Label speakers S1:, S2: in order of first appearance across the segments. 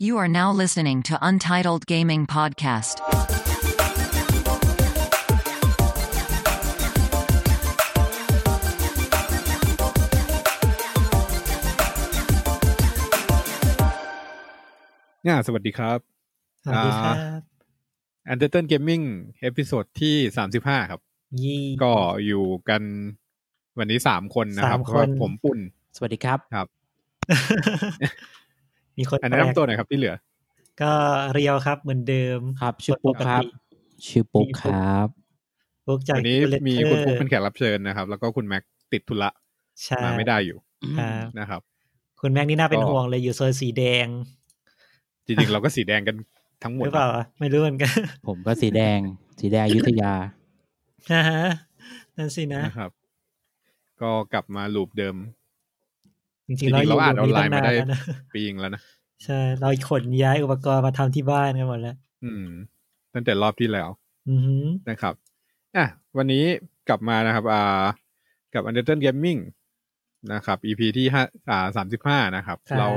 S1: You are now listening to Untitled Gaming Podcast.
S2: y ่าสวัสดีครับ
S3: สวัสดีครับ
S2: u n d e r t a l e Gaming เอพิโซดที่สามสิบห้าครับ
S3: ยี่
S2: ก็อยู่กันวันนี้สามคนนะครับ
S3: สามคน
S2: ก็ผมปุ่น
S4: สวัสดีครับ
S3: มีคน
S2: อัน
S3: แปล
S2: แนะนำตัวหน่อยครับที่เหลือ
S3: ก็เรียวครับเหมือนเดิม
S4: ครับ ชื่อปุ๊กครับ ชื่อปุ๊กครับ
S3: ปุ๊กจาก
S2: วันนี้
S3: Bullet
S2: มีคุณ
S3: Letter
S2: ปุ๊กเป็นแขกรับเชิญนะครับ แล้วก็คุณแม็กติดธุระ
S3: ใช่
S2: มาไม่ได้อยู่
S3: ครับ
S2: นะครับ
S3: คุณแม็กนี่น่าเป็น
S2: ก็
S3: ห่วงเลยอยู่โซนสีแดง
S2: จริงๆ เราก็สีแดงกันทั้ งหมด
S3: หรือเปล่า ไม่รู้เหมือนกัน
S4: ผมก็สีแด ง สีแดงอยุธยา
S3: ฮะฮะนั่นสินะ
S2: นะครับ ก็กลับมาลูปเดิม
S3: จริงๆเรา
S2: จริงๆ
S3: อยู่
S2: เราอ่าน
S3: แบบนี้
S2: ออนไลน์
S3: ตั้งนาน
S2: มาได้
S3: แล้วนะ
S2: ปีงแล้วนะ
S3: ใช่เราขนย้ายอุปกรณ์มาทำที่บ้านกันหมดแล้ว
S2: อืม ตั้งแต่รอบที่แล้ว
S3: อือหือ
S2: นะครับอ่ะวันนี้กลับมานะครับอ่ากับ u n d e r t a l e Gaming นะครับ EP ที่ห้าอ่าสามสิบห้านะครับ
S3: ครับ
S2: เรา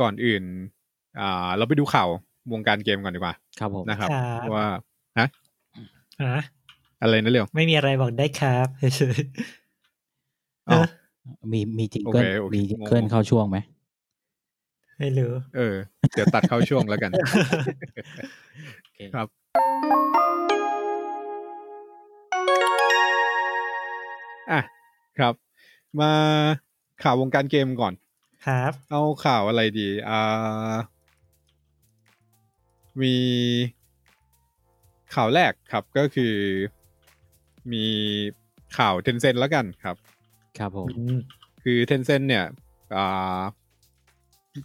S2: ก่อนอื่น อ่า เราไปดูข่าววงการเกมก่อนดีกว่า
S4: ครับผม
S2: นะครับ
S3: ครับ
S2: ว่า
S3: อ่ะ
S2: อะไรนะเร็ว
S3: ไม่มีอะไรบอกได้ครับ เฉยๆ
S2: อ้าว
S3: ฮะ
S4: มีมีจิง
S2: โอ
S4: เกิ
S2: เค
S4: ล
S2: โอเค
S4: มีจิงเกิล
S2: งง
S4: เข้าช่วงไหม
S3: ไม่รู้
S2: เออ เดี๋ยวตัดเข้าช่วงแล้วกัน ครับ อ่ะครับ มาข่าววงการเกมก่อน
S3: ครับ
S2: เอาข่าวอะไรดีอ่ามีข่าวแรกครับก็คือมีข่าวเทนเซ็นแล้วกันครับ
S4: ครับผม
S3: อืม
S2: คือเทนเซ็นเนี่ยอ่า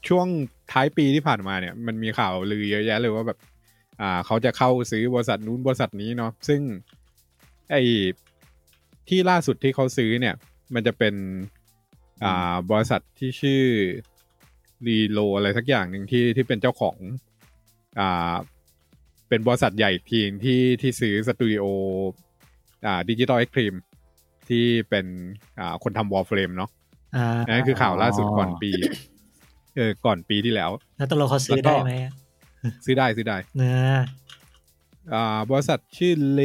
S2: ช่วงท้ายปีที่ผ่านมาเนี่ย มันมีข่าวลือเยอะแยะเลยว่าแบบ อ่า เขาจะเข้าซื้อบริษัทนู้นบริษัทนี้เนาะซึ่งไอที่ล่าสุดที่เขาซื้อเนี่ย มันจะเป็น อ่าบริษัทที่ชื่อรีโลอะไรสักอย่างหนึ่งที่ที่เป็นเจ้าของ อ่า เป็นบริษัทใหญ่อีกทีมที่ที่ซื้อสตูดิโออ่าดิจิตอลเอ็กซ์ตรีมที่เป็นอ่าคนทำวอลเฟรมเนาะ
S3: อ่า
S2: อันนั่นคือข่าวล่าสุดก่อนปี เออ ก่อนปีที่แล้ว
S3: แล้วตกลงเขาซื้อ
S2: แล้วก็
S3: ได้ไหมอะ
S2: ซื้อได้ซื้อได้
S3: นะ
S2: อ่า บริษัทชื่อเล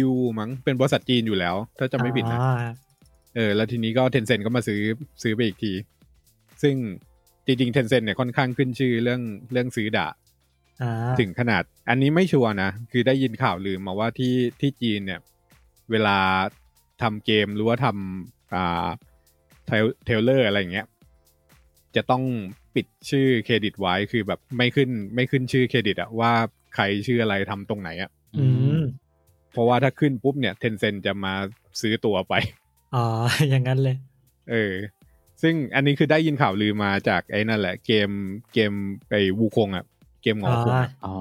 S2: ยูมั้ง เป็นบริษัทจีนอยู่แล้ว ถ้าจำไม่ผิดนะ
S3: อ๋อ
S2: เออ แล้วทีนี้ก็เทนเซ็นก็มาซื้อซื้อไปอีกที ซึ่งจริงๆเทนเซ็นเนี่ยค่อนข้างขึ้นชื่อเรื่องเรื่องซื้อด่า
S3: อ่า
S2: ถึงขนาด อันนี้ไม่ชัวร์นะ คือได้ยินข่าวลืมมาว่าที่ที่จีนเนี่ย เวลาทำเกมหรือว่าทำอ่าเทรลเทรลเลอร์อะไรอย่างเงี้ย จะต้องปิดชื่อเครดิตไว้คือแบบไม่ขึ้นไม่ขึ้นชื่อเครดิตอะว่าใครชื่ออะไรทำตรงไหนอะ
S3: อืม
S2: เพราะว่าถ้าขึ้นปุ๊บเนี่ยเทนเซนจะมาซื้อตัวไป
S3: อ๋อ อย่างนั้นเลย
S2: เออ ซึ่งอันนี้คือได้ยินข่าวลือมาจากไอ้นั่นแหละ เกมเกมไอ้วูคงอะเกมหง
S3: อ๋
S2: อ
S3: อ
S2: คงอะ
S4: อ๋อ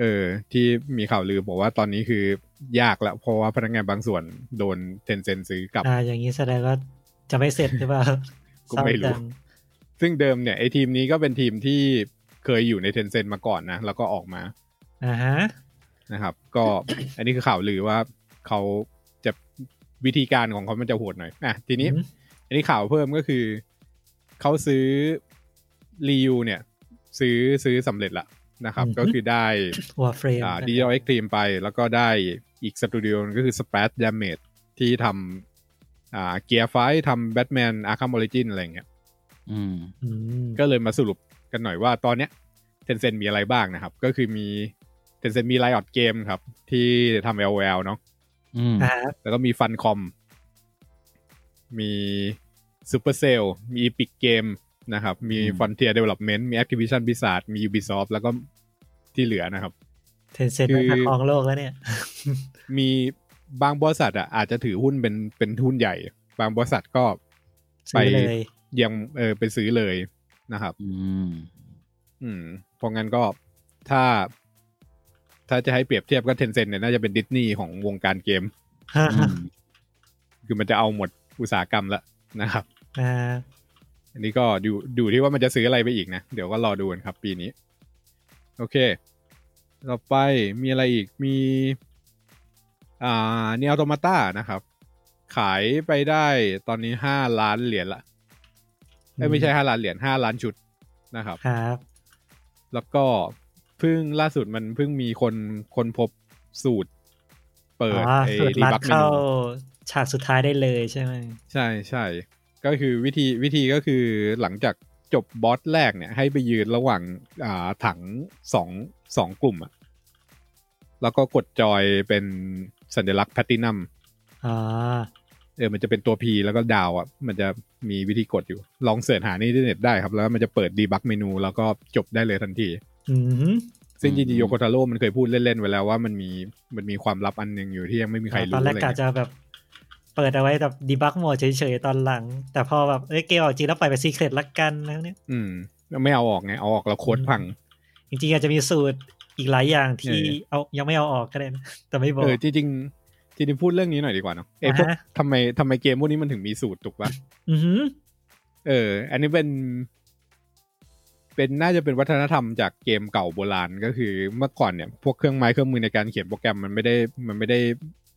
S2: เออที่มีข่าวลือบอกว่าตอนนี้คือยากละเพราะว่าพนักงานบางส่วนโดนเทนเซ็นซื้อกลับ
S3: อ่า อย่างนี้แสดงว่าจะไม่เสร็จหรือเปล่า
S2: ก็ไม่รู้
S3: เศาจัง
S2: ซึ่งเดิมเนี่ยไอทีมนี้ก็เป็นทีมที่เคยอยู่ในเทนเซ็นมาก่อนนะ แล้วก็ออกมา
S3: อ่าฮะ
S2: นะครับ ก็ อันนี้คือข่าวลือว่าเขาจะวิธีการของเขามันจะโหดหน่อยอ่ะทีนี้
S3: อืม
S2: อันนี้ข่าวเพิ่มก็คือเขาซื้อรียูเนี่ย ซื้อซื้อสำเร็จละนะครับ ก็คือได้
S3: วอร์เฟรม
S2: อ่าดิจิทัลเอ็กตรีมไปแล้วก็ได้อีกสตูดิโอนึงก็คือ Splash Damage ที่ทำอ่าเกียร์ไฟทำแบทแมนอาร์คัมออริจินอะไรอย่างเงี้ย
S4: อืม
S3: อืม
S2: ก็เลยมาสรุปกันหน่อยว่าตอนเนี้ยเทนเซนมีอะไรบ้างนะครับ ก็คือมีเทนเซนมีไลออดเกมครับ ที่ทำ LOL เนาะ
S4: อืม
S3: อ่า
S2: แล้วก็มีฟันคอมมี Supercell มี Epic Game นะครับ มี
S4: อืม
S2: Frontier Development มี Activision Blizzard มี Ubisoft แล้วก็ที่เหลือนะครับ
S3: เทนเซ็น
S2: คือ
S3: ต์ครองโลกแล้วเนี่ย
S2: มีบางบริษัทอ่ะอาจจะถือหุ้นเป็นเป็นหุ้นใหญ่ บางบริษัทก็ไป
S3: ซื้อเลย
S2: ยังเออไปซื้อเลยนะครับ
S4: อืม
S2: อืมเพราะงั้นก็ถ้า ถ้าจะให้เปรียบเทียบก็เทนเซ็นเนี่ยน่าจะเป็นดิสนีย์ของวงการเกม
S3: ฮะ
S4: อืม
S2: คือมันจะเอาหมดอุตสาหกรรมละนะครับ
S3: อ่า
S2: อันนี้ก็ดูดูที่ว่ามันจะซื้ออะไรไปอีกนะ เดี๋ยวก็รอดูกันครับปีนี้ โอเค ต่อไปมีอะไรอีกมี อ่าเนอ a โตมาต้านะครับ ขายไปได้ตอนนี้ห้าล้านเหรียญละเอ้ย
S3: อืม
S2: ไม่ใช่ห้าล้านเหรียญห้าล้านชุด นะครับ
S3: ครับ
S2: แล้วก็เพิ่งล่าสุดมันเพิ่งมีคนคนพบสูตร เปิด
S3: อ๋อ
S2: ไอ้
S3: สูตร
S2: ดี
S3: ลัด
S2: บักเม
S3: เข้า
S2: นู
S3: ฉากสุดท้ายได้เลยใช่ไหม
S2: ใช่ใช่ก็คือวิธีวิธีก็คือหลังจากจบบอสแรกเนี่ยให้ไปยืนระหว่างอ่าถังสองสองกลุ่มอะแล้วก็กดจอยเป็นสัญลักษณ์แพตตินัม
S3: อ๋อ
S2: เออ มันจะเป็นตัว P แล้วก็ดาวอ่ะ มันจะมีวิธีกดอยู่ ลองเสิร์ชหาในอินเทอร์เน็ตได้ครับ แล้วมันจะเปิดดีบักเมนู แล้วก็จบได้เลยทันที
S3: อืม
S2: ซึ่งจ
S4: อื
S2: ริงๆ
S4: ม
S2: โยโกทาโร่มันเคยพูดเล่นๆไว้แล้วว่ามันมี มันมีความลับอันหนึ่งอยู่ที่ยังไม่มีใคร
S3: ต
S2: รู้
S3: อนแร
S2: อะ
S3: ก
S2: ไร
S3: กะ
S2: เงี้ย
S3: จะแบบ เปิดเอาไว้แบบดีบักโหมดเฉยๆตอนหลัง แต่พอแบบเอ้ยเกมออกจริงแล้วปล่อยไปซีเครตละกันแล้วเนี่ย
S2: อืม ไม่เอาออกไง เอาออกแล้วโค้ดพัง
S3: จริงๆอาจจะมีสูตรอีกหลายอย่างที่
S2: เออ
S3: เอายังไม่เอาออกก็ได้นะแต่ไม่บอก
S2: เออ จริงๆจริงๆพูดเรื่องนี้หน่อยดีกว่าเนาะเอ้พวก
S3: อ่าฮะ
S2: ทำไมทำไมเกมพวกนี้มันถึงมีสูตรถูกปะ
S3: อือหือ
S2: เออ อันนี้เป็น เป็นน่าจะเป็นวัฒนธรรมจากเกมเก่าโบราณก็คือเมื่อก่อนเนี่ย พวกเครื่องไม้เครื่องมือในการเขียนโปรแกรมมันไม่ได้มันไม่ได้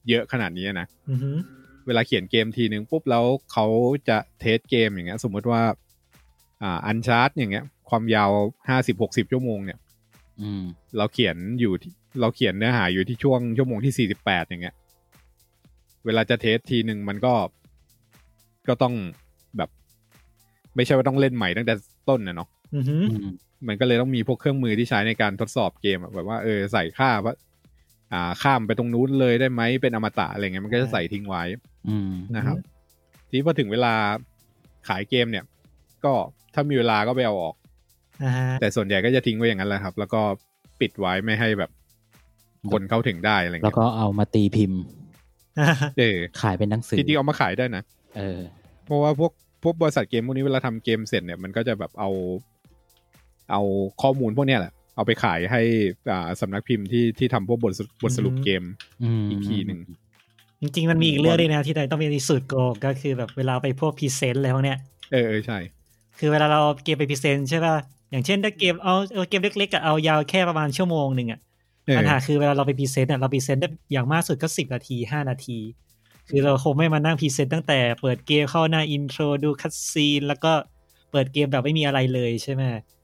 S2: เยอะขนาดนี้นะ
S3: อือหือ
S2: เวลาเขียนเกมทีนึงปุ๊บแล้วเขาจะเทสเกมอย่างเงี้ย สมมติว่า อ่าอันชาร์ตอย่างเงี้ย ความยาวห้าสิบหกสิบชั่วโมงเนี่ย
S4: อืม
S2: เราเขียนอยู่ที่เราเขียนเนื้อหาอยู่ที่ช่วงชั่วโมงที่สี่สิบแปดอย่างเงี้ย เวลาจะเทสทีหนึ่งมันก็ก็ต้องแบบ ไม่ใช่ว่าต้องเล่นใหม่ตั้งแต่ต้นนะเนาะ
S3: อือหือ
S4: อืม
S2: มันก็เลยต้องมีพวกเครื่องมือที่ใช้ในการทดสอบเกมอะแบบว่าเออใส่ค่าว่าอ่าข้ามไปตรงนู้นเลยได้ไหมเป็นอมตะอะไรเงี้ยมันก็จะใส่ทิ้งไว้
S4: อืม
S2: นะครับทีนี้พอถึงเวลาขายเกมเนี่ย ก็ถ้ามีเวลาก็ไปเอาออก
S3: อ่าฮะ
S2: แต่ส่วนใหญ่ก็จะทิ้งไว้อย่างนั้นแหละครับ แล้วก็ปิดไว้ไม่ให้แบบคนเข้าถึงได้อะไร
S4: แล้ว
S2: เงี้ย
S4: ก็เอามาตีพิมพ์
S3: อ่าฮะ
S2: เออ
S4: ขายเป็นหนังสือ
S2: จริงๆเอามาขายได้นะ
S4: เออ
S2: เพราะว่าพวกพวกบริษัทเกมพวกนี้เวลาทำเกมเสร็จเนี่ยมันก็จะแบบเอา เอาข้อมูลพวกเนี้ยแหละ เอาไปขายให้อ่าสำนักพิมพ์ที่ที่ทำพวกบทสรุปบทสรุปเกม
S4: อืม
S2: อีกทีหนึ่ง
S3: จริงๆมันมีอีกเรื่องด้วยนะที่ต้องมีสูตรโกงก็คือแบบเวลาไปพวกพรีเซนต์อะไรพวกเนี้ย
S2: เออเออใช่
S3: คือเวลาเราเอาเกมไปพรีเซนต์ใช่ป่ะ อย่างเช่นถ้าเกมเอาเอาเกมเล็กๆอะเอายาวแค่ประมาณชั่วโมงหนึ่งอะ
S2: เออ
S3: ปัญหาคือเวลาเราไปพรีเซนต์เนี่ยเราพรีเซนต์ได้อย่างมากสุดก็สิบนาทีห้านาที คือเราคงไม่มานั่งพรีเซนต์ตั้งแต่เปิดเกมเข้าหน้าอินโทรดูคัตซีนแล้วก็เปิดเกมแบบไม่มีอะไรเลยใช่ไหม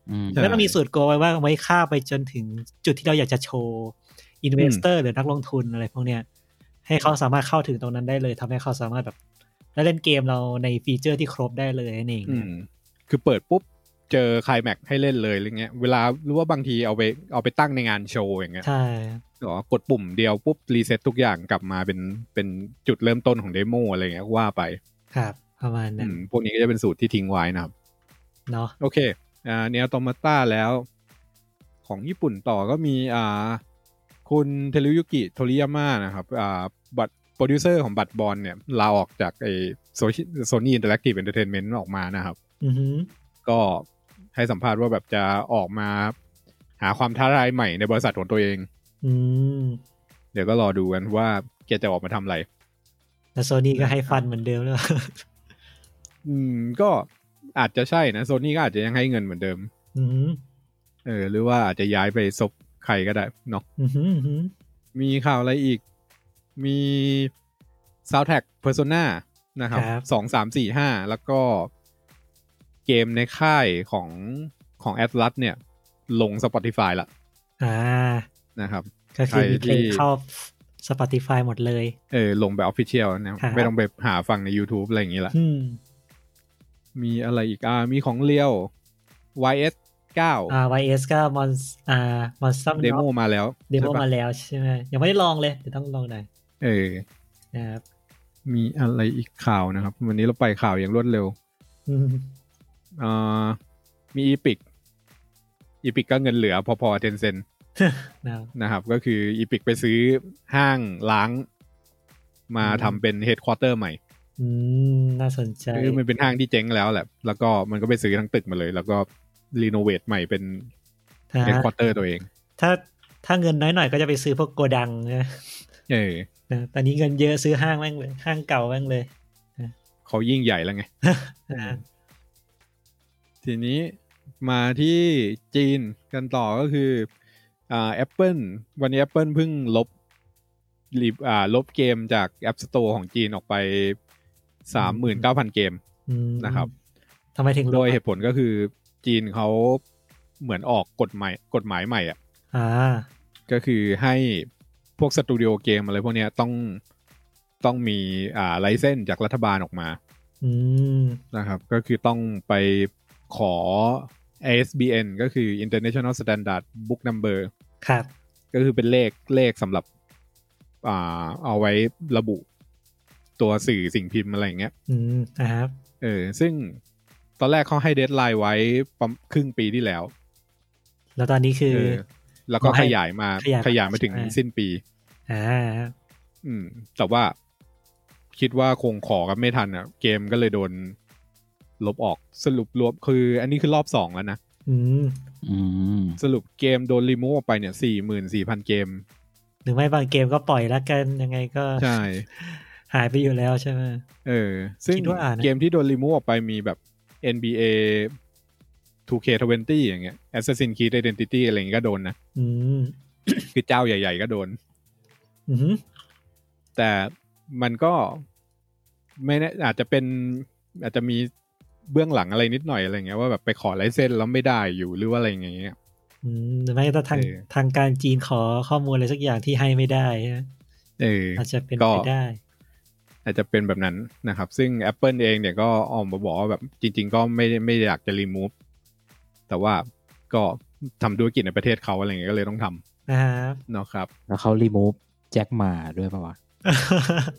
S4: อืม
S3: แล้วเรามีสูตรโกไว้ว่าเอาไว้ค่าไปจนถึงจุดที่เราอยากจะโชว์อินเวสเตอร์หรือนักลงทุนอะไรพวกเนี้ยให้เขาสามารถเข้าถึงตรงนั้นได้เลยทำให้เขาสามารถแบบได้เล่นเกมเราในฟีเจอร์ที่ครบได้เลยนั่นเอง
S2: อืมคือเปิดปุ๊บเจอไคลแม็กซ์ให้เล่นเลยอะไรเงี้ย เวลาหรือว่าบางทีเอาไปเอาไปตั้งในงานโชว์อย่างเงี้ย
S3: ใช่
S2: อ๋อกดปุ่มเดียวปุ๊บรีเซ็ตทุกอย่างกลับมาเป็นเป็นจุดเริ่มต้นของเดโมอะไรเงี้ยว่าไป
S3: ครับ ประมาณ
S2: อื
S3: นั้น
S2: มพวกนี้ก็จะเป็นสูตรที่ทิ้งไว้นะครับ
S3: เนาะ
S2: โอเคอ่าเนียตอมาต้าแล้ว ของญี่ปุ่นต่อก็มีอ่าคุณเทรุยุกิโทริยาม่านะครับอ่าบัตโปรดิวเซอร์ของบัตบอลเนี่ยลาออกจากไอโซนี่อินเตอร์แอคทีฟเอนเตอร์เทนเมนต์ออกมานะครับ
S3: อือหือ
S2: ก็ให้สัมภาษณ์ว่าแบบจะออกมาหาความท้าทายใหม่ในบริษัทของตัวเอง
S3: อืม
S2: เดี๋ยวก็รอดูกันว่าแกจะออกมาทำอะไร
S3: แต่โซนี่ก็ให้ฟันเหมือนเดิมแล้ว
S2: อืมก็อาจจะใช่นะโซนี่ก็อาจจะยังให้เงินเหมือนเดิม
S3: อือหือ
S2: เออ หรือว่าอาจจะย้ายไปซบใครก็ได้เนาะ
S3: อือหืออือหือ
S2: มีข่าวอะไรอีก มีซาวแท็กเพอร์โซนานะครับ
S3: ครับ
S2: สองสามสี่ห้าแล้วก็เกมในค่ายของของแอตลัสเนี่ย ลง Spotify ละ
S3: อ่า
S2: นะครับ
S3: ก็คือมี
S2: ใครที่
S3: เพลงเข้า Spotify หมดเลย
S2: เออลงแบบออฟฟิเชียลนะครับ
S3: ครับ
S2: ไม่ต้องไปหาฟังใน YouTube อะไรอย่างนี้ละ
S3: อืม
S2: มีอะไรอีกอ่ามีของเลียว YS
S3: อ่า
S2: 9
S3: YS ก็มอนอ่า Monster
S2: เดโมมาแล้ว
S3: เดโม
S2: ใช่ปะ
S3: มาแล้วใช่ไหมยังไม่ได้ลองเลยเดี๋ยวต้องลองหน่อย
S2: เออ
S3: นะครับ
S2: มีอะไรอีกข่าวนะครับ วันนี้เราไปข่าวอย่างรวดเร็ว
S3: อืม
S2: อ่ามีอีพิกอีพิกก็เงินเหลือพอๆเทนเซน
S3: นะครับ
S2: นะครับ ก็คืออีพิกไปซื้อห้างล้าง มาทำเป็นเฮดควอเตอร์ใหม่
S3: อืมน่าสนใจ
S2: คือมันเป็นห้างที่เจ๊งแล้วแหละ แล้วก็มันก็ไปซื้อทั้งตึกมาเลย แล้วก็รีโนเวทใหม่เป็น
S3: ฮะ
S2: เฮดควอเตอร์ตัวเอง
S3: ถ้าถ้าเงินน้อยหน่อยก็จะไปซื้อพวกโกดัง นะ
S2: เออ
S3: นะตอนนี้เงินเยอะซื้อห้างแม่งเลยห้างเก่าแม่งเลย
S2: เขายิ่งใหญ่แล้วไง
S3: อ่า
S2: ทีนี้มาที่จีนกันต่อก็คืออ่าแอปเปิลวันนี้ Apple เพิ่งลบรีบอ่าลบเกมจาก App Store ของจีนออกไป 39,000 เกม
S3: อืม
S2: นะครับ
S3: ทำไมถึงลบ
S2: โดย
S3: อะ
S2: เหตุผลก็คือ จีนเขาเหมือนออกกฎใหม่กฎหมายใหม่อ่ะ
S3: อ่า
S2: ก็คือให้พวกสตูดิโอเกมอะไรพวกเนี้ยต้องต้องมีอ่าไลเซนจากรัฐบาลออกมา
S3: อืม
S2: นะครับก็คือต้องไปขอ ISBN ก็คือ International Standard Book Number
S3: ครับ
S2: ก็คือเป็นเลขเลขสำหรับอ่าเอาไว้ระบุตัวสื่อสิ่งพิมพ์อะไรอย่างเงี้ย
S3: อืมนะครับ
S2: เออซึ่งตอนแรกเขาให้เดทไลน์ไว้ประมาณครึ่งปีที่แล้ว
S3: แล้วตอนนี้คือ
S2: เออแล้วก็
S3: ขอให้
S2: ขยายมา
S3: ขยายมา
S2: ขยายมาถึง
S3: ใช่
S2: สิ้นปี
S3: อ่าครับ
S2: อืม แต่ว่าคิดว่าคงขอกันไม่ทันอ่ะ เกมก็เลยโดนลบออกสรุปรวมคือ อันนี้คือรอบสองแล้วนะ
S3: อืม
S4: อืม
S2: สรุปเกมโดนรีมูฟออกไปเนี่ยสี่หมื่นสี่พันเกม
S3: หรือไม่บางเกมก็ปล่อยละกันยังไงก็
S2: ใช่
S3: หายไปอยู่แล้วใช่ไหม
S2: เออ ซึ่ง
S3: คิดว่านะ
S2: เกมที่โดนรีมูฟออกไปมีแบบ NBA 2K20 อย่างเงี้ย Assassin's Creed Identity อะไรอย่างเงี้ยก็โดนนะ
S3: อืม
S2: คือเจ้าใหญ่ๆก็โดน
S3: อืม
S2: แต่มันก็ไม่แน่อาจจะเป็นอาจจะมีเบื้องหลังอะไรนิดหน่อยอะไรเงี้ยว่าแบบไปขอไลเซนส์แล้วไม่ได้อยู่หรือว่าอะไรอย่างเงี้ย
S3: อืมหรือไม่ก็ทาง
S2: เออ
S3: ทางการจีนขอข้อมูลอะไรสักอย่างที่ให้ไม่ได้ใช่ไหม
S2: เออ
S3: อาจจะเป็น
S2: ก็
S3: ไปได้
S2: อาจจะเป็นแบบนั้นนะครับ ซึ่ง Apple เองเนี่ยก็ออกมาบอกว่าแบบจริง ๆ ก็ไม่ได้ไม่อยากจะรีมูฟแต่ว่าก็ทำธุรกิจในประเทศเขาอะไรเงี้ยก็เลยต้องท
S3: นะครับ
S2: ำเนาะครับ
S4: แล้วเขารีมูฟแจ็คหมาด้วยป่าวะ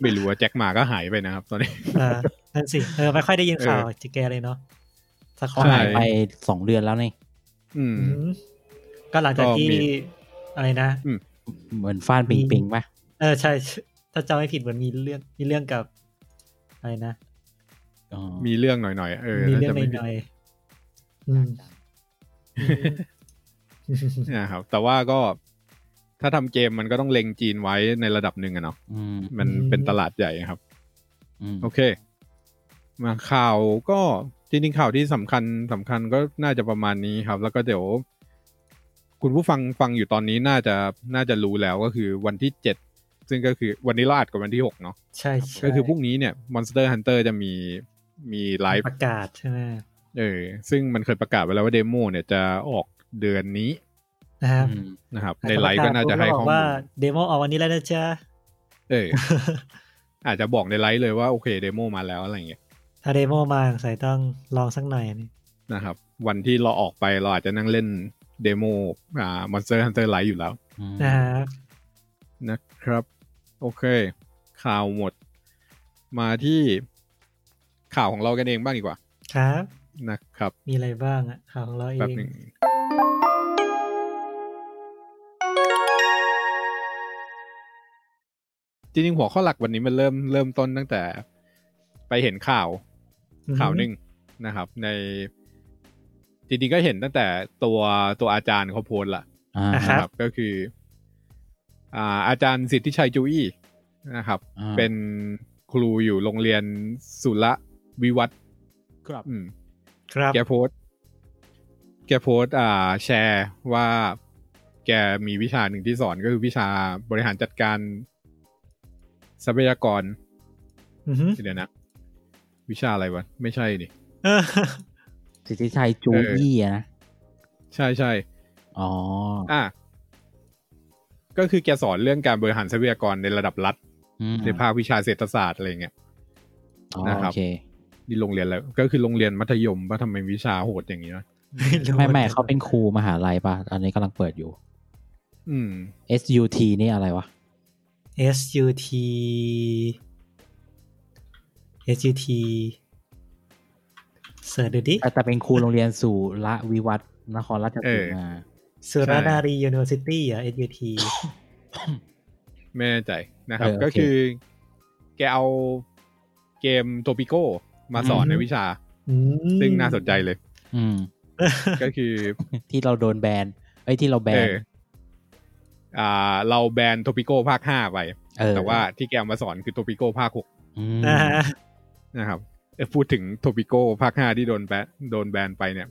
S2: ไม่รู้ว่าแจ็คหมาก็หายไปนะครับ ตอนนี้
S3: อ่านั่นสิเออไม่ค่อยได้ยินข่าวจากแกเลยเนาะสักค
S4: เขา
S3: รั้ง
S4: หาย
S2: ใช่
S4: ไปสองเดือนแล้วนี่
S2: อืม
S3: อืมก็หลังจากที่
S2: ก็มี
S3: อะไรนะ
S4: เหมือนฟานปิงปิงป่ะ
S3: เออใช่ถ้าจำไม่ผิดเหมือนมีเรื่องมีเรื่องกับอะไรนะ
S4: อ๋อ
S2: มีเรื่องหน่อยๆเออ
S3: มีเรื่อง
S2: ถ้าจะ
S3: ใน
S2: ไม่
S3: หน่อยๆอืม
S2: นะครับแต่ว่าก็ถ้าทำเกมมันก็ต้องเล็งจีนไว้ในระดับหนึ่งอะเนาะ
S4: อืม
S2: มันเป็นตลาดใหญ่ครับ
S4: อืม
S2: โอเค มาข่าวก็จริงๆข่าวที่สำคัญสำคัญก็น่าจะประมาณนี้ครับ แล้วก็เดี๋ยว คุณผู้ฟังฟังอยู่ตอนนี้น่าจะน่าจะรู้แล้วก็คือวันที่เจ็ดซึ่งก็คือวันนี้เราอัดกับวันที่หกเนาะ
S3: ใช่ใช่
S2: ก็คือพรุ่งนี้เนี่ย Monster Hunter จะมีมีไลฟ์
S3: ประกาศใช่ไหม
S2: เออซึ่งมันเคยประกาศไว้แล้วว่าเดโมเนี่ยจะออกเดือนนี้
S3: นะครับ
S4: อืม
S2: นะครับ ในไลฟ์ก็น่าจะให้ข้อ
S3: แล้วบ
S2: มู
S3: ว่า
S2: ล
S3: เดโมออกวันนี้แล้วนะจ๊ะ
S2: เออ อาจจะบอกในไลฟ์เลยว่าโอเคเดโมมาแล้วอะไรอย่างเงี้ย
S3: ถ้าเดโมมาใส่ต้องลองสักหน่อยนี่
S2: นะครับวันที่เราออกไปเราอาจจะนั่งเล่นเดโมอ่า Monster Hunter Rise อยู่แล้ว
S4: อืม
S3: นะครับ
S2: นะครับ โอเค ข่าวหมด มาที่ข่าวของเรากันเองบ้างดีกว่า
S3: ครับ
S2: นะครับ
S3: มีอะไรบ้างอะข่าวของเราเอ
S2: แป๊บ
S3: ง
S2: หนึ่งจริงๆหัวข้อหลักวันนี้มันเริ่มเริ่มต้นตั้งแต่ไปเห็นข่าว
S3: อืม
S2: ข่าวหนึ่งนะครับ ในจริงๆก็เห็นตั้งแต่ตัวตัวอาจารย์เขาโพสต์ละ
S4: อ่า
S3: ะ ค
S2: นะค
S3: รับ
S2: รับก็คืออ่าอาจารย์สิทธิชัยจุอี้นะครับ
S4: อ่า
S2: เป็นครูอยู่โรงเรียนสุรวิวัฒน์
S4: ครับ
S2: อืม
S3: ครับ
S2: แกโพสต์แกโพสต์อ่าแชร์ว่าแกมีวิชาหนึ่งที่สอนก็คือวิชาบริหารจัดการ ทรัพยากร
S3: อือ หือ
S2: เดี๋ยวนะ วิชาอะไรวะ ไม่ใช่ดิ
S3: เออ
S4: สิทธิชัยจูอี้อะนะ
S2: ใช่ใช่
S4: อ๋อ
S2: อ่ะก็คือแกสอนเรื่องการบริหารทรัพยากรในระดับรัฐ
S4: อืม
S2: ในภาควิชาเศรษฐศาสตร์อะไรอย่างเงี้ย
S4: อ๋อ
S2: นะครับ
S4: โอเค
S2: นี่โรงเรียนแล้วก็คือโรงเรียนมัธยมว่าทำไมวิชาโหดอย่างนี้นะ
S3: รู้
S4: ไม่ไม่เขาเป็นครูมหาลัยป่ะ อันนี้กำลังเปิดอยู่
S2: อืม
S4: SUT นี่อะไรวะ
S3: เหมือนกัน SUT SUT เสิร์ชดูดิ
S4: แต่แต่เป็นครูโรงเรียนสู่ละวิวัฒน์นครราชสีมา
S3: สุรนารี University เหรอ SUT
S2: ไม่แน่ใจนะครับ
S4: เออโอเค
S2: ก็คือแกเอาเกมโทปิโก้มาสอน
S3: อืม
S2: ในวิชา
S3: อืม
S2: ซึ่งน่าสนใจเลย
S4: อืม
S2: ก็คือ
S4: ที่เราโดนแบนไอ้ยที่เราแบ
S2: เอน ออ่า เราแบนโทปิโก้ภาคห้าไป
S4: เออ
S2: แต่ว่าที่แกเอามาสอนคือโทปิโก้ภาคหก
S4: อืม
S3: อ่า
S2: นะครับเออพูดถึงโทปิโก้ภาคห้าที่โดนแบนโดนแบนไปเนี่ย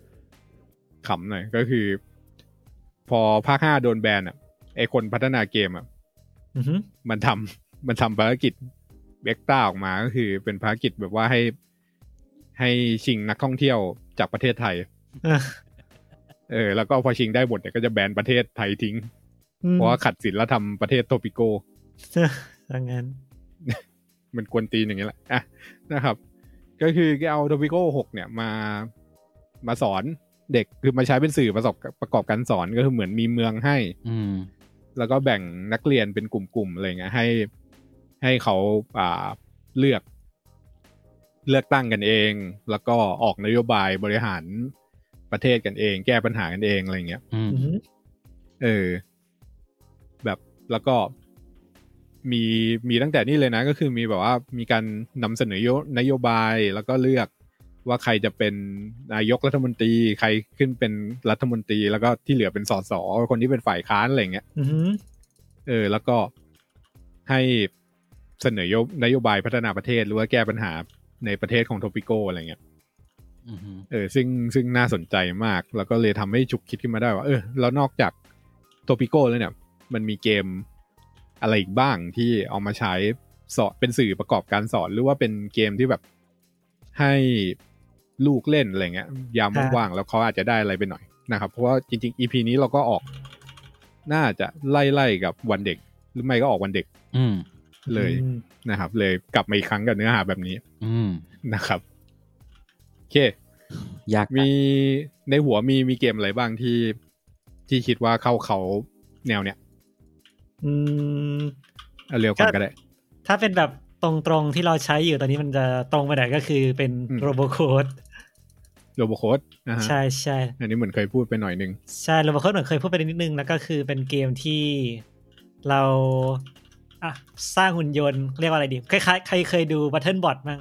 S2: ขำหน่อย ก็คือ พอภาคห้าโดนแบนอ่ะไอคนพัฒนาเกมอ่ะ
S3: อือหือ
S2: มันทำมันทำ ภารกิจเบกต้าออกมาก็คือเป็นภารกิจแบบว่าให้ให้ชิงนักท่องเที่ยวจากประเทศไทย
S3: เออ
S2: เออแล้วก็พอชิงได้หมดเนี่ยก็จะแบนประเทศไทยทิ้ง
S3: อืม
S2: เพราะว่าขัดศีลธรรมประเทศโทปิโก
S3: เออดังนั้น
S2: มันกวนตีนอย่างเงี้ยแหละอ่ะนะครับ ก็คือแกเอาโทปิโก้หกเนี่ยมามาสอนเด็กคือมาใช้เป็นสื่อประสบประกอบการสอนก็คือเหมือนมีเมืองให้
S4: อืม
S2: แล้วก็แบ่งนักเรียนเป็นกลุ่มๆอะไรเงี้ยให้ให้เขาอ่าเลือก เลือกตั้งกันเอง แล้วก็ออกนโยบายบริหารประเทศกันเอง แก้ปัญหากันเองอะไรเงี้ย
S4: อืม
S3: อือหือ
S2: เออ แบบแล้วก็มีมีตั้งแต่นี่เลยนะ ก็คือมีแบบว่ามีการนำเสนอนโยบายแล้วก็เลือกว่าใครจะเป็นนายกรัฐมนตรี ใครขึ้นเป็นรัฐมนตรี แล้วก็ที่เหลือเป็นสสคนที่เป็นฝ่ายค้านอะไรอย่างเงี้ย
S3: อือหือ
S2: เออแล้วก็ให้เสนอนโยนโยบายพัฒนาประเทศหรือว่าแก้ปัญหาในประเทศของโทปิโกอะไรเงี้ย
S4: อืม
S2: เออซึ่งซึ่งน่าสนใจมาก แล้วก็เลยทำให้ฉุกคิดขึ้นมาได้ว่าเออแล้วนอกจากโทปิโกแล้วเนี่ย มันมีเกมอะไรอีกบ้างที่เอามาใช้สอนเป็นสื่อประกอบการสอนหรือว่าเป็นเกมที่แบบให้ลูกเล่นอะไรเงี้ยยามว่างๆแล้วเขาอาจจะได้อะไรไปหน่อยนะครับ เพราะว่าจริงๆ EP นี้เราก็ออก น่าจะไล่ๆกับวันเด็ก หรือไม่ก็ออกวันเด็ก
S4: อืม
S2: เลย
S3: อืม
S2: นะครับ เลยกลับมาอีกครั้งกับเนื้อหาแบบนี้
S4: อืม
S2: นะครับโอเค
S4: อยาก
S2: มีในหัวมีมีเกมอะไรบ้างที่ที่คิดว่าเข้าเขาแนวเนี้ย
S3: อืม
S2: เอาเร็วก่อนก็ได้
S3: ถ้าเป็นแบบตรงๆที่เราใช้อยู่ตอนนี้มันจะตรงไปไหนก็คือเป็น
S2: อืม
S3: โรบโคด
S2: โรบโคดนะฮะ
S3: ใช่ใช่
S2: อันนี้เหมือนเคยพูดไปหน่อยนึง
S3: ใช่โรบโคดเหมือนเคยพูดไปนิดนึงแล้วก็คือเป็นเกมที่เราอ่ะสร้างหุ่นยนต์เรียกว่าอะไรดีคล้ายๆใครเคยดูบัตเทิลบอทมั้ง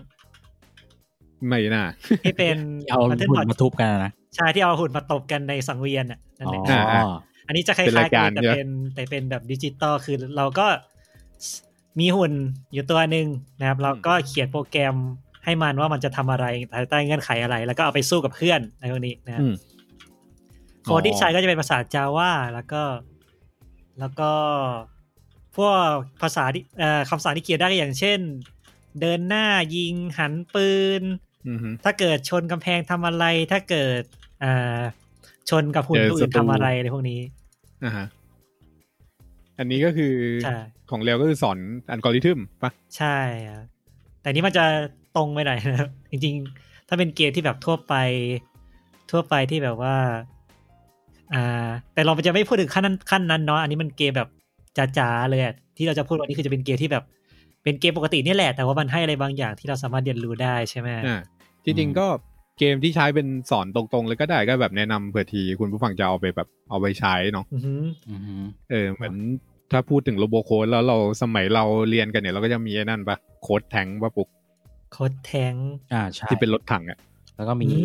S2: ไม่น่า
S3: ที่เป็น
S4: เอา
S3: บัตเทิล
S4: หุ่
S3: บอน ท
S4: มาทุบกันนะ
S3: ใช่ที่เอาหุ่นมาตบกันในสังเวียนอ่ะนั่น
S4: อ๋
S3: แหละ
S2: อ่า
S4: อ
S3: อันนี้จะค
S2: เป็
S3: ล้า
S2: นาย
S3: ร
S2: ย
S3: ๆกั
S2: การ
S3: นแต่
S2: ใช่ไหม
S3: เป็นแต่เป็นแบบดิจิตอลคือเราก็สมีหุ่นอยู่ตัวหนึ่งนะครับเราก็เขียนโปรแกรมให้มันว่ามันจะทำอะไรภายใต้เงื่อนไขอะไร แล้วก็เอาไปสู้กับเพื่อนในพวกนี้นะครับ
S2: อืม
S3: โค้ดที่ใช้ก็จะเป็นภาษาจาว่าแล้วก็ แล้วก็พวกภาษาที่เอ่อคำสั่งที่เขียนได้ก็อย่างเช่น เดินหน้ายิงหันปืน
S2: อือฮึ
S3: ถ้าเกิดชนกำแพงทำอะไร ถ้าเกิดอ่าชนกับหุ่น
S2: เจอ
S3: ตัว
S2: ศั
S3: อื่น
S2: ตรู
S3: ทำอะไรในพวกนี้
S2: อ่าฮะอันนี้ก็คือ
S3: ใช่
S2: ของเร็วก็คือสอนอัลกอริทึมปะ
S3: ใช่ครับแต่นี่มันจะตรงไปหน่อยนะครับ จริงๆ ถ้าเป็นเกมที่แบบทั่วไป ทั่วไปที่แบบว่า อ่า แต่เราจะไม่พูดถึงขั้นนั้นขั้นนั้นเนาะอันนี้มันเกมแบบจ๋าๆเลยอะที่เราจะพูดวันนี้คือจะเป็นเกมที่แบบ เป็นเกมปกตินี่แหละ แต่ว่ามันให้อะไรบางอย่างที่เราสามารถเรียนรู้ได้ใช่ไหม
S2: อ่าจริง
S4: อืม
S2: ๆก็เกมที่ใช้เป็นสอนตรงๆเลยก็ได้ก็แบบแนะนำเผื่อทีคุณผู้ฟังจะเอาไปแบบเอาไปใช้เนาะ
S3: อือหือ
S4: อืม
S2: เออเหมือนถ้าพูดถึงโลโบโค้ดแล้วเราสมัยเราเรียนกันเนี่ย เราก็จะมีไอ้นั่นปะโค้ดแทงปะปุก
S3: โคดแทง
S4: อ่าใช่
S2: ที่เป็นรถถังอะ
S4: แล้วก็มี
S3: อืม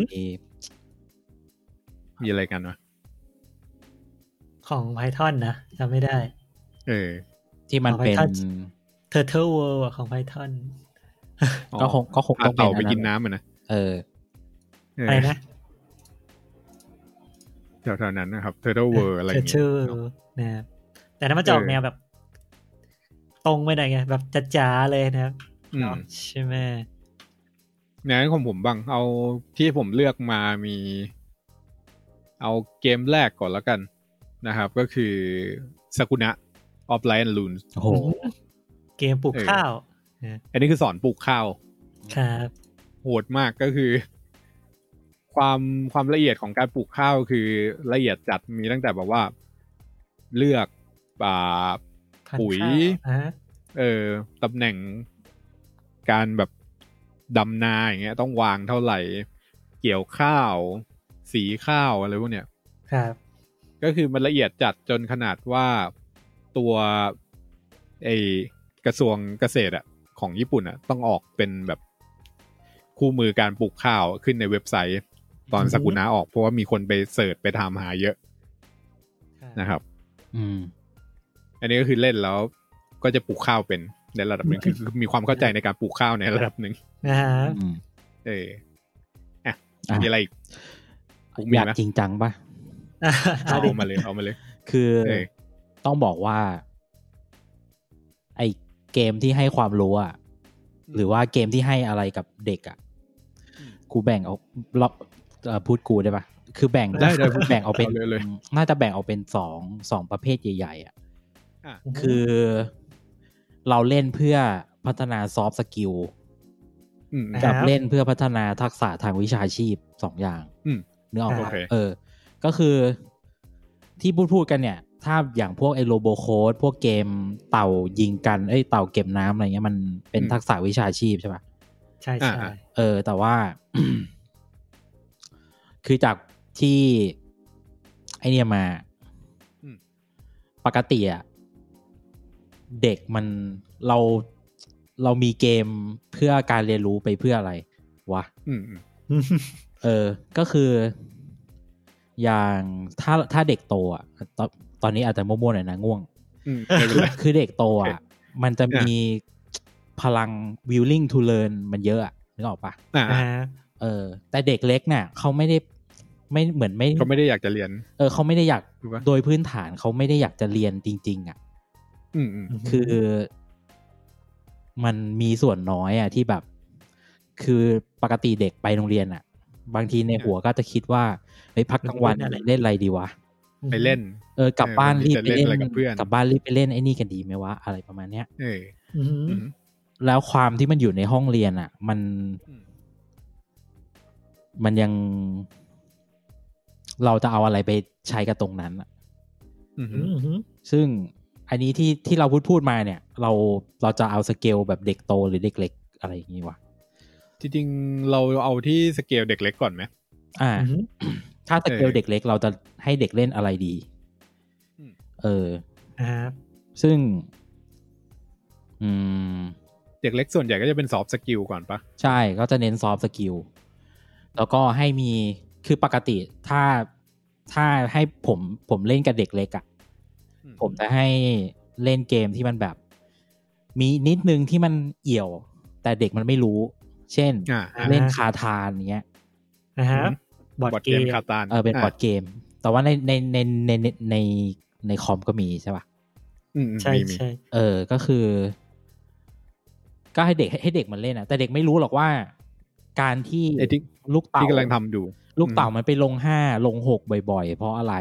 S2: มีอะไรกันวะ
S3: ของไพทอนนะจำไม่ได้
S2: เออ
S4: ที่มันเป็น
S3: เอาไปทัช เทอร์เทลเวิร์ของไพทอน
S2: อ๋อ
S4: ก็คงก็คง
S2: พา
S4: ต้องเป็น
S2: เต่าไป
S4: อันนั้น
S2: กินน้ำอ่ะนะ
S4: เออ
S2: เออ
S3: อะไรนะ
S2: แถวๆนั้นนะครับเทอร์เเวอร์อะไรอย่าง
S3: เท
S2: เงี้
S3: อย ร์เทลนะครับแต่นั้นมันจะออก
S2: เออ
S3: แนวแบบ ตรงไปหน่อยไงแบบจ๋าๆเลยนะครับ
S2: อืม
S3: เนาะใช่ไหม
S2: งั้นของผมบ้างเอาที่ผมเลือกมามี เอาเกมแรกก่อนแล้วกันนะครับ ก็คือสกุณะออฟไลน์ลูน
S4: โอ้โห
S3: เกมปลูกข้าว
S2: อันนี้คือสอนปลูกข้าว
S3: ครับ
S2: โหดมากก็คือ ความความละเอียดของการปลูกข้าวคือละเอียดจัดมีตั้งแต่แบบว่าเลือกป่า
S3: พัน
S2: ปุ๋ย
S3: ข้าวอ่ะ
S2: เออตำแหน่งการแบบดำนาอย่างเงี้ย ต้องวางเท่าไหร่ เกี่ยวข้าว สีข้าวอะไรพวกเนี้ย
S3: ครับ
S2: ก็คือมันละเอียดจัดจนขนาดว่าตัวไอกระทรวงเกษตรอะของญี่ปุ่นอะต้องออกเป็นแบบคู่มือการปลูกข้าวขึ้นในเว็บไซต์ ตอน
S3: อือหือ
S2: สกุณาออกเพราะว่ามีคนไปเสิร์ชไปถามหาเยอะนะครับ
S4: อืม
S2: อันนี้ก็คือเล่นแล้วก็จะปลูกข้าวเป็นในระดับหนึ่ง คือคือมีความเข้าใจในการปลูกข้าวในระดับหนึ่ง
S3: นะครับ
S4: อืม
S2: เอออ่ะ
S4: อ่ะ
S2: มีอะไรอีก ปลูกมี
S4: อยาก
S2: ไหม
S4: จริงจังปะ
S3: อ่ะ
S2: เอา
S3: ดิ
S2: มาเลยเอามาเลย
S4: คือ
S2: เออ
S4: ต้องบอกว่า ไอเกมที่ให้ความรู้อะหรือว่าเกมที่ให้อะไรกับเด็กอะกูแบ่งออกรอบเอ่อพูดกูได้ปะ คือแบ่ง
S2: ได้ได้พูด
S4: แบ่งเอาเป็น
S2: เอาเลยเลย
S4: น่าจะแบ่งเอาเป็นสองสองประเภทใหญ่ๆอ่ะ
S2: อ่ะ
S4: คือเราเล่นเพื่อพัฒนาซอฟต์สกิล
S2: อืม
S3: ครั
S4: กับ บเล่นเพื่อพัฒนาทักษะทางวิชาชีพสองอย่าง
S2: อืม
S4: เนื้อออกปะ
S2: โอเค
S4: เออ ก็คือที่พูดพูดกันเนี่ย ถ้าอย่างพวกไอโรโบโคดพวกเกมเต่ายิงกันเอ้ยเต่าเก็บน้ำอะไรเงี้ยมันเป็นทักษะวิชาชีพใช่ปะ
S3: ใช่ใช่
S2: อ่า
S4: เออ แต่ว่า คือจากที่ ไอเนี่ยมา
S2: อืม
S4: ปกติอะเด็กมันเราเรามีเกมเพื่อการเรียนรู้ไปเพื่ออะไรวะ
S2: อืมอืม
S4: เออ ก็คือ อย่างถ้าถ้าเด็กโตอะตอนตอนนี้อาจจะมั่วๆหน่อยนะง่วง
S2: อืมไม่เป็นไร
S4: คือเด็กโต
S2: โอ
S4: อ่ะ
S2: เค
S4: มันจะมีพลัง willing to learn มันเยอะอะนึกออกปะ
S2: อ่า
S3: อ่า
S4: เออแต่เด็กเล็กเนี่ยเขาไม่ได้ไม่เหมือนไม่
S2: เขาไม่ได้อยากจะเรียน
S4: เออเขาไม่ได้อยาก
S2: ถูกปะ
S4: โดยพื้นฐานเขาไม่ได้อยากจะเรียนจริง ๆ อ่ะ
S2: อืมอืม
S4: คือมันมีส่วนน้อยอ่ะที่แบบ คือปกติเด็กไปโรงเรียนอ่ะ บางทีในหัวก็จะคิดว่าเฮ้ยพักกลางวันเล่นอะไรดีวะ
S2: ไปเล่น
S4: เออกลับบ้านรีบไปเล่น
S2: จะเล่นอะไรกับเพื่อน
S4: กลับบ้านรีบไปเล่นไอ้นี่กันดีไหมวะอะไรประมาณเนี้ย
S2: เออ
S3: อืม
S2: อืม
S4: แล้วความที่มันอยู่ในห้องเรียนอ่ะ มัน
S2: อืม
S4: มันยัง เราจะเอาอะไรไปใช้กับตรงนั้นอะ
S2: อืม
S3: อืมอืม
S4: ซึ่งอันนี้ที่ที่เราพูดพูดมาเนี่ย เราเราจะเอาสเกลแบบเด็กโตหรือเด็กเล็กอะไรอย่างนี้วะ
S2: จริงๆเราเอาที่สเกลเด็กเล็กก่อนไหม
S4: อ่า
S3: อืม
S4: ถ้าสเกล
S2: เออ
S4: เด็กเล็ก เราจะให้เด็กเล่นอะไรดี
S2: อืม
S4: เออ
S3: อ่า
S4: ซึ่ง อืม
S2: เด็กเล็กส่วนใหญ่ก็จะเป็นซอฟต์สกิลก่อนปะ
S4: ใช่ก็จะเน้นซอฟต์สกิล แล้วก็ให้มี คือปกติถ้าถ้าให้ผมผมเล่นกับเด็กเล็กอะ่ะ
S2: อืม
S4: ผมจะให้เล่นเกมที่มันแบบ มีนิดนึงที่มันเอี่ยว แต่เด็กมันไม่รู้ เช่น
S2: อ่าอ่า
S4: เล่นคาทานเงี้ย
S3: นะฮะ
S2: อืม
S3: บอร์ดเกม
S2: คาตาน
S4: เออเป็นบอร์ดเกม แต่ว่าในในในในในในในคอมก็มีใช่ปะ
S2: อืมอืม
S3: ใช่
S2: มีมี
S3: ใช่
S4: เออ ก็คือ ก็ให้เด็กให้เด็กมันเล่นอะแต่เด็กไม่รู้หรอกว่า การที่
S2: ไอ้ที่
S4: ลูกเต่า
S2: ที่กำลังทำอยู่
S4: ลูกเต่ามันไปลงห้าลงหกบ่อยๆ เพราะอะไร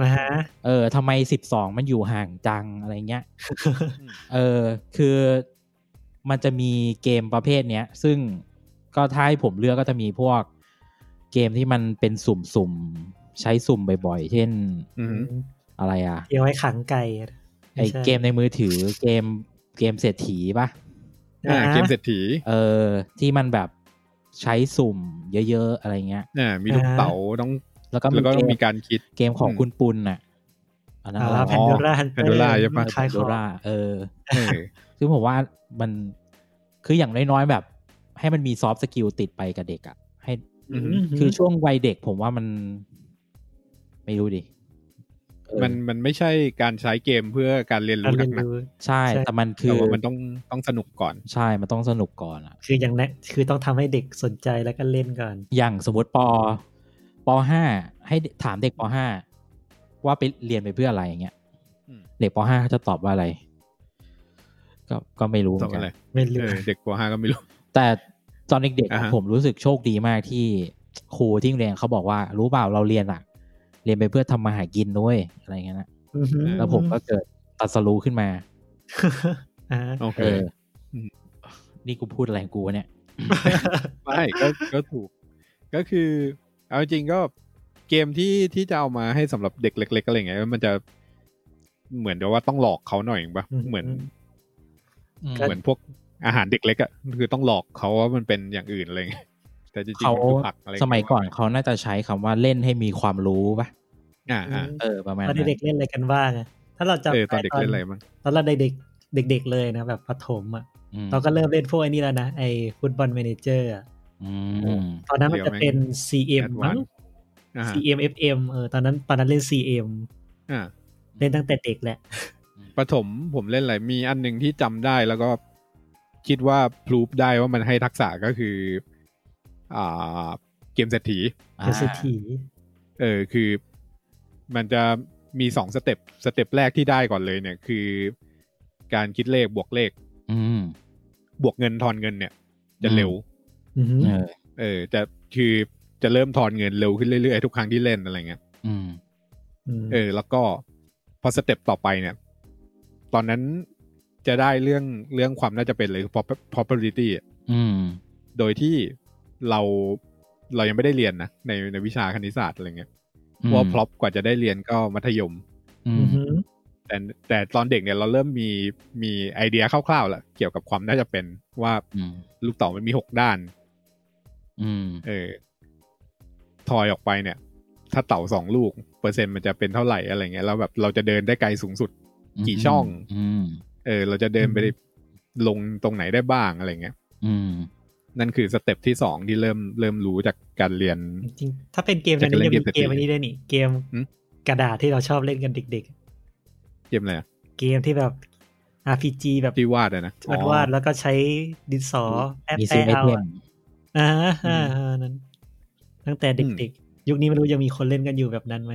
S3: นะฮะ
S4: เออทำไมสิบสองมันอยู่ห่างจังอะไรเงี้ย เออ คือมันจะมีเกมประเภทเนี้ย ซึ่งก็ถ้าให้ผมเลือกก็จะมีพวกเกมที่มันเป็นสุ่มๆ ใช้สุ่มบ่อยๆ เช่น
S2: อืม
S4: อะไรอ่ะ
S3: เกี่ยวไว้ขังไก่
S4: ไอเกมในมือถือเกมเกมเศรษฐีปะ
S2: อ่าเกมเศรษฐี
S4: เออ ที่มันแบบใช้สุ่มเยอะๆ อะไรเงี้ย
S2: อ่ามีลูกเต๋าต้อง
S4: แล้วก็
S2: แล้วก็ต้อง
S4: เ
S2: มีการคิด
S4: เกมของ
S2: อืม
S4: คุณปุณน่ะอันนั้น
S3: อ่า
S4: อะไรวะ
S3: แพนโดร่า
S2: Pandora ใช่ปะ
S3: ขายข
S4: โด
S3: อง
S4: ราเออ
S2: เออ
S4: ซึ่งผมว่ามันคืออย่างน้อยๆแบบ ให้มันมีซอฟต์สกิลติดไปกับเด็กอะ่ะ ให้
S2: อืม
S4: คือช่วงวัยเด็กผมว่ามัน ไม่รู้ดิเออ
S2: มันมันไม่ใช่การใช้เกมเพื่อการเรียน
S3: การ
S2: รู้
S3: เรียน
S2: หนัก
S3: รู้
S4: ใช่
S3: ใช่
S4: แต่มัน
S2: ๆ
S4: คื
S2: แต่
S4: อ
S2: ว่ามันต้องต้องสนุกก่อน
S4: ใช่มันต้องสนุกก่อนอะ่ะ
S3: คืออย่างนั้นคือต้องทำให้เด็กสนใจแล้วก็เล่นก่อน
S4: อย่างสมมติปปห้าให้ถามเด็กปห้าว่าไปเรียนไปเพื่ออะไรอย่างเงี้ย
S2: อืม
S4: เด็กปห้าเขาจะตอบว่าอะไร ก็ก็ไม่รู้เห
S2: ต
S4: มื
S2: อ
S4: อน นกัน
S2: อะไร
S3: ไม่รู้
S2: เออเด็กปห้าก็ไม่รู้
S4: แต่ตอนเด็กๆ
S2: อ่า
S4: อะ
S2: ฮะ
S4: ผมรู้สึกโชคดีมากที่ครูที่โรงเรียนเขาบอกว่า รู้เปล่าเราเรียนอะเรียนไปเพื่อทำมาหากินด้วยอะไรเงี้ยนะ
S3: อหือ
S4: แล้วผมก็เกิดตัดสรู้ขึ้นมา
S3: อ่า
S2: โอเค
S4: เอออ
S2: ม
S4: นี่กูพูดอะไรของกูวะเนี่ย
S2: ไม่ก็ก็ถูก ก็คือ เอาจริงๆก็เกมที่ที่จะเอามาให้สำหรับเด็กเล็กๆอะไรอย่างเงี้ยมันจะเหมือนกับว่าต้องหลอกเขาหน่อยปะเหมือน เหมือนพวกอาหารเด็กเล็กอะคือต้องหลอกเขาว่ามันเป็นอย่างอื่นอะไรเงี้ยแต่จริงๆ
S4: เขา
S2: มันคือผักอะไร
S4: สมัยก่อนเขาน่าจะใช้คำว่าเล่นให้มีความรู้ปะ
S2: อ่า
S3: อื
S2: อ่าม
S4: เออประมาณ
S3: ตอน
S4: นั้น
S3: เด็กๆเล่นอะไรกันบ้างอะถ้าเราจำ
S2: เออตอน
S3: ได้
S2: เด็กเล่นอะไรบ้าง
S3: ตอนเราเด็กๆเด็ก ๆ เลยนะแบบประถมอ่ะ
S4: อืม
S3: เราก็เริ่มเล่นพวกไอ้นี่แล้วนะไอ้ฟุตบอลเมเนเจอร์
S4: อืม
S3: ตอนนั้นมันจะเป็น CM มั้ง
S2: อ่า
S3: CM FM เออตอนนั้นตอนนั้นเล่น CM
S2: อ่า
S3: เล่นตั้งแต่เด็กแหละ
S2: ประถมผมเล่นอะไรมีอันหนึ่งที่จำได้แล้วก็คิดว่าพรูฟได้ว่ามันให้ทักษะก็คือ อ่า เกมเศรษฐี
S4: อ่า
S3: เกษตรี
S2: เออคือมันจะมีสองสเต็ปสเต็ปแรกที่ได้ก่อนเลยเนี่ย คือ การคิดเลขบวกเลข
S4: อืม
S2: บวกเงินทอนเงินเนี่ย จะเร็ว
S3: อือหือ
S4: เออ
S2: เออจะคือ จะเริ่มถอนเงินเร็วขึ้นเรื่อยๆ ทุกครั้งที่เล่นอะไรเงี้ย
S4: อืม
S3: ม
S2: เออ แล้วก็พอสเต็ปต่อไปเนี่ย ตอนนั้นจะได้เรื่องเรื่องความน่าจะเป็นเลย prop- probability อะ
S4: อืม
S2: โดยที่เราเรายังไม่ได้เรียนนะในในวิชาคณิตศาสตร์อะไรเงี้ย
S4: อืม
S2: ว่า prop กว่าจะได้เรียนก็มัธยม
S4: อื
S3: อื
S4: ม
S3: อหือ
S2: แต่แต่ตอนเด็กเนี่ยเราเริ่มมีมีไอเดียคร่าวๆแหละเกี่ยวกับความน่าจะเป็นว่า
S4: อืม
S2: ลูกเต่อมันมีหกด้าน
S4: อืม
S2: เออถอยออกไปเนี่ย ถ้าเต่าสองลูก เปอร์เซ็นต์มันจะเป็นเท่าไหร่อะไรเงี้ยแล้วแบบเราจะเดินได้ไกลสูงสุด กี่ช่อง
S4: อืม
S2: เออ เราจะเดินไปลงตรงไหนได้บ้างอะไรเงี้ย
S4: อืม
S2: นั่นคือสเต็ปที่สองที่เริ่มเริ่มรู้จากการเรียน
S3: จริงถ้าเป็นเกม
S2: จะ
S3: ในนี้
S2: เล่
S3: จะ
S2: นเกม
S3: มีเกมอันนี้ด้วยนี่ เกม
S2: หืม
S3: กระดาษที่เราชอบเล่นกันเด็ก
S2: เกมอะไรอะ
S3: ๆ เกมที่แบบ RPG แบบ
S2: ที่วาดอะนะอ๋อ
S3: วาดๆแล้วก็ใช้ดินสอแอบ
S4: มี
S3: แป
S4: ซี
S3: บ
S4: เม
S3: เอา
S4: เทีย
S3: อะ
S4: ม
S3: อ่า
S2: อืม
S3: อ่านั้น ตั้งแต่เด็กๆ ยุคนี้ไม่รู้ยังมีคนเล่นกันอยู่แบบนั้นไหม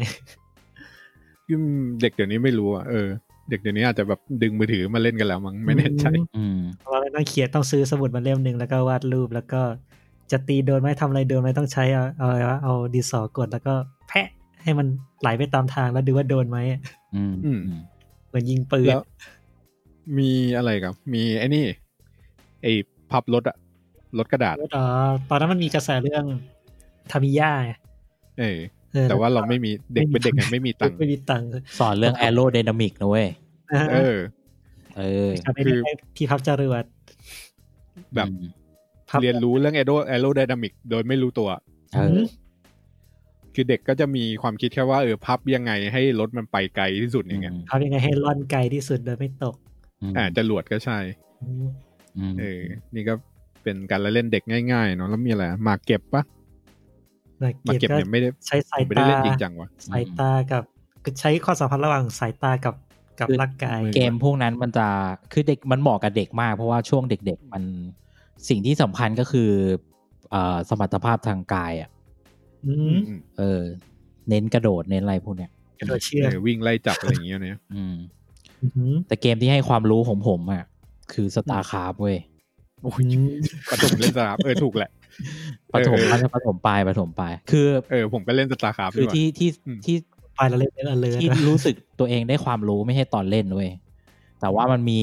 S2: อืมเด็กเดี๋ยวนี้ไม่รู้อ่ะเออเด็กเดี๋ยวนี้อาจจะแบบดึงมือถือมาเล่นกันแล้วมั้งไม่แน่ใจ
S4: อืม
S3: เพราะว่าต้องเขียนต้องซื้อสมุดมาเล่มหนึ่งแล้วก็วาดรูปแล้วก็จะตีโดนไหมทำอะไรโดนไหมต้องใช้เอาเอาอะไรวะเอาดินสอกดแล้วก็แพะให้มันไหลไปตามทางแล้วดูว่าโดนไหม
S4: อืม
S2: อืม
S3: เหมือนยิงปืน
S2: แล้วมีอะไรครับ มีไอ้นี่ไอ้พับรถอะรถกระดาษ
S3: แล้วตอนตอนนั้นมันมีกระแสเรื่องทามิย่าไง
S2: เออ
S3: ออ
S2: แต่ว่าเราไม่มีเด็กเป็นเด็กไงไม่มีตังค์
S3: ไม่มีตังค์
S4: สอนเรื่องแอโร d y นามิกนะเว้ย
S2: เออ
S4: เออ
S3: ทำให้
S2: คือ
S3: ได้พี่พับจรวด
S2: แบบ
S4: อืม
S3: พับ
S2: เรียนรู้เรื่องแอโรแอโรไดนามิกโดยไม่รู้ตัว
S4: เออ
S2: คือเด็กก็จะมีความคิดแค่ว่าเออพับยังไงให้รถมันไปไกลที่สุดอย่างเงี้ย
S3: พับยังไงให้ล่อนไกลที่สุดโดยไม่ตก
S2: อ่าจรวดก็ใช่
S4: ม
S2: เออ นี่ก็เป็นการละเล่นเด็กง่ายๆเนาะแล้วมีอะไรหมากเก็บปะ
S3: มา
S2: หมากเก็บเนี่ยไม่ได้
S3: ใช้สาย
S2: ไม่ได้
S3: ตา
S2: เล่นจริงจังวะ
S3: สายตากับคือใช้ความสัมพันธ์ระหว่างสายตากับกับร่างกาย
S4: เกมพวกนั้นมันจะคือเด็กมันเหมาะกับเด็กมาก เพราะว่าช่วงเด็กๆ มันสิ่งที่สำคัญก็คือเอ่อสมรรถภาพทางกายอ่ะ
S3: อื
S2: อื
S3: ม
S2: มอืม
S4: เออ เน้นกระโดดเน้นอะไรพวกเนี้ย
S3: กระโดดเชือก
S2: เออวิ่งไล่จับอะไรอย่างเงี้ยเนี่ย
S4: อืม
S3: อือหือ
S4: แต่เกมที่ให้ความรู้ของผมอ่ะ คือสตาร์คาร์เว้ย
S2: โอ้ยประถมเล่นสตาร์เออถูกแหละ
S4: ปฐม
S2: เออ
S4: ปฐมปลายปฐมปลาย คือ
S2: เออผมก็เล่นสตาร์คราฟ
S4: คือที่ที่ที่
S3: ไปแล้วเล่นเล่นอเลิร์
S4: ที่รู้สึกตัวเองได้ความรู้ไม่ใช่ตอนเล่นเว้ยแต่ว่ามันมี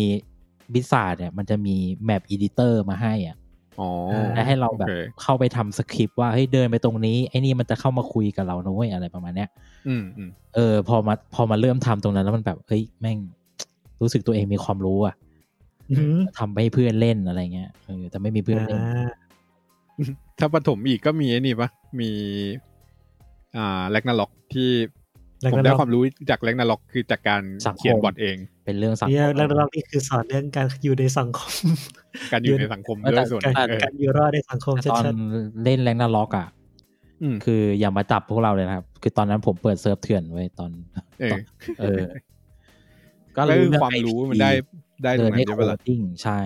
S4: บิสซาร์เนี่ย มันจะมีแมปอีดิเตอร์มาให้อ่ะ
S2: อ๋อ
S4: และให้เราแบบ
S2: โอเค
S4: เข้าไปทำสคริปต์ว่าเฮ้ยเดินไปตรงนี้ ไอ้นี่มันจะเข้ามาคุยกับเรานะเว้ยอะไรประมาณเนี้ย
S2: อืมอืม
S4: เออพอมาพอมาเริ่มทำตรงนั้นแล้วมันแบบเฮ้ยแม่ง รู้สึกตัวเองมีความรู้อะทำให้เพื่อนเล่นอะไรเงี้ยเออแต่ไม่มีเพื่อนเล่น
S2: ถ้าประถมอีกก็มีไอ้นี่ปะมี อ่าแลกนาล็อกที่ผมได้ความรู้จากแลกนาล็อกคือจากการเขียนบอร์ดเอง
S4: เป็นเรื่องสังค
S3: เนี่
S4: ม
S3: ยแล้วเรานี่คือสอนเรื่องการอยู่ในสังคม
S2: การอยู่ในสังคมด้วยส่วนห
S3: การ
S2: นึ่งเออ
S3: การอยู่รอดในสังคม
S4: แต่ตอน
S3: ชัด
S4: เล่นแรงนาล็อกอะ
S2: อืม
S4: คืออย่ามาจับพวกเราเลยนะครับ คือตอนนั้นผมเปิดเซิร์ฟเถื่อนไว้ยตอน
S2: เออ
S4: เออ
S2: ก็คือความรู้มันได้ได้ตร
S4: เดิ
S2: ง
S4: น
S2: นั้
S4: ให้
S2: นใช่ปะ
S4: โค
S2: ล่ะ
S4: ดิ้งใช่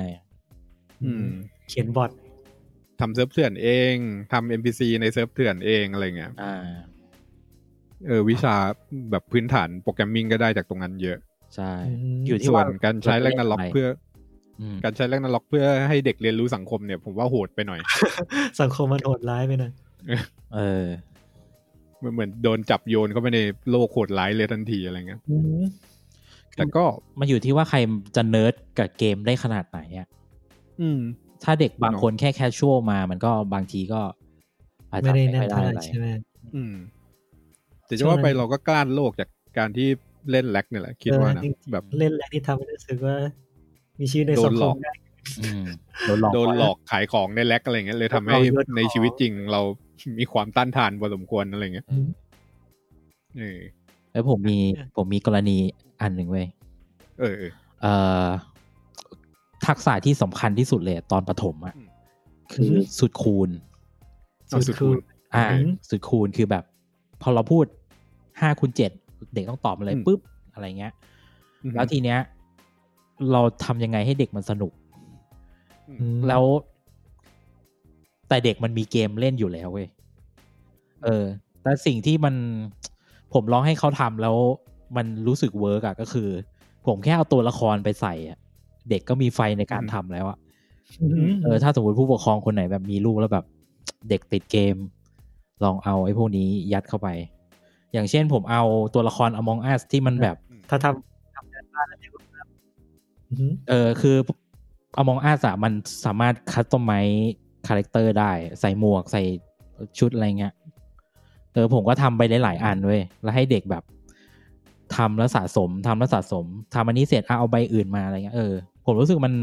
S2: อืม
S3: ๆเขียนบอร์ด
S2: ทำเซิร์ฟเถื่อนเองทำเอ็มพีซีในเซิร์ฟเถื่อนเองอะไรเงี้ย
S4: อ่า
S2: เออวิชาแบบพื้นฐานโปรแกรมมิ่งก็ได้จากตรงนั้นเยอะ
S4: ใช่
S3: ม
S4: อยู่ที่
S2: ส่ว
S4: ว่าน
S2: การใช้แลกนาล็อกเพื่อ
S4: อืม
S2: การใช้แลกนาล็อกเพื่อให้เด็กเรียนรู้สังคมเนี่ยผมว่าโหดไปหน่อย
S3: สังคมมันโหดร้ายไปหนะ
S4: เออ
S2: มันเหมือนโดนจับโยนเข้าไปในโลกโหดร้ายเลยทันทีอะไรเงี้ย แต่ก็
S4: มันอยู่ที่ว่าใครจะเนิร์ดกับเกมได้ขนาดไหนอะ
S2: อืม
S4: ถ้าเด็กบางคนแค่แคชชวลมา มันก็บางทีก็อาจจะ
S3: ไม่ได้
S4: ไม่
S3: แน่
S4: ค่อน ย
S3: เท่า
S4: ได้
S3: ไหร่
S4: อะไร
S3: ใช่ไหม
S2: อืม แต่จะว่าไป
S3: ใช่
S2: เราก็กล้านโลกจากการที่เล่นแลกเนี่ยแหละ คิดว่านะ
S3: เออจริงๆ
S2: แบบ
S3: เล่นแรกที่ทำให้รู้สึกว่า มีชีวิตใน
S2: โด
S3: สั
S2: น
S3: ง
S2: ห
S3: ค
S2: ลอ
S3: ม
S2: ก
S3: ได้
S4: อืมโดนหลอก
S2: โดนหล
S4: ก่
S2: อกขายของในแลกอะไรเงี้ยเลยทำให้
S3: เรายอดขอ
S2: ในชีวิตจริงเรา มีความต้านทานพอสมควรอะไรเงี้ยเออ
S4: เอ้ยผมมีผมมีกรณีอันหนึ่งเว้ย
S2: เออเออ
S4: เอ่อทักษะที่สำคัญที่สุดเลยตอนประถมอะ
S2: อืม
S4: คือสุดคูณ
S2: เอาสุดคูณ
S4: อ่า
S3: อืม
S4: สุดคูณคือแบบ พอเราพูดห้าคูณเจ็ดเด็กต้องตอบมาเลย
S2: อืม
S4: ปุ๊บอะไรเงี้ย
S2: อืม
S4: แล้วทีเนี้ย เราทำยังไงให้เด็กมันสนุก
S3: อืม
S4: แล้ว แต่เด็กมันมีเกมเล่นอยู่แล้วเว้ย เออ แต่สิ่งที่มัน ผมลองให้เขาทำแล้ว มันรู้สึกเวิร์กอะก็คือ ผมแค่เอาตัวละครไปใส่อะเด็กก็มีไฟในการทำแล้วอะ
S3: อืม
S4: เออถ้าสมมติผู้ปกครองคนไหนแบบมีลูกแล้วแบบ เด็กติดเกม ลองเอาไอ้พวกนี้ยัดเข้าไป อย่างเช่นผมเอาตัวละคร Among Us ที่มันแบบ
S3: ถ้าทำทำงานบ้านแล้วเนี่ยก็แบบอือหือ
S4: เออคือ Among Us อะมันสามารถคัสตอมไมซ์คาแรคเตอร์ได้ ใส่หมวกใส่ชุดอะไรเงี้ยเออผมก็ทำไปหลายๆอันเว้ย แล้วให้เด็กแบบทำแล้วสะสมทำแล้วสะสมทำอันนี้เสร็จอ่ะเอาใบอื่นมาอะไรเงี้ยเออผมรู้สึกมัน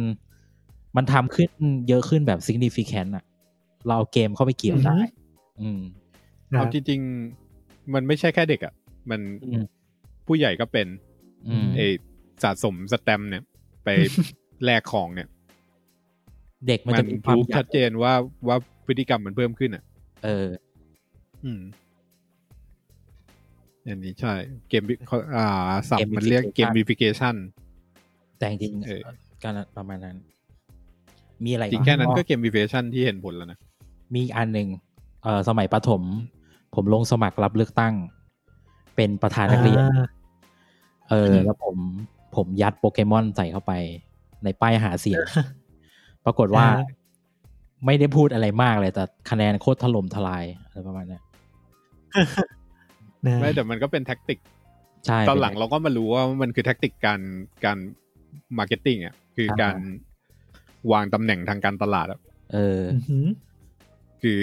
S4: มันทำขึ้นเยอะขึ้นแบบ significant อะเราเอาเกมเข้าไปเกี่ยวได้ อืม
S2: เอาจริงๆ มันไม่ใช่แค่เด็กอะ่ะ มัน
S4: อืม
S2: ผู้ใหญ่ก็เป็น
S4: อืม
S2: ไอสะสมสแตมป์เนี่ย ไป แลกของเนี่ย
S4: เด็กมั
S2: มัน น
S4: จะมีความ
S2: รู้
S4: อยา
S2: ชั
S4: ก
S2: ดเจนว่าว่าพฤติกรรมมันเพิ่มขึ้นอ่ะ
S4: เออ
S2: อืมอันนี้ใช่ เกมเขาอ่าสับมันเรียกเกม
S4: Gamification
S2: วิฟิเคชัน
S4: แต่จริงๆ
S2: เออ
S4: การประมาณนั้น มีอะไร
S2: จริง
S4: วะ
S2: แค่นั้นก็
S4: อ๋อ
S2: เกมวิฟิเคชันที่เห็นผลแล้วนะ
S4: มีอีกอันหนึ่งเออสมัยประถม ผมลงสมัครรับเลือกตั้ง เป็นประธานนักเรียน
S3: อ่า
S4: เออ แล้วผมผมยัดโปเกมอนใส่เข้าไป ในป้ายหาเสียง ปรากฏว่า ไม่ได้พูดอะไรมากเลย แต่คะแนนโคตรถล่มทลายอะไรประมาณเนี้ย
S3: นะ
S2: ไม่แต่มันก็เป็นแท็กติก
S4: ใช่
S2: ตอนหลัง
S4: เป็
S2: เราก็มารู้ว่ามันคือแท็กติกการการมาร์เก็ตติ้งอ่ะ คือ
S4: อ่า
S2: การวางตำแหน่งทางการตลาดอ่ะ
S4: เออ
S3: อือหือ
S2: คือ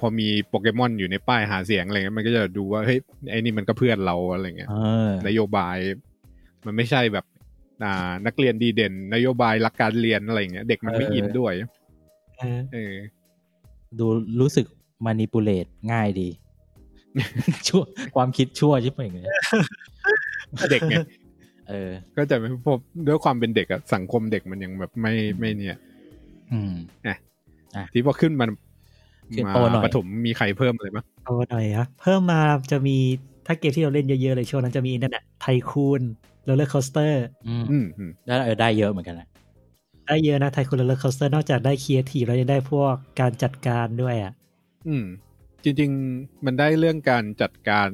S2: พอมีโปเกมอนอยู่ในป้ายหาเสียงอะไรเงี้ยมันก็จะดูว่าเฮ้ยไอ้นี่มันก็เพื่อนเราอะไรเงี้ย
S4: เออ
S2: นโยบาย มันไม่ใช่แบบ อ่า นักเรียนดีเด่น นโยบายรักการเรียนอะไรเงี้ยเด็กมันไม่
S4: เอออิ
S2: อินด้วย
S3: เออ
S2: เออ
S4: ดูรู้สึกมานิปูเลตง่ายดี ชั่วความคิดชั่วใช่ไหมเลย
S2: เด็กไง
S4: เออ
S2: ก็จะไม่พบด้วยความเป็นเด็กอะสังคมเด็กมันยังแบบไม่ไม่เนี่ย
S4: อืม
S2: ที่พอขึ้นมัน
S4: ขึ้น
S2: มา
S4: โตหน่อย
S2: ปฐมมีใครเพิ่มอะไรบ้าง
S3: เอาหน่อยครับเพิ่มมาจะมีถ้าเกมที่เราเล่นเยอะๆเลยช่วงนั้นจะมีนั่นแหละไทคูนโรลเลอร์คอสเตอร์
S4: อืม
S2: อืมอืม
S4: แล้วเออได้เยอะเหมือนกันนะ
S3: ได้เยอะนะไทคูนโรลเลอร์คอสเตอร์นอกจากได้คีเอทีแล้วยังได้พวกการจัดการด้วยอ่ะ
S2: อืม จริง ๆ มันได้เรื่องการจัดการ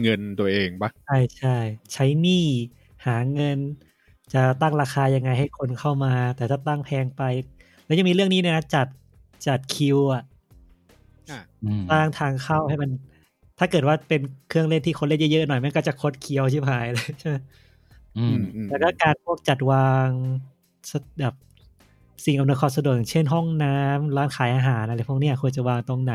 S2: เงินตัวเองปะ
S3: ใช่ใช่ใช้หนี้หาเงิน จะตั้งราคายังไงให้คนเข้ามา แต่ถ้าตั้งแพงไป แล้วยังมีเรื่องนี้ด้วยนะจัดจัดคิวอ่ะ
S4: อืม
S3: สร้างทางเข้าให้มัน ถ้าเกิดว่าเป็นเครื่องเล่นที่คนเล่นเยอะๆหน่อยมันก็จะคดเคี้ยวชิบหายเลย ใช่ไหม
S4: อืม
S3: แล้วก็การพวกจัดวางสแบบสิ่งอำนวยความสะดวกอย่างเช่นห้องน้ำร้านขายอาหารอะไรพวกเนี้ยควรจะวางตรงไหน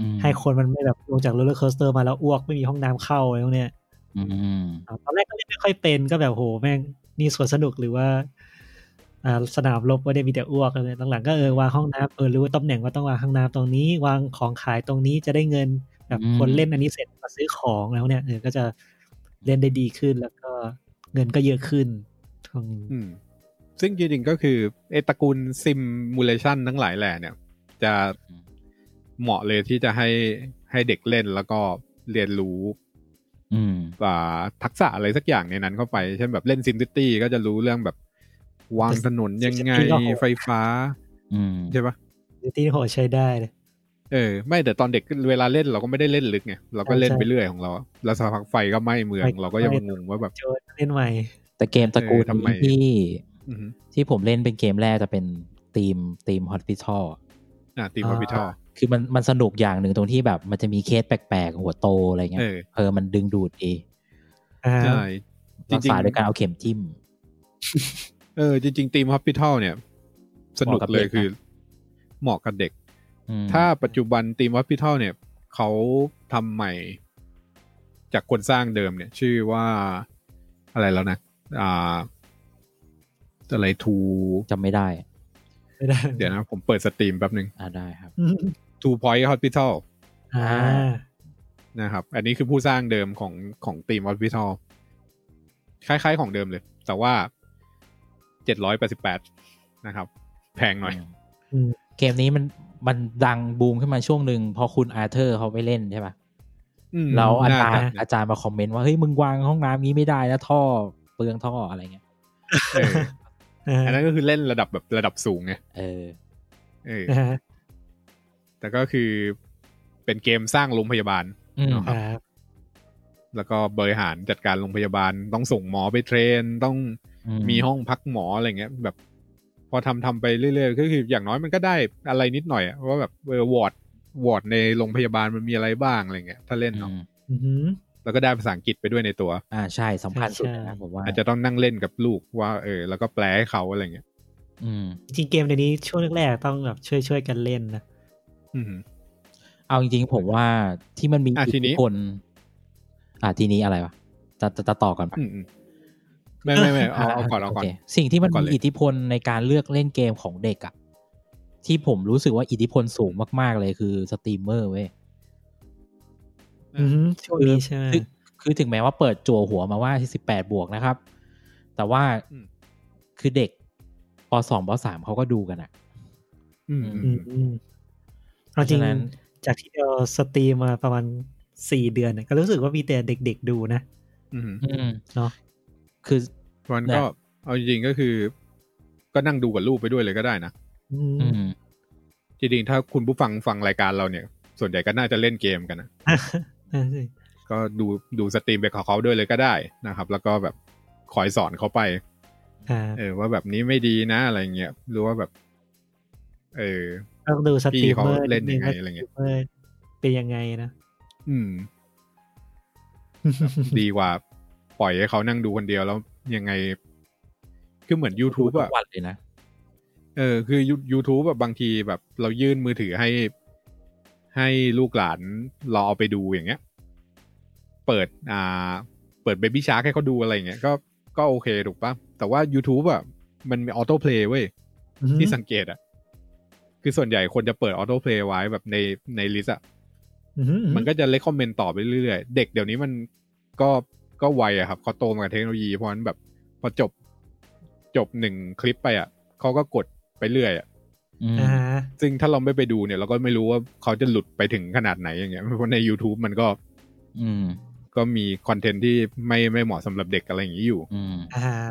S4: อืม
S3: ให้คนมันไม่แบบลงจากโรลเลอร์คอสเตอร์มาแล้วอ้วกไม่มีห้องน้ำเข้าอะไรพวกเนี้ย
S4: อืม
S3: อ่าตอนแรกก็เล่นไม่ค่อยเป็นก็แบบโหแม่งนี่สวนสนุกหรือว่าอ่าสนามรบว่าได้มีแต่อ้วกอะไรหลังๆก็เออวางห้องน้ำเออรู้ว่าตำแหน่งว่าต้องวางห้องน้ำตรงนี้ วางของขายตรงนี้จะได้เงินแบบ
S4: อืม
S3: คนเล่นอันนี้เสร็จมาซื้อของแล้วเนี่ยเออก็จะเล่นได้ดีขึ้นแล้วก็เงินก็เยอะขึ้นตรงนี้
S2: อืมซึ่งจริงๆก็คือไอตระกูลซิมมูเลชันทั้งหลายแหล่เนี่ย จะ
S4: อืม
S2: เหมาะเลยที่จะให้ให้เด็กเล่นแล้วก็เรียนรู้
S4: อืม
S2: อ่าทักษะอะไรสักอย่างในนั้นเข้าไป เช่นแบบเล่นซิมซิตี้ก็จะรู้เรื่องแบบ วางถนนยังไง ไฟฟ้า
S4: อืม
S2: ใช่ปะ
S3: ที่โหใช้ได้เลย
S2: เออ ไม่แต่ตอนเด็กเวลาเล่นเราก็ไม่ได้เล่นลึกไงเราก็เล่นไปเรื่อยของเราแล้วสักพักไฟก็ไหม้เมือง
S3: ไฟ
S2: เราก็ยังงงว่าแบบ
S3: โจทย์เล่นใหม่
S4: แต่เกมตระกูล
S2: เออทำไม
S4: นี้ที่
S2: อือหือ
S4: ที่ผมเล่นเป็นเกมแรกจะเป็นทีมทีมฮอสพิทอล
S2: อ่าตีมอพิทอ
S4: คือมันมันสนุกอย่างหนึ่งตรงที่แบบมันจะมีเคสแปลกๆ หัวโตอะไร
S2: เอ
S4: เงี้ย
S2: อ
S4: เออมันดึงดูดดี
S3: อ่า
S2: ใช่จ
S4: รัก
S2: ริง
S4: ษา
S2: ๆ
S4: ด้วยการเอาเข็มจิ้ม
S2: เออจริงๆทีมฮอสพิทอลเนี่ย สนุกเลยคือ เหมาะกับเด็ก
S4: อืม
S2: ถ้าปัจจุบันทีมฮอสพิทอลเนี่ย เขาทำใหม่ จากคนสร้างเดิมเนี่ย ชื่อว่าอะไรแล้วนะ อ่า อะไรทู
S4: จำไม่ได้
S3: ไม่ได้
S2: เดี๋ยวนะ ผมเปิดสตรีมแป๊บหนึ่ง
S4: อ่าได้ครับ
S3: อืม
S2: ทูพอยต์ฮอสพิทอล
S3: อ่า
S2: นะครับ อันนี้คือผู้สร้างเดิมของของทีมฮอสพิทอลคล้ายๆ ของเดิมเลย แต่ว่าเจ็ดร้อยแปดสิบแปดนะครับ แพงหน่อย
S3: อืม
S4: เกมนี้มันมันดังบูมขึ้นมาช่วงหนึ่งพอคุณอาร์เธอร์เขาไปเล่นใช่ปะ
S2: อืม
S4: แล้วอา
S2: น่
S4: จารย์
S2: จะ
S4: อาจารย์มาคอมเมนต์ว่าเฮ้ยมึงวางห้องน้ำนี้ไม่ได้นะท่อเปลืองท่ออะไรเงี้ย
S2: เออ
S3: อ่า
S2: อันนั้นก็คือเล่นระดับแบบระดับสูงไง
S4: เออ
S2: เออ
S3: อ่า
S2: แต่ก็คือเป็นเกมสร้างโรงพยาบาล
S4: อืม
S3: ครับ
S2: แล้วก็บริหารจัดการโรงพยาบาล ต้องส่งหมอไปเทรน ต้องมีห้องพักหมออะไรเงี้ย แบบ พอทำทำไปเรื่อยๆ ก็คืออย่างน้อยมันก็ได้อะไรนิดหน่อยอะว่าแบบเออวอร์ด วอร์ดในโรงพยาบาลมันมีอะไรบ้างอะไรเงี้ยถ้าเล่น
S4: อื
S2: เนาะ
S4: ม
S3: อือหือ
S2: แล้วก็ได้ภาษาอังกฤษไปด้วยในตัว
S4: อ่าใช่สำคัญสุด
S3: ใช่
S4: นะผมว่า
S2: อาจจะต้องนั่งเล่นกับลูกว่าเออ แล้วก็แปลให้เขาอะไรเงี้ย
S4: อืม
S3: จริงๆเกมในนี้ช่วงแรกๆต้องแบบช่วยช่วยๆกันเล่นนะ
S2: อืม
S4: เอาจริงๆผมว่าที่มันมี
S2: อ่ะทีนี้
S4: พลอ่ะทีนี้อะไรวะจะจะจะต่อก่อนปะ
S2: อืมอืมไม่ไม่ไม่เอาเอาก่อนเอาก่อน
S4: โคสิ่งที่มัน
S2: เอาก่อน
S4: มี
S2: เลย
S4: อิทธิพลในการเลือกเล่นเกมของเด็กอะที่ผมรู้สึกว่าอิทธิพลสูงมากๆเลยคือสตรีมเมอร์เว้ย
S3: อือหือช่วงนี้ใช่ไหม
S4: คือคือถึงแม้ว่าเปิดจั่วหัวมาว่า 18 บวกนะครับ แต่ว่า
S2: อืม
S4: คือเด็กปสองปสามเขาก็ดูกันอะ
S2: อืมอืม
S3: อืมอืมเอาจริง
S4: เพราะฉะนั้น
S3: จากที่เราสตรีมมาประมาณสี่เดือนเนี่ยก็รู้สึกว่ามีแต่เด็กๆดูนะ
S2: อืม
S3: เนอะ
S4: คือ
S2: มันก็
S4: นะ
S2: เอาจริงๆก็คือ ก็นั่งดูกับลูกไปด้วยเลยก็ได้นะ
S3: อืม
S4: อืม
S2: จริงๆถ้าคุณผู้ฟังฟังรายการเราเนี่ย ส่วนใหญ่ก็น่าจะเล่นเกมกันนะ
S3: นั่นสิ
S2: ก็ดูดูสตรีมไปของเขาด้วยเลยก็ได้นะครับ แล้วก็แบบคอยสอนเขาไป
S3: อ่า
S2: เออว่าแบบนี้ไม่ดีนะอะไรเงี้ยหรือว่าแบบ เออ
S3: ต้องดูสตรีมเมอร์
S2: พี่เขาเล่นยังไงอะไรเงี้ย
S3: สตมมอร์เป็นยังไงนะ
S2: อืม ดีกว่าปล่อยให้เขานั่งดูคนเดียวแล้วยังไง คือเหมือน YouTube
S4: ทุ
S2: อะ
S4: กวันเลยนะ
S2: เออคือ You- YouTube แบบบางทีแบบ เรายื่นมือถือให้ ให้ลูกหลานเราเอาไปดูอย่างเงี้ย เปิดอ่า เปิด Baby Shark ให้เขาดูอะไรอย่างเงี้ยก็ก็โอเคถูกปะแต่ว่า YouTube อะมันมีออโต้เพลย์เว้ย
S3: อือหือ
S2: ที่สังเกตอะคือส่วนใหญ่คนจะเปิดออโต้เพลย์ไว้แบบในในลิสต์อะ
S3: อือหือ
S2: มันก็จะเลคคอมเมนต์ต่อไปเรื่อยๆ เด็กเดี๋ยวนี้มันก็ก็ไวอะครับเขาโตมากับเทคโนโลยีเพราะฉะนั้นแบบ พอจบจบหนึ่งคลิปไปอะเขาก็กดไปเรื่อยอะ
S4: อืม
S3: อ่าฮะ
S2: ซึ่งถ้าเราไม่ไปดูเนี่ย เราก็ไม่รู้ว่าเขาจะหลุดไปถึงขนาดไหนอย่างเงี้ยเพราะใน YouTube มันก็
S4: อืม
S2: ก็มีคอนเทนต์ที่ไม่ไม่เหมาะสำหรับเด็กอะไรอย่างนี้อยู่
S4: อืม
S3: อ่าฮะ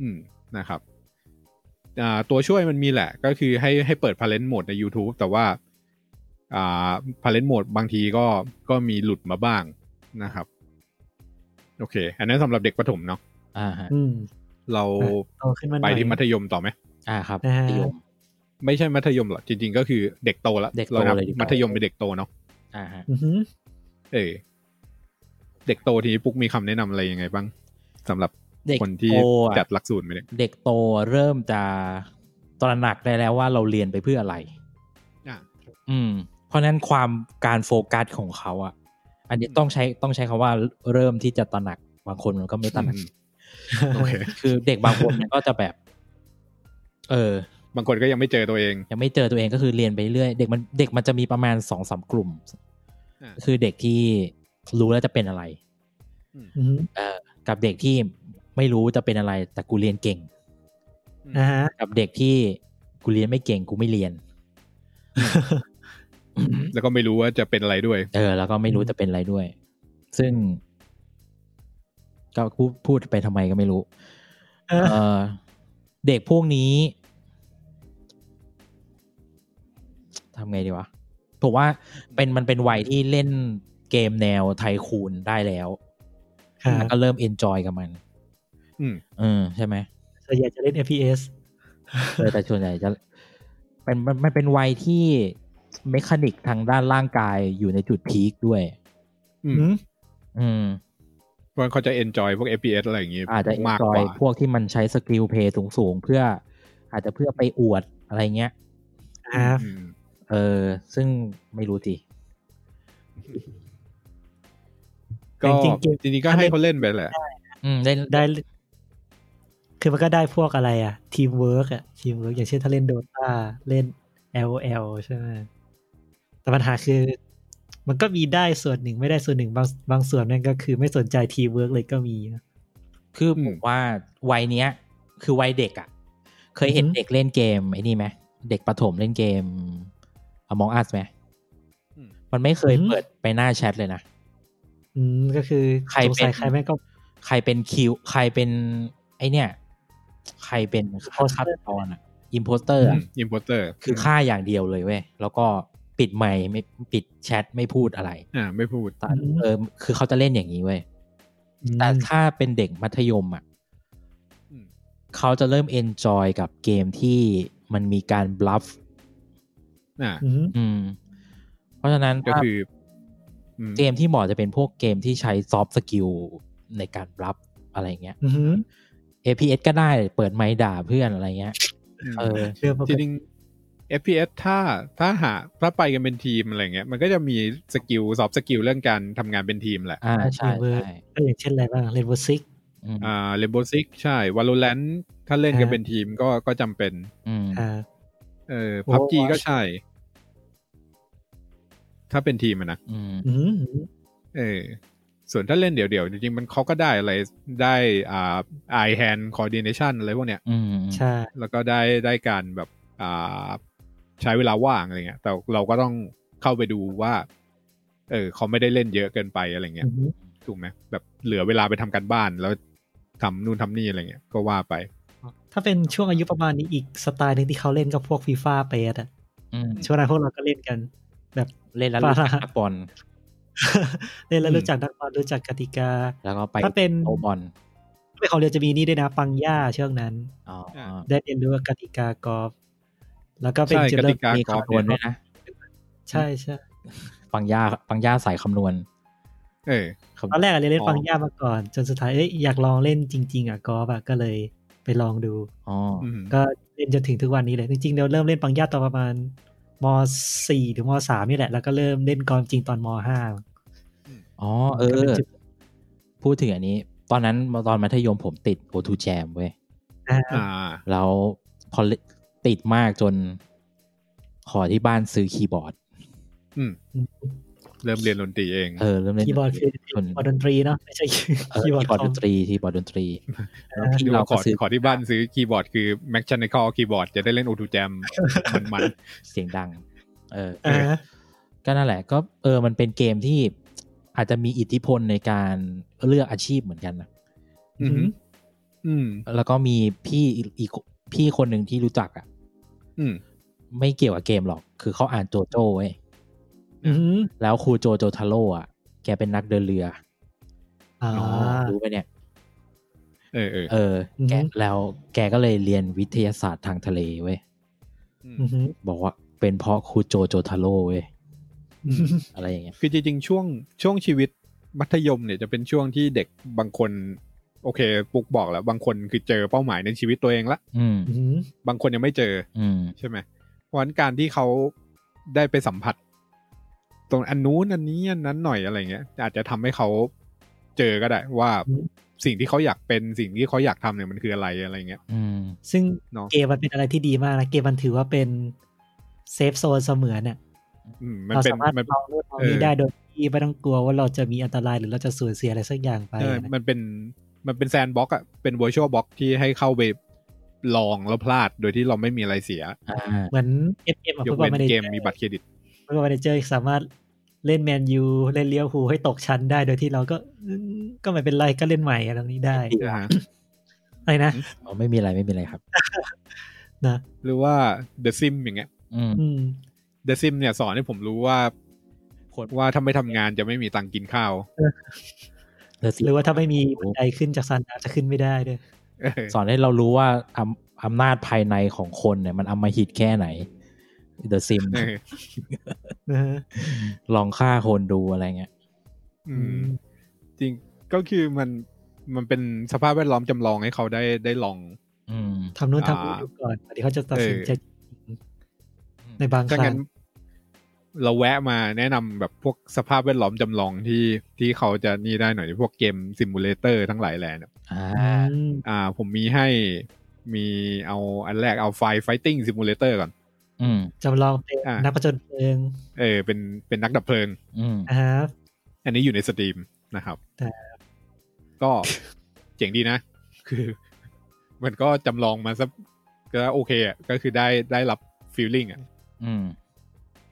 S2: อืมนะครับอ่าตัวช่วยมันมีแหละ ก็คือให้ให้เปิด parent mode ใน YouTube แต่ว่าอ่า parent mode บางทีก็ก็มีหลุดมาบ้างนะครับ โอเค อันนั้นสำหรับเด็กประถมเนาะ
S4: อ่าฮะ
S3: อืม
S2: เรา
S3: โตขึ้นมาหน่
S2: ไป
S3: อย
S2: ที่มัธยมต่อไหม
S4: อ่าครับ
S3: อ่า
S4: นิยม
S2: ไม่ใช่มัธยมหรอกจริง ๆ ก็คือเด็กโตละ
S4: เด็กโต
S2: เรานับ
S4: เลยดีกว่ามั
S2: มัธยมเป็นเด็กโตเนาะ
S4: อ่าฮะ
S3: อือหือ
S2: เออเด็กโตทีนี้ปุ๊กมีคำแนะนำอะไรยังไงบ้างสำหรับ
S4: เด็ก
S2: คนที่
S4: โตอะ
S2: จัดหลักสูตรไปเนี่ย
S4: เด็กโตเริ่มจะตระหนักได้แล้วว่าเราเรียนไปเพื่ออะไร
S2: อ่ะ
S4: อืม เพราะฉะนั้นความการโฟกัสของเขาอะอันนี้ต้องใช้ต้องใช้คำว่าเริ่มที่จะตระหนักบางคนมันก็ไม่ตระหนัก
S2: โอเค
S4: คือเด็กบางคนเนี่ย ก็จะแบบ เออ
S2: บางคนก็ยังไม่เจอตัวเอง
S4: ยังไม่เจอตัวเองก็คือเรียนไปเรื่อยเด็กมันเด็กมันจะมีประมาณสองสามกลุ่ม
S2: อ่า
S4: คือเด็กที่รู้แล้วจะเป็นอะไร
S3: อือหือ
S4: เออกับเด็กที่ไม่รู้จะเป็นอะไร แต่กูเรียนเก่ง
S3: อ่าฮะ
S4: กับเด็กที่กูเรียนไม่เก่งกูไม่เรียน
S2: แล้วก็ไม่รู้ว่าจะเป็นอะไรด้วย
S4: เออ แล้วก็ไม่รู้จะเป็นอะไรด้วย ซึ่ง ก็พูดพูดไปทำไมก็ไม่รู้
S3: เออ
S4: เอ่อเด็กพวกนี้ทำไงดีวะผมว่าเป็นมันเป็นวัยที่เล่นเกมแนวไทคูนได้แล้ว
S3: ค่ะ
S4: แล้วก็เริ่มเอนจอยกับมัน
S2: อืม
S4: เออใช่ไหม
S3: ส่วนใหญ่จะเล่น FPS
S4: เออแต่ส่วนใหญ่จะเป็นมันมันเป็นวัยที่เมคานิกทางด้านร่างกายอยู่ในจุดพีคด้วย
S2: อืม
S3: อืม
S4: อืม
S2: เพราะฉะนั้นเขาจะ enjoy พวก FPS อะไรอย่างงี้
S4: อาจจะเอน
S2: มาก
S4: จอก ย
S2: ว่า
S4: พวกที่มันใช้สกิลเพย์สูงๆเพื่อ อาจจะเพื่อไปอวดอะไรเงี้ย
S3: อ่า
S2: อืม
S4: เออ ซึ่งไม่รู้สิ
S2: ก็
S3: จริงๆเกม
S2: จริงๆก็ให้เขาเล่นไปแหละ
S4: อืมได้
S3: ได้ คือมันก็ได้พวกอะไรอ่ะ ทีมเวิร์กอ่ะ ทีมเวิร์กอย่างเช่นถ้าเล่นโดตาเล่น LOL ใช่ไหมแต่ปัญหาคือ มันก็มีได้ส่วนหนึ่งไม่ได้ส่วนหนึ่งบางบางส่วนนั่นก็คือไม่สนใจทีมเวิร์กเลยก็มีนะ
S4: คืออ
S2: ม
S4: ผมว่าวัยเนี้ย คือวัยเด็กอะ่ะ เคยเห็น
S3: อือหือ
S4: เด็กเล่นเกมไอ้นี่ไหมเด็กประถมเล่นเกม Among Us ไหมมันไม่เคยเปิดไปหน้าแชทเลยนะ
S3: อืมก็คือ
S4: ใคร
S3: สง
S4: เป็
S3: สั
S4: น
S3: ยใครแม่งก็
S4: ใครเป็นคิว ใครเป็น ไอเนี่ย ใครเป็นฆา
S3: Imposter
S4: ตกรอ่ะอิมโพสเตอร์
S2: อืม importer
S4: คือฆ่าอย่างเดียวเลยเว้ย แล้วก็ปิดไมค์ไม่ปิดแชทไม่พูดอะไร
S2: อ่าไม่พูด
S4: แต่
S3: อืม
S4: เออคือเขาจะเล่นอย่างนี้เว้ย
S3: อืม
S4: แต่ถ้าเป็นเด็กมัธยมอ่ะ
S2: อืม
S4: เขาจะเริ่มเอนจอยกับเกมที่มันมีการบลัฟ
S2: อ่า
S3: อืม
S4: อืม ราะฉะนั้น
S2: ก็
S4: ว่า
S2: คืออืม
S4: เกมที่เหมาะจะเป็นพวกเกมที่ใช้ซอฟต์สกิลในการรับอะไรเงี้ย
S3: อือหือ
S4: APS ก็ได้เปิดไมค์ด่าเพื่อนอะไรเงี้ย เออ
S3: เรื่องปก
S2: จ
S3: ติ
S2: ริงๆ FPS ถ้าถ้าหาถ้าไปกันเป็นทีมอะไรเงี้ย มันก็จะมีสกิลสอบสกิลเรื่องการทำงานเป็นทีมแหละ
S4: อ่าใช่ใช่
S3: ก็อย่างเช่นอะไรบ้างเรนโบซิก
S4: อืม
S2: อ่าเลโบซิกใช่ วาโลแ a นถ้าเล่นกัน
S3: ฮะ
S2: เป็นทีมก็ก็จำเป็น
S4: อืม
S3: อ่า
S2: เออ
S3: โอ้
S2: พับจีก็ใช่ ถ้าเป็นทีมอะนะ
S4: อืม
S3: อืม
S2: เออ ส่วนถ้าเล่นเดี่ยวๆ จริงๆ มันเขาก็ได้อะไร ได้อ่า eye hand coordination อะไรพวกเนี้ย
S4: อืม
S3: ใช่
S2: แล้วก็ได้ได้การแบบอ่าใช้เวลาว่างอะไรเงี้ย แต่เราก็ต้องเข้าไปดูว่า เออเขาไม่ได้เล่นเยอะเกินไปอะไรเงี้ย
S3: อือหือ
S2: ถูกไหมแบบเหลือเวลาไปทำการบ้าน แล้วทำนู่นทำนี่อะไรเงี้ย ก็ว่าไป
S3: ถ้าเป็นช่วงอายุประมาณนี้อีกสไตล์หนึ่งที่เขาเล่นกับพวกฟีฟ่าเปดอะ
S4: อืม
S3: ช่วงนั้นพวกเราก็เล่นกัน แบบ
S4: เล่นแล้วรู้จักนักบอล
S3: เล่นแล้ว
S2: อืม
S3: รู้จักนักบอลรู้จักกติกา
S4: แล้วก็ไป
S3: ถ้าเป็น
S4: โตบอล
S3: ไม่เขาเรียนจะมีนี่ด้วยนะปังย่าช่วงนั้น
S4: อ๋ออ๋อ
S3: ได้เรียนรู้กติกากอล์ฟแล้วก็เป็น
S2: ใช่
S3: จุด
S2: ก
S3: เริ่
S2: ติ
S3: ม
S2: กา
S4: มี
S2: กอล์ฟ
S4: คำนว
S2: เนี่ย
S4: ณด้วยนะ
S3: ใช่ใช่
S4: ปังย่าปังย่าสายคำนวณ
S2: เออ
S4: คำ
S3: ตอนแรกอะเรียนเล่นปังย่ามาก่อน จนสุดท้ายเอ้ยอยากลองเล่นจริง ๆอะกอล์ฟอะก็เลยไปลองดู
S4: อ๋อ
S2: อืม
S3: ก็เล่นจนถึงทุกวันนี้เลยจริงๆเดี๋ยวเริ่มเล่นปังย่าตอนประมาณมสี่ถึงมสามนี่แหละ แล้วก็เริ่มเล่นกอล์ฟจริงตอนมห้า
S4: อ๋อเอ
S3: ก็เป็น
S4: อ
S3: จุด
S4: พูดถึงอันนี้ ตอนนั้นตอนมัธยมผมติด O2 Jam เว้ย
S3: อ่า
S2: อ่า
S4: แล้วพอติดมากจน ขอที่บ้านซื้อคีย์บอร์ด
S2: อืม เริ่มเรียนดนตรีเอง
S4: เออเริ่มเล่น
S3: คีย์บอร์ดคือ
S4: จ
S3: คี
S4: น
S3: ย์บอร์ดดนตรีเนาะไม่ใช่คีย์
S4: เออ
S3: คี
S4: คี
S3: ย์
S4: ย์
S3: บบ อ
S4: อ
S3: ร์ด
S4: ร์ด
S3: คอม
S4: ดนตรีคีย์บอร์ดดนตรีแล้ว
S2: ดู
S4: พี่เรา
S2: ข
S4: ก็
S2: อ
S4: ซื้อ
S2: ขอที่บ้านซื้อคีย์บอร์ดคือ Mac Mechanical Keyboard จะได้เล่น O2 Jam มันมัน
S4: เสียงดัง เออ
S3: อ่าฮะ
S4: ก็นั่นแหละ ก็เออมันเป็นเกมที่อาจจะมีอิทธิพลในการเลือกอาชีพเหมือนกันนะ
S2: ๆอืมอืม
S4: แล้วก็มีพี่อีกพี่คนหนึ่งที่รู้จักอ่ะ
S2: อืม
S4: ไม่เกี่ยวกับเกมหรอก คือเขาอ่านโจโจ้เว้ย
S3: อืม
S4: แล้วครูโจโจทาโร่อ่ะ แกเป็นนักเดินเรือ
S3: อ่า
S4: รู้ไหมเนี่ย
S2: เออเออ
S4: เออ แก
S3: อือฮึ
S4: แล้วแกก็เลยเรียนวิทยาศาสตร์ทางทะเลเว้ย
S3: อือหือ
S4: บอกว่าเป็นเพราะครูโจโจทาโร่เว้ย อะไรอย่างเงี้ย
S2: คือจริงๆ ช่วงช่วงชีวิตมัธยมเนี่ยจะเป็นช่วงที่เด็กบางคน โอเคปุ๊กบอกแล้ว บางคนคือเจอเป้าหมายในชีวิตตัวเองละ
S4: อืม
S3: อือหือบ
S2: างคนยังไม่เจอ
S4: อืม
S2: ใช่ไหมเพราะฉะนั้นการที่เขาได้ไปสัมผัส ตรงอันนู้นอันนี้อันนั้นหน่อยอะไรเงี้ย อาจจะทำให้เขาเจอก็ได้ว่าสิ่งที่เขาอยากเป็นสิ่งที่เขาอยากทำเนี่ยมันคืออะไรอะไรเงี้ย
S4: อืม
S3: ซึ่ง
S2: เนาะ
S3: เกมมันเป็นอะไรที่ดีมากนะเกมมันถือว่าเป็นเซฟโซนเสมือนเนี่ย
S2: อืมมัน
S3: เรา
S2: เป็น
S3: สามารถ
S2: มัน
S3: ลองนู่นลอง
S2: เอ
S3: นี่
S2: อ
S3: ได้โดยที่ไม่ต้องกลัวว่าเราจะมีอันตรายหรือเราจะสูญเสียอะไรสักอย่างไป
S2: เออ
S3: นะ
S2: มันเป็นมันเป็นแซนบ็อกอะเป็น virtual box ที่ให้เข้าไปลองแล้วพลาดโดยที่เราไม่มีอะไรเสีย
S4: อ่า
S3: เหมือนเอฟเอ็มอะ
S2: ย
S3: ฟุ
S2: ก
S3: ตบอล
S2: เว้น
S3: มาเน
S2: เก
S3: เจอ
S2: มมีบัตรเครดิต
S3: ฟุตบอลมาเนเจอร์สามารถเล่นแมนยูเล่นเลี้ยวหูลให้ตกชั้นได้โดยที่เราก็อืมก็ไม่เป็นไรก็เล่นใหม่อะไรแบบนี้ได้
S4: อ่าฮะ
S3: อะไรนะ
S4: อ๋อไม่มีอะไรไม่มีอะไรครับ
S3: นะ
S2: หรือว่า The Sim อย่างเงี้ย
S4: อืม
S3: อืม
S2: The Sim เนี่ยสอนให้ผมรู้ว่า
S4: คน
S2: ว่าถ้าไม่ทำงานจะไม่มีตังค์กินข้าว
S3: หรือว่าถ้าไม่มีบันไดขึ้นจากซันดาวจะขึ้นไม่ได้ด้วย
S2: เออ
S4: สอนให้เรารู้ว่าอำอำนาจภายในของคนเนี่ย มันอำมหิตแค่ไหน The Sim
S2: เออ
S3: นะฮะ
S4: ลองฆ่าคนดูอะไรเงี้ย
S2: อืม จริงก็คือมันมันเป็นสภาพแวดล้อมจำลองให้เขาได้ได้ลอง
S4: อืม
S3: ทำนู่น
S2: อ่า
S3: ทำนี่ดูก่อนเดี๋ยวเขาจะตัดสินใจในบางค
S2: ถ้า
S3: รั้
S2: งั้
S3: ง
S2: น เราแวะมาแนะนำแบบพวกสภาพแวดล้อมจำลองที่ที่เขาจะนี่ได้หน่อยพวกเกมซิมูเลเตอร์ทั้งหลายแหล่เนี่ย
S4: อ่า
S3: อืม
S2: อ่า ผมมีให้มีเอาอันแรกเอาไฟไฟติ้งซิมูเลเตอร์ก่อน
S4: อืม
S3: จำลองเป็น
S2: อ่านั
S3: นักประจนเพลิง
S2: เออเป็นเป็นนักดับเพลิง
S4: อืม
S3: นะครับ
S2: อันนี้อยู่ในสตรีมนะครับ
S3: แต่
S2: ก็ เจ๋งดีนะ คือ มันก็จำลองมาสักก็โอเคอ่ะ ก็คือได้ได้รับฟีลลิ่งอ่ะ
S4: อืม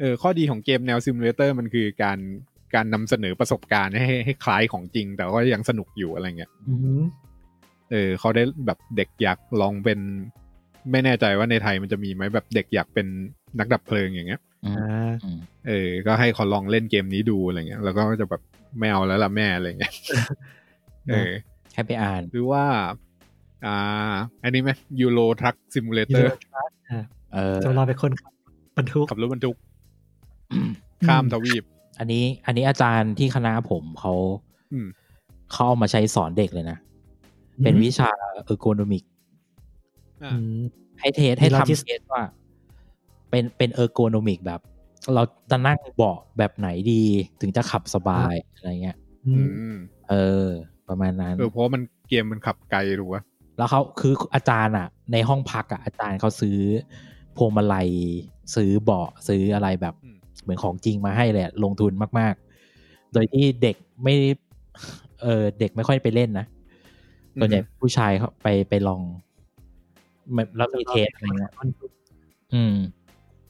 S2: เออ ข้อดีของเกมแนวซิมูเลเตอร์มันคือการการนำเสนอประสบการณ์ให้ให้ให้คล้ายของจริง แต่ก็ยังสนุกอยู่อะไรเงี้ย
S3: อืม
S2: เออเขาได้แบบเด็กอยากลองเป็น ไม่แน่ใจว่าในไทยมันจะมีไหมแบบเด็กอยากเป็นนักดับเพลิงอย่างเงี้ย
S4: อืม
S3: อ่า
S4: อืม
S2: เออ ก็ให้เขาลองเล่นเกมนี้ดูอะไรเงี้ย แล้วก็จะแบบไม่เอาแล้วล่ะแม่อะไรเงี้ย เออ
S4: แค่ไปอ่าน
S2: หรือว่า อ่า อันนี้ไหมยูโรทรัคซิมูเลเตอร์
S4: เออ
S3: จำลองเป็นคนขับบรรทุก
S2: ขับรถบรรทุก ข้ามทวีป
S4: อันนี้ อันนี้อาจารย์ที่คณะผมเขา
S2: อืม
S4: เขาเอามาใช้สอนเด็กเลยนะ
S3: อืม
S4: เป็นวิชาเออโกนมิก
S2: อ่ะ
S3: อืม
S4: ให้เทสให้
S3: มี
S4: ทำ
S3: artist
S4: เทสว่า เป็นเป็นเออร์โกนมิกแบบ เราจะนั่งเบาะแบบไหนดีถึงจะขับสบายอะไรเงี้ย
S3: อื
S2: อื
S3: ม
S2: ม
S4: เออ ประมาณนั้น
S2: เออเพราะมันเกมมันขับไกลรู้ปะ
S4: แล้วเขาคืออาจารย์อ่ะ ในห้องพักอ่ะอาจารย์เขาซื้อพวงมาลัยซื้อเบาะซื้ออะไรแบบ เหมือนของจริงมาให้เลยอะลงทุนมาก ๆ โดยที่เด็กไม่เออเด็กไม่ค่อยไปเล่นนะส่วนใหญ่ผู้ชายเขาไปไปลองมันแล้วมีเทสอะไรเงี้ยอืม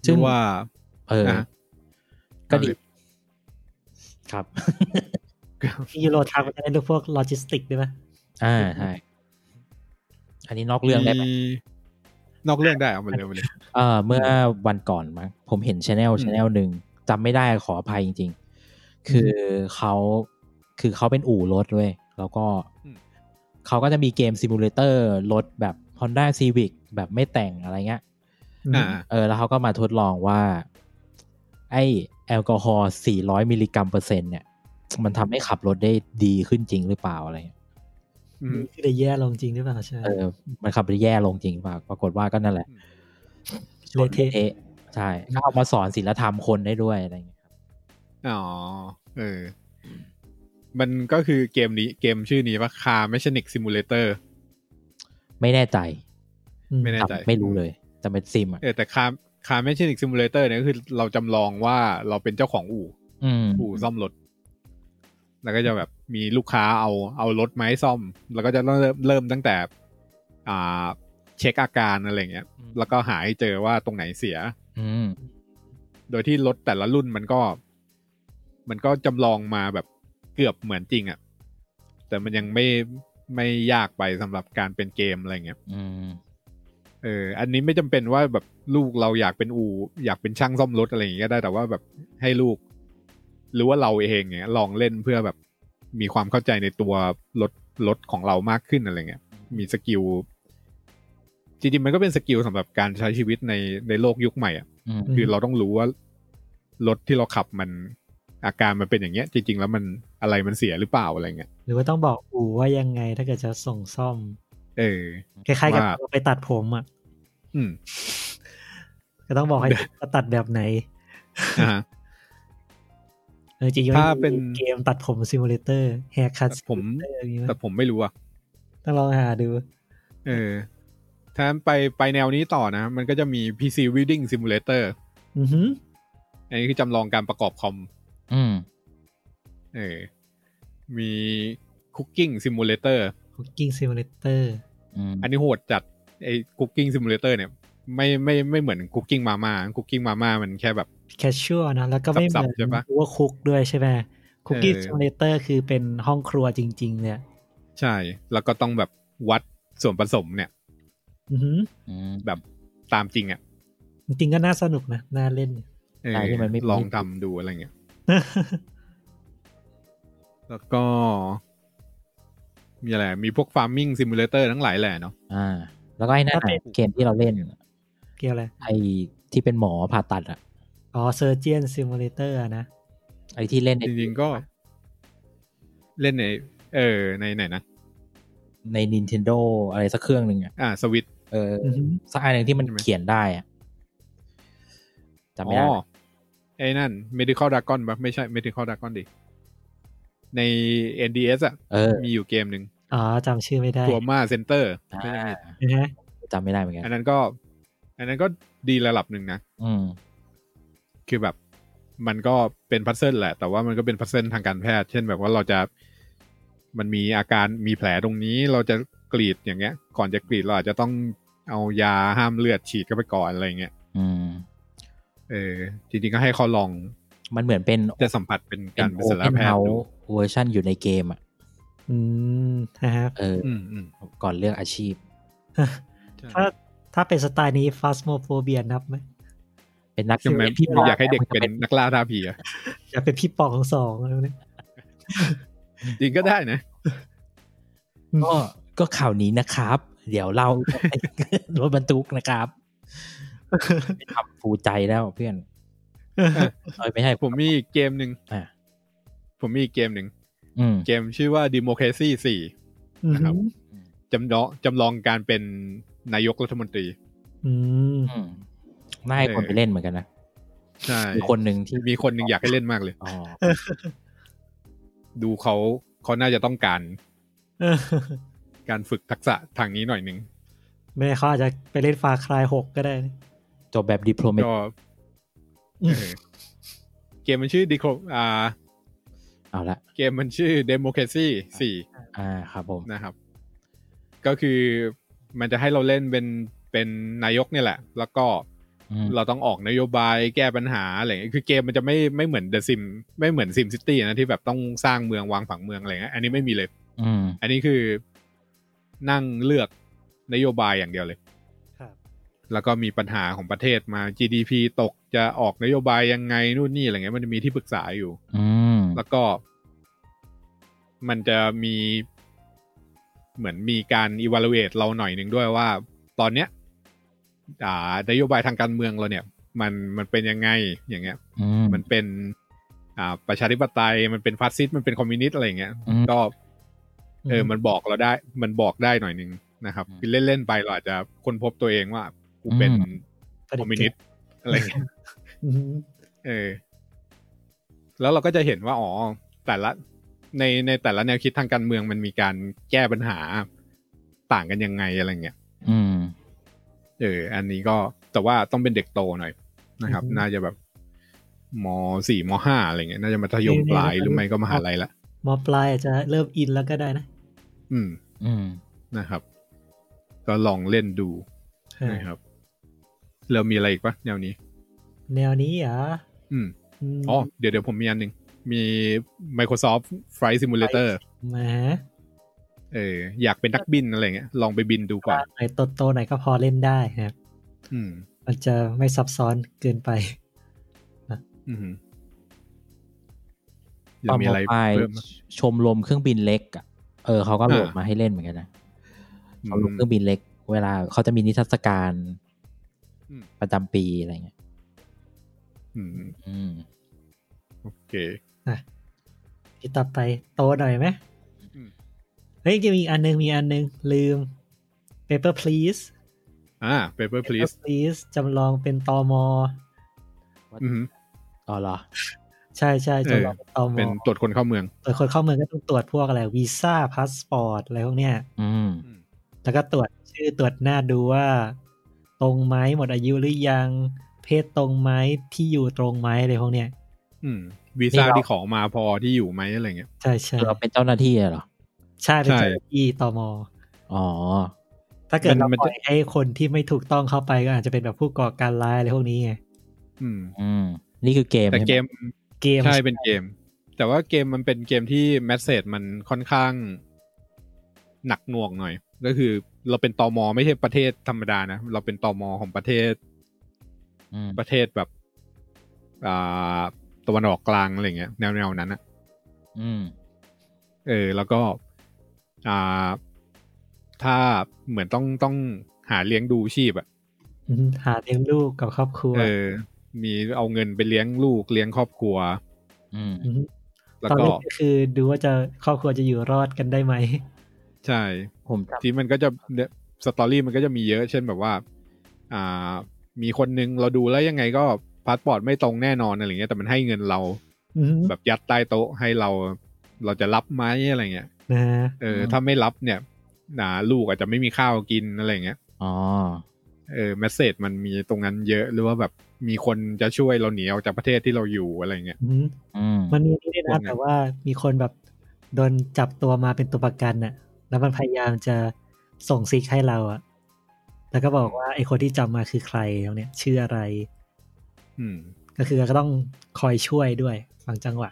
S4: ซึ่
S2: ชื่
S4: ง
S2: อว่า
S4: เออ
S2: อ่ะ
S4: ก็ดี ครับ
S3: พี่ยูโรทำมันจะได้เรื่องพวกโลจิสติกด้วยไหม
S4: อ่าใช่อันนี้นอกเรื่องได้ไหม
S2: มีนอกเรื่องได้เอามาเลยเอามาเลย
S4: เอ่อเมื่อวันก่อนมั้งผมเห็นชาแนล
S2: อืม
S4: ชาแนลหนึ่งจำไม่ได้ขออภัยจริง ๆ คือเขาคือเขาเป็นอู่รถเว้ยแล้วก็เขาก็จะมีเกมซิมูเลเตอร์รถแบบ Honda Civic แบบไม่แต่งอะไรเงี้ย
S2: อ่า
S4: เออแล้วเขาก็มาทดลองว่า ไอแอลกอฮอล์400 มิลลิกรัมเปอร์เซ็นต์เนี่ย มันทำให้ขับรถได้ดีขึ้นจริงหรือเปล่าอะไรเงี้ย
S2: อืม
S3: คือได้แย่ลงจริงหรือเปล่าใช่ไหม
S4: เออมันขับได้แย่ลงจริงหรือเปล่าปรากฏว่าก็นั่นแหละ
S3: เละเทะ
S4: เอ๊ะใช่ก็เอามาสอนศิลธรรมคนได้ด้วยอะไรอย่างเงี้ยครับ
S2: อ๋อ เออ มันก็คือเกมนี้เกมชื่อนี้ว่าคาร์แมชนิกซิมูเลเตอร์
S4: ไม่แน่ใจ
S3: อื
S2: ไม่แน่ใจ
S4: จำไม่รู้เลยแต่เป็นซิมอ่ะ
S2: เออแต่คาร์คาร์แมชนิกซิมูเลเตอร์เนี่ยก็คือเราจำลองว่าเราเป็นเจ้าของอู่
S4: อืม
S2: อู่ซ่อมรถ แล้วก็จะแบบมีลูกค้าเอาเอารถมาให้ซ่อม แล้วก็จะเริ่มเริ่มตั้งแต่ อ่า เช็คอาการอะไรเงี้ย แล้วก็หาให้เจอว่าตรงไหนเสีย
S4: อืม
S2: โดยที่รถแต่ละรุ่นมันก็ มันก็จำลองมาแบบเกือบเหมือนจริงอะ่ะ แต่มันยังไม่ไม่ยากไปสำหรับการเป็นเกมอะไรเงี้ย
S4: อืม
S2: เออ อันนี้ไม่จำเป็นว่าแบบลูกเราอยากเป็นอูอยากเป็นช่างซ่อมรถอะไรอย่างเงี้ยก็ได้แต่ว่าแบบให้ลูก หรือว่าเราเองเงี้ยลองเล่นเพื่อแบบมีความเข้าใจในตัวรถรถของเรามากขึ้นอะไรเงี้ย มีสกิลจริงๆมันก็เป็นสกิลสำหรับการใช้ชีวิตในในโลกยุคใหม่อ่ะ
S4: อืม
S2: คือเราต้องรู้ว่ารถที่เราขับมันอาการมันเป็นอย่างเงี้ย จริง ๆ แล้วมันอะไรมันเสียหรือเปล่าอะไรเงี้ย
S3: หรือว่าต้องบอกอูว่ายังไงถ้าเกิดจะส่งซ่อม
S2: เออ
S3: คล้ายๆกับ
S2: ว่า
S3: เราไปตัดผมอ่ะ
S2: อืม
S3: ก็ต้องบอกให้ว่าตัดแบบไหน
S2: อ่าฮะ
S3: เออจริงๆ
S2: ถ้าเป็น
S3: เกมตัดผมซิมูเลเตอร์แฮร์คั
S2: แต่
S3: ต
S2: ผมแต่ผมไม่รู้อ่ะ
S3: ต้องลองหาดู
S2: เออ ถ้าไปไปแนวนี้ต่อนะ มันก็จะมี PC Building Simulator
S3: อือหือ
S2: อันนี้คือจำลองการประกอบคอม
S4: อืม
S2: เออ มี Cooking Simulator
S3: คุกกิ้งซิมูเลเตอร์
S4: อืม
S2: อันนี้โหดจัดไอ้ Cooking Simulator เนี่ย ไม่ไม่ไม่เหมือน Cooking Mama Cooking Mama มันแค่แบบ
S3: แคชชัวนะแล้วก็ไม่เห
S2: สับ
S3: มื
S2: ๆใช่
S3: อน
S2: ปะ
S3: ว่าคุกด้วยใช่ไหมคุกกิ้ง
S2: เออ
S3: ซิมูเลเตอร์คือเป็นห้องครัวจริง ๆ เนี่ย
S2: ใช่ แล้วก็ต้องแบบวัดส่วนผสมเนี่ย
S3: อือหือ
S4: อืม
S2: แบบตามจริงอะ่ะ
S3: จริงๆก็น่าสนุกนะน่าเล่น
S2: เออ
S4: ใช่ที่มันไม่
S2: ลองทำดูอะไรเงี้ย แล้วก็ มีอะไร มีพวก Farming Simulator ทั้งหลายแหละเนาะ
S4: อ่า แล้วก็ไอ้นั่น
S3: ถ้าเป็น
S4: อะเกมที่เราเล่น
S3: เกี่ยวอะไร
S4: ไอ้ที่เป็นหมอผ่าตัดอ่ะ
S3: อ๋อเซอร์เจียนซิมูเลเตอร์นะ
S4: ไอ้ที่เล่นใน
S2: จริงๆก็เล่นใน เออ ในไหนนะ
S4: ใน Nintendo อะไรสักเครื่องหนึ่งอ่ะ
S2: อ่า สวิต
S4: เอออ
S3: อหือ
S4: สักอันหนึ่งที่มัน
S2: ใช่ไหม
S4: เขียนได้อ่ะจำ
S2: อ๋
S4: ไม่ได้
S2: อ ไอ้นั่น Medical Dragon ปะไม่ใช่ Medical Dragon ดิ ใน NDS อ่ะ
S4: เออ
S2: มีอยู่เกมหนึ่ง
S3: อ๋อจำชื่อไม่ได้
S2: ตัวมาเซ็นเตอร์
S4: อ่า
S3: นะฮะ
S4: จำไม่ได้เหมือนกัน
S2: อันนั้นก็ อันนั้นก็ดีระดับหนึ่งนะ
S4: อืม
S2: คือแบบมันก็เป็นพัซเซิลแหละ แต่ว่ามันก็เป็นพัซเซิลทางการแพทย์ เช่นแบบว่าเราจะมันมีอาการมีแผลตรงนี้เราจะกรีดอย่างเงี้ย ก่อนจะกรีดเราอาจจะต้องเอายาห้ามเลือดฉีดเข้าไปก่อนอะไรเงี้ย
S4: อืม
S2: เออจริงๆก็ให้เขาลอง
S4: มันเหมือนเป็น
S2: จะสัมผัสเป็น
S4: เป็
S2: การ
S4: น
S2: เป็น
S4: โอ
S2: ศัล
S4: เพ
S2: ย
S4: น
S2: แพท
S4: เฮา
S2: ย์
S4: ส์
S2: ดู
S4: เวอร์ชันอยู่ในเกมอ่ะ
S3: อืมนะฮะ
S4: เออ
S2: อืมอืม
S4: ก่อนเลือกอาชีพ
S2: ใช่
S3: ถ้าถ้าเป็นสไตล์นี้ฟาสโมโฟเบียนับไหม
S4: เป็นนัก
S2: ทำไม
S4: พี่
S2: อยากให้เด็กเป็นนักล่าท่าผีอะ
S3: อยากเป็นพี่ปองสองอะไรพวกนี้
S2: จริงก็ได้นะ
S4: ก็ก็ข่าวนี้นะครับ เดี๋ยวเรา รถบรรทุกนะครับ ไม่ทำฟูใจแล้วเพื่อน เอ้ยไม่ใช่
S2: ผมมีอีกเกมหนึ่ง
S4: อ่า
S2: ผมมีอีกเกมหนึ่ง
S4: อืม
S2: เกมชื่อว่า Democracy
S3: อืม
S2: 4จำลองจำลองการเป็นนายกรัฐมนตรี
S3: อืม
S4: อืมน่าให้คนไปเล่นเหมือนกันนะ
S2: ใช่
S4: มีคนหนึ่งที่
S2: มีคนหนึ่งอยากให้เล่นมากเลย
S4: อ๋อ
S2: ดูเขาเขาน่าจะต้องการ
S3: เออ
S2: การฝึกทักษะทางนี้หน่อยหนึ่ง
S3: ไม่เขาอาจจะไปเล่นฟาคลายหกก็ได้นะ
S4: จบแบบดิโพลเมต
S2: ก็
S3: อืม
S2: เออเกมมันชื่อดีโคอ่า
S4: เอาละ
S2: เกมมันชื่อ Democracy 4
S4: อ่าครับผม
S2: นะครับ ก็คือมันจะให้เราเล่นเป็นเป็นนายกเนี่ยแหละ แล้วก็
S4: อืม
S2: เราต้องออกนโยบายแก้ปัญหาอะไรอย่างเงี้ยคือเกมมันจะไม่ไม่เหมือนเดอะซิมไม่เหมือนซิมซิตี้นะที่แบบต้องสร้างเมืองวางผังเมืองอะไรเงี้ยอันนี้ไม่มีเลย
S4: อืม
S2: อันนี้คือนั่งเลือกนโยบายอย่างเดียวเลย
S3: ครับ
S2: แล้วก็มีปัญหาของประเทศมา GDP ตกจะออกนโยบายยังไงนู่นนี่อะไรเงี้ยมันจะมีที่ปรึกษาอยู่
S4: อืม
S2: แล้วก็ มันจะมีเหมือนมีการ evaluate เราหน่อยหนึ่งด้วยว่า ตอนเนี้ยอ่านโยบายทางการเมืองเราเนี่ย มันมันเป็นยังไงอย่างเงี้ย
S4: อื
S2: มันเป็น อ่า ประชาธิปไตยมันเป็นฟาสซิสต์มันเป็นคอมมิวนิสต์อะไรอย่างเงี้ย
S4: อืม
S2: ก็เออมันบอกเราได้ มันบอกได้หน่อยหนึ่งนะครับ
S4: อืม
S2: คือเล่น ๆ ไปเราอาจจะค้นพบตัวเองว่ากูเป็น
S4: อื
S2: คอมมิวนิสต์อะไรอย่างเงี้ย
S3: อืม
S2: เออ แล้วเราก็จะเห็นว่าอ๋อแต่ละในในแต่ละแนวคิดทางการเมืองมันมีการแก้ปัญหาต่างกันยังไงอะไรเงี้ย
S4: อืม
S2: เออ อันนี้ก็แต่ว่าต้องเป็นเด็กโตหน่อยนะครับ
S3: อือฮึ
S2: น่าจะแบบมสี่มห้าอะไรเงี้ยน่าจะมัธยมปลายหรือไม่ก็มหาลัยละ
S3: มอปลายอาจจะเริ่มอินแล้วก็ได้นะ
S2: อืม
S4: อืม
S2: นะครับ ก็ลองเล่นดู
S3: เออ
S2: นะครับแล้วมีอะไรอีกปะแนวนี้
S3: แนวนี้เหรอ
S2: อืม
S3: ม
S2: อ๋อเดี๋ยวเดี๋ยวผมมีอันหนึ่งมี Microsoft Flight Simulator
S3: แหม
S2: เอออยากเป็นนักบินอะไรเงี้ยลองไปบินดูก่อน
S3: ไหนโตๆไหนอยก็พอเล่นได้นะครับ
S2: อืม
S3: มันจะไม่ซับซ้อนเกินไป
S2: อืม
S4: ต
S2: ยั
S4: อง น
S2: มี
S4: ม
S2: อะไร
S4: ปลาย
S2: เพิ่มไหม
S4: ชมรมเครื่องบินเล็กอะเออเขาก็โหลด
S2: อ่าม
S4: มาให้เล่นเหมือนกันนะชมรมเค
S2: อื
S4: รื่อ
S2: ม
S4: งบินเล็ก เวลาเขาจะมีนิทรรศการ
S2: อืม
S4: ประจำปีอะไรเงี้ย
S2: อืม
S4: อืม
S2: โอเค
S3: ที่ต่อไปโตหน่อยไหม
S2: อืม
S3: เฮ้ยจะมีอีกอันนึงมีอันนึง ลืม paper please
S2: อ่า paper
S3: paper
S2: please
S3: please จำลองเป็นตอมอ
S2: อืม
S4: อ๋อเหรอ
S3: ใช่ใช่
S2: เออ
S3: จำลองเป็นตอมอ
S2: เป็นตรวจคนเข้าเมือง
S3: ตรวจคนเข้าเมืองก็ต้องตรวจพวกอะไรวีซ่าพาสปอร์ตอะไรพวกเนี้ย
S4: อืม
S3: แล้วก็ตรวจชื่อตรวจหน้าดูว่า ตรงไหมหมดอายุหรือยัง เพศตรงไหมที่อยู่ตรงไหมอะไรพวกเนี้ย
S2: อืมวีซ่า
S4: นี่เรา
S2: ที่ขอมาพอที่อยู่ไหมอะไรเงี้ย
S3: ใช่ใช่
S4: เราเป็นเจ้าหน้าที่เหรอ
S3: ใช่เป็น
S2: ใช่
S3: เจ้าหน้าที่ตอมอ
S4: อ๋อ
S3: ถ้าเกิด
S2: มัน
S3: เรา
S2: มัน
S3: ปล่
S2: จะ
S3: อยให้คนที่ไม่ถูกต้องเข้าไปก็อาจจะเป็นแบบผู้ก่อการร้ายอะไรพวกนี้ไง
S2: อืม
S4: อืม นี่คือเกม
S2: แต่เกม
S3: เกม
S2: ใช่เป็นเกม แต่ว่าเกมมันเป็นเกมที่แมสเซจมันค่อนข้าง หนักหน่วงหน่อย ก็คือเราเป็นตอมอไม่ใช่ประเทศธรรมดานะ เราเป็นตอมอของประเทศ
S4: อืม
S2: ประเทศแบบอ่าตะวันออกกลางอะไรเงี้ยแนวแนวๆนั้นอะ
S4: อืม
S2: เออ แล้วก็อ่าถ้าเหมือนต้องต้องหาเลี้ยงดูชีพอะ
S3: อืมหาเลี้ยงลูกกับครอบครัว
S2: เออ มีเอาเงินไปเลี้ยงลูกเลี้ยงครอบครัว
S4: อืม
S3: ม
S2: แล้ว
S3: ตอน
S2: ก็
S3: แรกก็คือดูว่าจะครอบครัวจะอยู่รอดกันได้ไหม
S2: ใช่
S4: ผมจ
S2: ที่มันก็จะสตอรี่มันก็จะมีเยอะ เช่นแบบว่า อ่า มีคนนึงเราดูแล้วยังไงก็พาสปอร์ตไม่ตรงแน่นอนอะไรเงี้ยแต่มันให้เงินเรา
S3: อืม
S2: แบบยัดใต้โต๊ะให้เราเราจะรับไหมอะไรเงี้ย
S3: นะ
S2: เออถ้าไม่รับเนี่ยนะลูกอาจจะไม่มีข้าวกินอะไรเงี้ย
S4: ำอ๋อ
S2: เออแมสเซจมันมีตรงนั้นเยอะหรือว่าแบบมีคนจะช่วยเราหนีออกจากประเทศที่เราอยู่อะไรเงี้ย
S3: อืม
S4: อืม
S3: มันมีนี่
S2: พวก
S3: ด้วยนะ
S2: นั้น
S3: แต่ว่ามีคนแบบโดนจับตัวมาเป็นตัวประกันน่ะ แล้วมันพยายามจะส่งซิกให้เราอะแล้วก็บอกว่าไอคนที่จับมาคือใครแล้วเนี่ย ชื่ออะไร
S2: อืม
S3: ก็คือก็ต้องคอยช่วยด้วยบางจังหวะ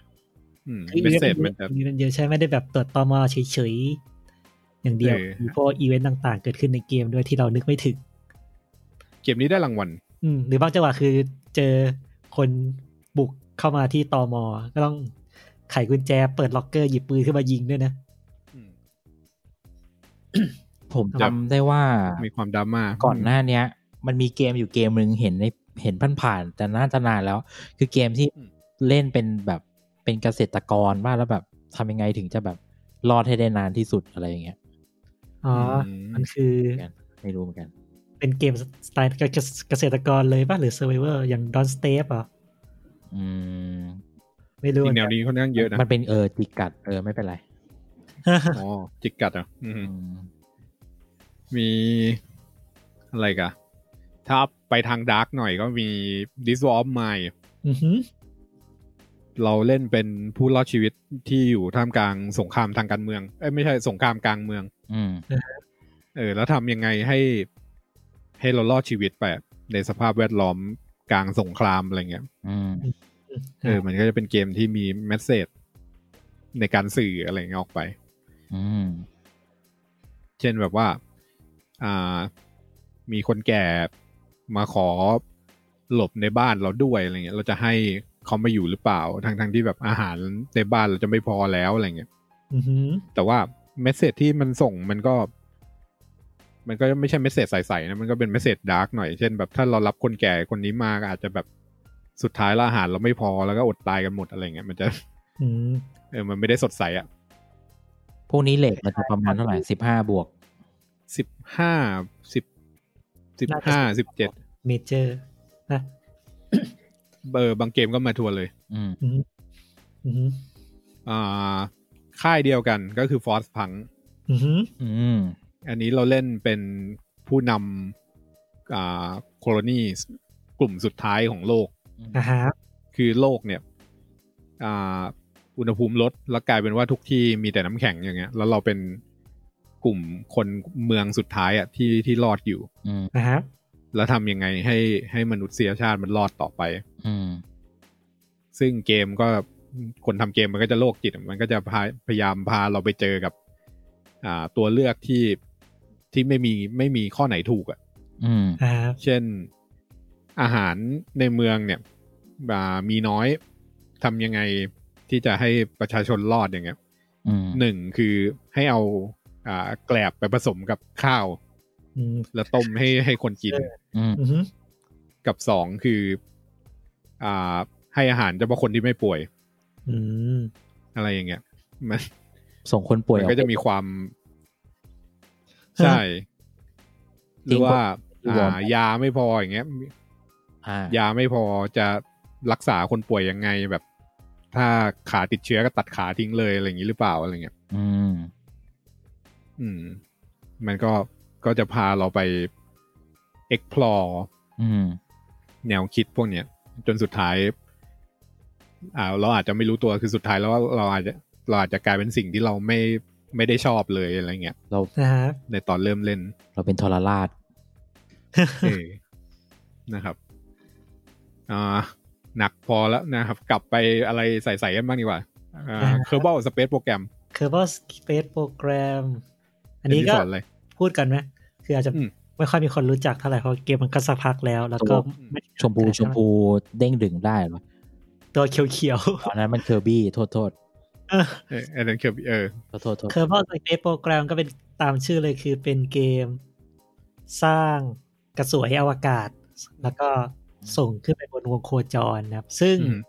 S2: อืม
S3: คือ
S2: แมสเซจมันจะ
S3: มีมันเยอะใช่ไม่ได้แบบตรวจตมเฉยๆอย่างเดียว
S2: เออ
S3: มีพวกอีเวนต์ต่างๆ เกิดขึ้นในเกมด้วยที่เรานึกไม่ถึง
S2: เกมนี้ได้รางวัล
S3: อืมหรือบางจังหวะคือเจอคนบุกเข้ามาที่ตอมอก็ต้องไขกุญแจเปิดล็อกเกอร์หยิบปืนขึ้นมายิงด้วยนะ
S2: อืม
S4: ผม
S2: จะ
S4: จำได้ว่า
S2: มีความดราม่า
S4: ก่อนหน้าเนี้ย มันมีเกมอยู่เกมหนึ่งเห็นใน เห็นผ่านๆแต่น่าจะนานแล้ว คือเกมที่
S2: อืม
S4: เล่นเป็นแบบเป็นเกษตรกรว่างแล้วแบบทำยังไงถึงจะแบบรอดให้ได้นานที่สุดอะไรอย่างเงี้ย
S3: อ๋ออ
S2: ม
S3: มันคือ
S4: เหมือนกันไม่รู้เหมือนกัน
S3: เป็นเกมสไตล์เกษตรกรเลยป่ะหรือเซอร์ไวเวอร์อย่างดอนสเตปอ่ะ
S4: อืม
S3: ไม่รู้
S2: จ
S3: เห
S2: ริ
S3: มือง
S2: แนว
S3: นกั
S2: น นี้ค่อนข้างเยอะนะ
S4: มันเป็นเออจิกกัดเออไม่เป็นไร
S2: อ๋อจิกกัดเหรอ่ะอืม
S4: อืม
S2: มีอะไรอีกอะถ้าไปทางดาร์กหน่อยก็มี This War of Mine
S3: อือหือ
S2: เราเล่นเป็นผู้รอดชีวิตที่อยู่ท่ามกลางสงครามทางการเมือง เอ้ยไม่ใช่สงครามกลางเมือง
S4: อืม
S2: เออ แล้วทำยังไงให้ ให้เรารอดชีวิตไปอะในสภาพแวดล้อมกลางสงครามอะไรเงี้ย
S4: อืม
S2: เออ มันก็จะเป็นเกมที่มีแมสเซจในการสื่ออะไรเงี้ยออกไป
S4: อืม
S2: เช่นแบบว่า อ่า มีคนแก่มาขอหลบในบ้านเราด้วยอะไรเงี้ย เราจะให้เขามาอยู่หรือเปล่า ทั้งทั้งๆที่แบบอาหารในบ้านเราจะไม่พอแล้วอะไรเงี้ย
S3: อือหือ
S2: แต่ว่าเมสเซจที่มันส่งมันก็ มันก็ไม่ใช่เมสเซจใสๆนะ มันก็เป็นเมสเซจดาร์กหน่อย เช่นแบบถ้าเรารับคนแก่คนนี้มาก็อาจจะแบบสุดท้ายแล้วอาหารเราไม่พอแล้วก็อดตายกันหมดอะไรเงี้ย มันจะ
S3: อืม
S2: เออ มันไม่ได้สดใสอะ
S4: พวกนี้เลทมันจะประมาณเท่าไหร่สิบห้าบวก
S2: สิบห้าสิบสิบห้าสิบเจ็ด
S3: เมเจอร์นะ
S2: เออบางเกมก็มาทัวร์เลย
S4: อืม
S3: อือหืออือหือ
S2: อ่า ค่ายเดียวกันก็คือ Force Punk
S3: อือหือ
S4: อืม
S2: อันนี้เราเล่นเป็นผู้นำอ่าโคโลนีกลุ่มสุดท้ายของโลก
S3: อ่าฮะ
S2: คือโลกเนี่ยอ่าอุณหภูมิลด แล้วกลายเป็นว่าทุกที่มีแต่น้ำแข็งอย่างเงี้ย แล้วเราเป็นกลุ่มคนเมืองสุดท้ายอะที่ที่รอดอยู่
S4: อืม
S3: อ่าฮะ
S2: แล้วทำยังไงให้ให้มนุษยชาติมันรอดต่อไป
S4: อืม
S2: ซึ่งเกมก็คนทำเกมมันก็จะโลกจิตมันก็จะพาพยายามพาเราไปเจอกับอ่าตัวเลือกที่ที่ไม่มีไม่มีข้อไหนถูกอะ่ะ
S4: อืม
S3: อ่าฮะ
S2: เช่นอาหารในเมืองเนี่ยอ่ามีน้อยทำยังไงที่จะให้ประชาชนรอดอย่างเงี้ย
S4: อืม
S2: หนึ่งคือให้เอาอ่าแกลบไปผสมกับข้าว
S3: อืม
S2: แล้วต้มให้ให้คนกิน
S4: อืม
S3: อือหือ
S2: กับสองคืออ่าให้อาหารเฉพาะคนที่ไม่ป่วย
S3: อืม
S2: อะไรอย่างเงี้ยมัน
S4: ส่งคนป่วย
S2: มัน
S4: ออ
S2: ก็
S4: ก
S2: จะมีความใช่หรือว่า
S4: จริงปะ
S2: อ่ายาไม่พออย่างเงี้ย
S4: อ่าย
S2: าไม่พอจะรักษาคนป่วยยังไงแบบ ถ้าขาติดเชื้อก็ตัดขาทิ้งเลยอะไรอย่างนี้หรือเปล่าอะไรเงี้ย
S4: อืม
S2: อืม มันก็ก็จะพาเราไป explore
S4: อืม
S2: แนวคิดพวกเนี้ย จนสุดท้าย อ่า เราอาจจะไม่รู้ตัวคือสุดท้ายแล้วเราอาจจะเราอาจจะกลายเป็นสิ่งที่เราไม่ไม่ได้ชอบเลยอะไรเงี้ย
S4: เรา
S3: อ่าฮะ
S2: ในตอนเริ่มเล่น
S4: เราเป็นทรราช
S2: เออนะครับ อ่า หนักพอแล้วนะครับ กลับไปอะไรใส่ๆกันบ้างดีกว่า เคอร์บอลสเปซโปรแกรม
S3: เคอร์บอสเฟสโปรแกรม อันนี้ก็
S2: สอนเลย
S3: พูดกันไหมคืออาจจะ
S2: อืม
S3: ไม่ค่อยมีคนรู้จักเท่าไหร่เพราะเกมมันก็สักพักแล้ว แล้วก็
S4: ตัว
S3: ไม่
S4: ชมพูชมพูเด้งดึงได้เหรอ
S3: ตัวเขียว
S4: ตอนนั้นมันเคอร์บี้โทษโทษ
S3: ๆเออ
S2: เอออันนั้นคือเออ
S4: โทษโทษโทษ
S3: c u r v e s p a c e Program ก็เป็นตามชื่อเลยคือเป็นเกมสร้างกระสวยอวกาศ แล้วก็ส่งขึ้นไปบนวงโคจรนะครับ ซึ่ง
S2: อืม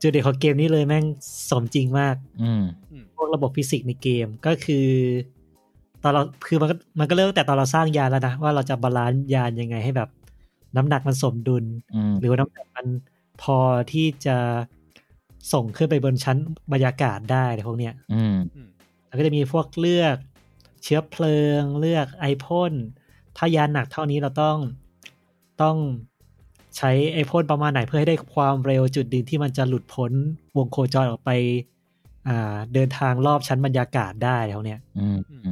S3: จุดเด่นของเกมนี้เลยแม่งสมจริงมาก
S4: อืม
S3: พวกระบบฟิสิกส์ในเกมก็คือ ตอนเราคือมันก็มันก็เริ่มตั้งแต่ตอนเราสร้างยานแล้วนะ ว่าเราจะบาลานซ์ยานยังไงให้แบบ น้ำหนักมันสมดุล
S4: อืม
S3: หรือว่าน้ำหนักมันพอที่จะส่งขึ้นไปบนชั้นบรรยากาศได้ในพวกเนี้ย
S4: อืม
S2: อืม
S3: แล้วก็จะมีพวกเลือกเชื้อเพลิง เลือกไอพ่นถ้ายานหนักเท่านี้เราต้องต้องใช้ไอพ่นประมาณไหนเพื่อให้ได้ความเร็วจุดดินที่มันจะหลุดพ้นวงโคจรออกไป อ่า เดินทางรอบชั้นบรรยากาศได้แล้วเนี่ย
S4: อืม อืม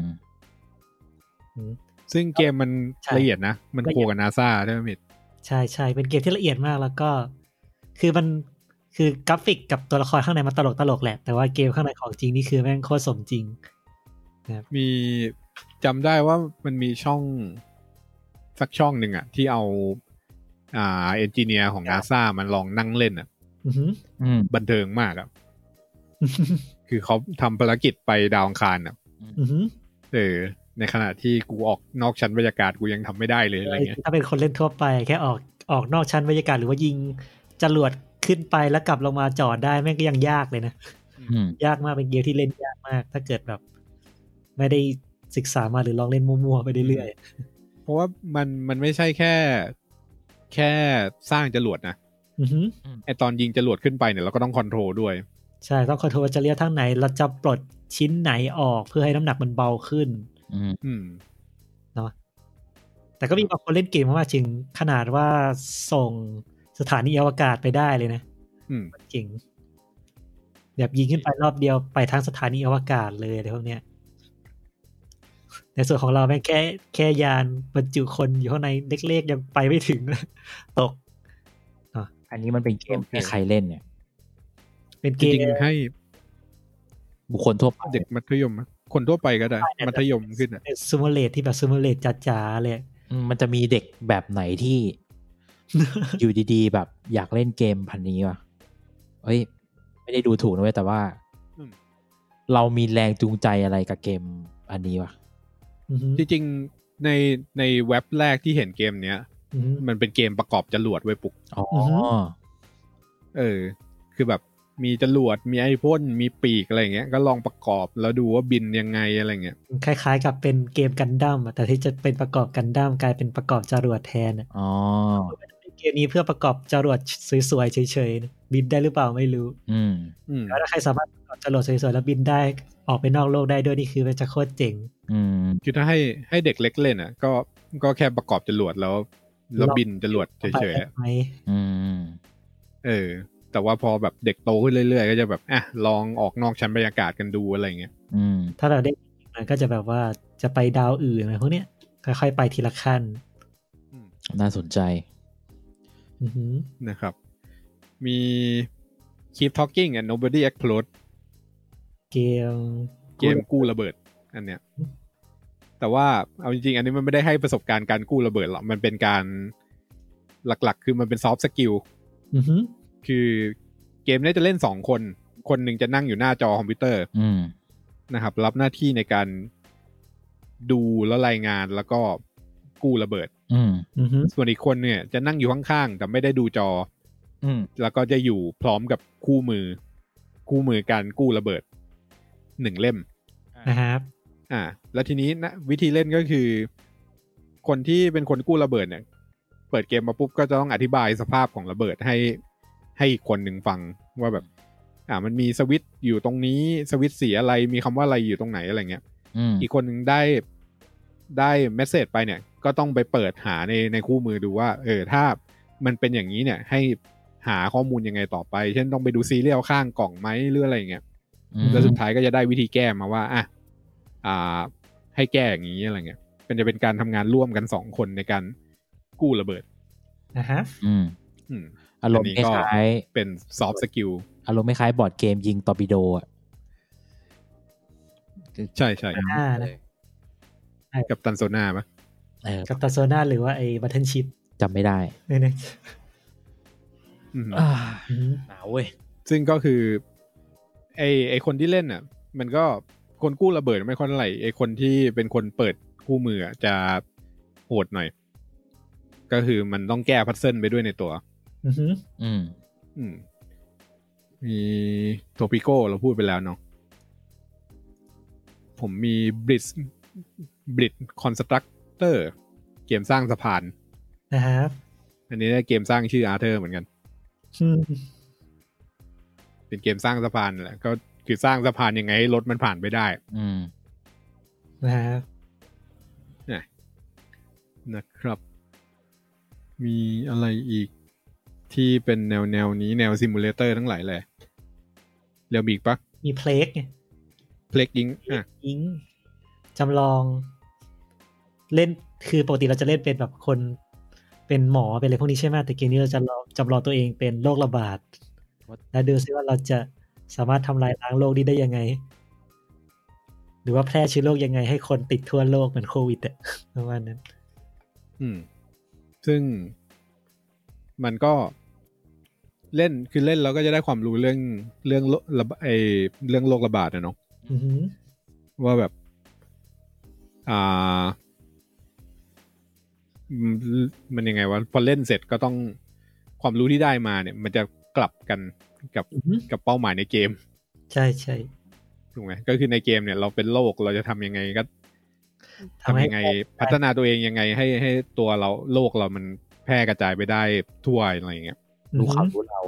S3: อืม
S2: ซึ่งเกมมัน
S3: ใช่
S2: ละเอียดนะ มัน
S3: ละเอี
S2: โค
S3: ยด
S2: กับนาซาใช่ไหมมิด
S3: ใช่ใช่เป็นเกมที่ละเอียดมากแล้วก็ คือมันคือกราฟิกกับตัวละครข้างในมันตลกตลกๆแหละ แต่ว่าเกมข้างในของจริงนี่คือแม่งโคตรสมจริง
S2: มีจำได้ว่ามันมีช่องสักช่องหนึ่งอะที่เอา อ่าเอนจิเนียร์ของนาซามันลองนั่งเล่นอะ
S3: อือหือ
S4: อืม
S2: บันเทิงมากอะคือเขาทำภารกิจไปดาวอังคารอะ
S3: อือหือ
S2: เออ ในขณะที่กูออกนอกชั้นบรรยากาศกูยังทำไม่ได้เลยอะไรเงี้ย
S3: ถ้าเป็นคนเล่นทั่วไปแค่ออกออกนอกชั้นบรรยากาศหรือว่ายิงจรวดขึ้นไปแล้วกลับลงมาจอดได้แม่งก็ยังยากเลยนะ
S4: อืม
S3: ยากมากเป็นเกมที่เล่นยากมาก ถ้าเกิดแบบ ไม่ได้ศึกษามาหรือลองเล่นมั่วๆไปเรื่อย
S2: เพราะว่ามันมันไม่ใช่แค่แค่สร้างจรวดนะ
S3: ๆอือหือ
S2: ไอตอนยิงจรวดขึ้นไปเนี่ยเราก็ต้องคอนโทรลด้วย
S3: ใช่ ต้องคอนโทรลว่าจะเลี้ยวทางไหน เราจะปลดชิ้นไหนออกเพื่อให้น้ำหนักมันเบาขึ้น
S4: อืม
S2: อืม
S3: แต่ก็มีบางคนเล่นเกมมากๆจริงขนาดว่าส่งสถานีอวกาศไปได้เลยนะ
S2: อืม
S3: จริง แบบยิงขึ้นไปรอบเดียวไปทั้งสถานีอวกาศเลยอะไรพวกเนี้ยในส่วนของเราแม่งแค่แค่ยานบรรจุคนอยู่ข้างในเล็กๆยังไปไม่ถึง ตก
S4: อันนี้มันเป็นเกม
S2: โอเค
S4: ให้ใครเล่นเนี่ย
S3: เป็น
S2: จ
S3: เกม
S2: ริงๆให้
S4: บุคคลทั่วไป
S2: เด็กมัธยม คนทั่วไปก็ได้ มัธยมขึ้นอ่ะ
S3: เป็นซูมเลตที่แบบซูมเลตจ๋าๆเลย
S4: อืมมันจะมีเด็กแบบไหนที่ อยู่ดีๆ แบบอยากเล่นเกมพันนี้วะเอ้ย ไม่ได้ดูถูกนะเว้ยแต่ว่า
S2: อืม
S4: เรามีแรงจูงใจอะไรกับเกมอันนี้วะ
S3: อือหือ
S2: จริงๆในในเว็บแรกที่เห็นเกมเนี้ย
S3: อือหือ
S2: มันเป็นเกมประกอบจรวดไว้ยปุก
S4: อ๋อ
S3: อฮึ
S4: อ
S2: เออ คือแบบมีจรวด มีไอพ่น มีปีกอะไรอย่างเงี้ย ก็ลองประกอบแล้วดูว่าบินยังไงอะไรเงี้ย
S3: คล้ายๆกับเป็นเกมกันดั้มอะแต่ที่จะเป็นประกอบกันดั้มกลายเป็นประกอบจรวดแทนอะ
S4: อ๋อ
S3: เกมนี้เพื่อประกอบจรวดสวยๆเฉยๆนะบินได้หรือเปล่าไม่รู้
S4: อืม
S2: อืม
S3: แล้วถ้าใครสามารถประกอบจรวดสวยๆแล้วบินได้ออกไปนอกโลกได้ด้วยนี่คือมันจะโคตรเจ๋ง
S4: อืม
S2: คือถ้าให้ให้เด็กเล็กเล่นอ่ะ ก็ก็แค่ประกอบจรวดแล้วแล้วบินจรวดเฉยๆอะ
S3: ไปได้ไหม
S4: อืม
S2: เออ แต่ว่าพอแบบเด็กโตขึ้นเรื่อยๆ ก็จะแบบอ่ะลองออกนอกชั้นบรรยากาศกันดูอะไรเงี้ย
S4: อืม
S3: ถ้าเราได้มันก็จะแบบว่าจะไปดาวอื่นอะไรพวกเนี้ยค่อยๆไปทีละขั้น
S4: น่าสนใจ
S3: อือหือ
S2: นะครับ มี Keep Talking and Nobody Explode
S3: เกม
S2: เกมกู้ระเบิด อันเนี้ย แต่ว่าเอาจริงๆ อันนี้มันไม่ได้ให้ประสบการณ์การกู้ระเบิดหรอก มันเป็นการหลักๆ คือมันเป็นซอฟต์สกิล
S3: อือหือ
S2: คือเกมเนี้ยจะเล่นสองคน คนหนึ่งจะนั่งอยู่หน้าจอคอมพิวเตอร์
S4: อืม
S2: นะครับรับหน้าที่ในการดูและรายงานแล้วก็กู้ระเบิด
S4: อืม
S3: อือหือ
S2: ส่วนอีกคนเนี่ยจะนั่งอยู่ข้างๆ แต่ไม่ได้ดูจอ
S4: อืม
S2: แล้วก็จะอยู่พร้อมกับคู่มือ คู่มือการกู้ระเบิดหนึ่งเล่ม
S3: นะครับ
S2: อ่า แล้วทีนี้นะวิธีเล่นก็คือ คนที่เป็นคนกู้ระเบิดเนี่ย เปิดเกมมาปุ๊บก็จะต้องอธิบายสภาพของระเบิดให้ให้อีกคนหนึ่งฟังว่าแบบ อ่า มันมีสวิตช์อยู่ตรงนี้สวิตช์เสียอะไรมีคำว่าอะไรอยู่ตรงไหนอะไรเงี้ย
S4: อืม
S2: อีกคนหนึ่งได้ได้เมสเซจไปเนี่ย ก็ต้องไปเปิดหาในในคู่มือดูว่า เออถ้ามันเป็นอย่างนี้เนี่ย ให้หาข้อมูลยังไงต่อไป เช่นต้องไปดูซีเรียลข้างกล่องไหมหรืออะไรอย่างเงี้ย
S4: อืม
S2: แล้วสุดท้ายก็จะได้วิธีแก้มาว่าอ่ะอ่า ให้แก้อย่างนี้อะไรเงี้ยเป็นจะเป็นการทำงานร่วมกันสองคนในการกู้ระเบิด
S3: นะฮะ
S4: อืม
S2: อืม
S4: อารมณ์
S2: อัน
S4: ค
S2: นี้ก็
S4: ล้าย
S2: เป็นซอฟต์สกิล
S4: ๆอารมณ์คล้ายๆบอร์ดเกมยิงตอร์ปิโดอ่ะ
S2: ใช่ใช่
S3: อ่านะ
S2: กับตันโซนาปะ
S4: เออ
S3: กับตาโซน่าหรือว่าไอ้บัตเทิลชิพ
S4: จำไม่ได้
S3: เนี่ยนะ
S2: อืม
S4: อ่า
S3: อือหือ
S4: หนาวเว้ย
S2: ซึ่งก็คือไอไอคนที่เล่นน่ะ มันก็คนกู้ระเบิดไม่ค่อยเท่าไหร่ไอคนที่เป็นคนเปิดคู่มืออ่ะจะโหดหน่อย ก็คือมันต้องแก้พัซเซิลไปด้วยในตัว
S3: อือหือ
S4: อืม
S2: อืม มีโทปิโก้เราพูดไปแล้วเนาะผมมีบริดบริดคอนสตรักเตอร์เกมสร้างสะพาน
S3: นะครับ
S2: อันนี้เนี่ยเกมสร้างชื่ออาร์เธอร์เหมือนกัน
S3: อืม
S2: เป็นเกมสร้างสะพานนั่นแหละก็คือสร้างสะพานยังไงให้รถมันผ่านไปได้
S4: อืม
S3: นะครับ
S2: นะครับ มีอะไรอีกที่เป็นแนวแนวนี้แนวซิมูเลเตอร์ทั้งหลายแหละเรียวมีอีกปะ
S3: มีเพลกไง
S2: เพล็กยิงอ่ะ
S3: อิงจำลอง เล่นคือปกติเราจะเล่นเป็นแบบคนเป็นหมอเป็นอะไรพวกนี้ใช่ไหมแต่เกมนี้เราจะลองจำลองตัวเองเป็นโรคระบาด
S4: What?
S3: และดูซิว่าเราจะสามารถทำลายล้างโรคนี้ได้ยังไง หรือว่าแพร่เชื้อโรคยังไง ให้คนติดทั่วโลกเหมือนโควิดอะ ประมาณนั้น
S2: อืม ซึ่งมันก็เล่นคือเล่นแล้วก็จะได้ความรู้เรื่องเรื่องโรคระบาดไอเรื่องโรคระบาดนะเนาะ
S3: อือหือ
S2: ว่าแบบ อ่ามันยังไงวะพอเล่นเสร็จก็ต้องความรู้ที่ได้มาเนี่ย มันจะกลับกันกับ
S3: อือฮึ
S2: กับเป้าหมายในเกม
S3: ใช่ใช่
S2: ถูกไหมก็คือในเกมเนี่ยเราเป็นโลกเราจะทำยังไงก็ทำยังไง พัฒนาตัวเองยังไงให้ให้ตัวเราโลกเรามันแพร่กระจายไปได้ทั่วอะไรอย่างเงี้ย
S4: รู้เขา
S3: อือฮึ
S4: รู้เรา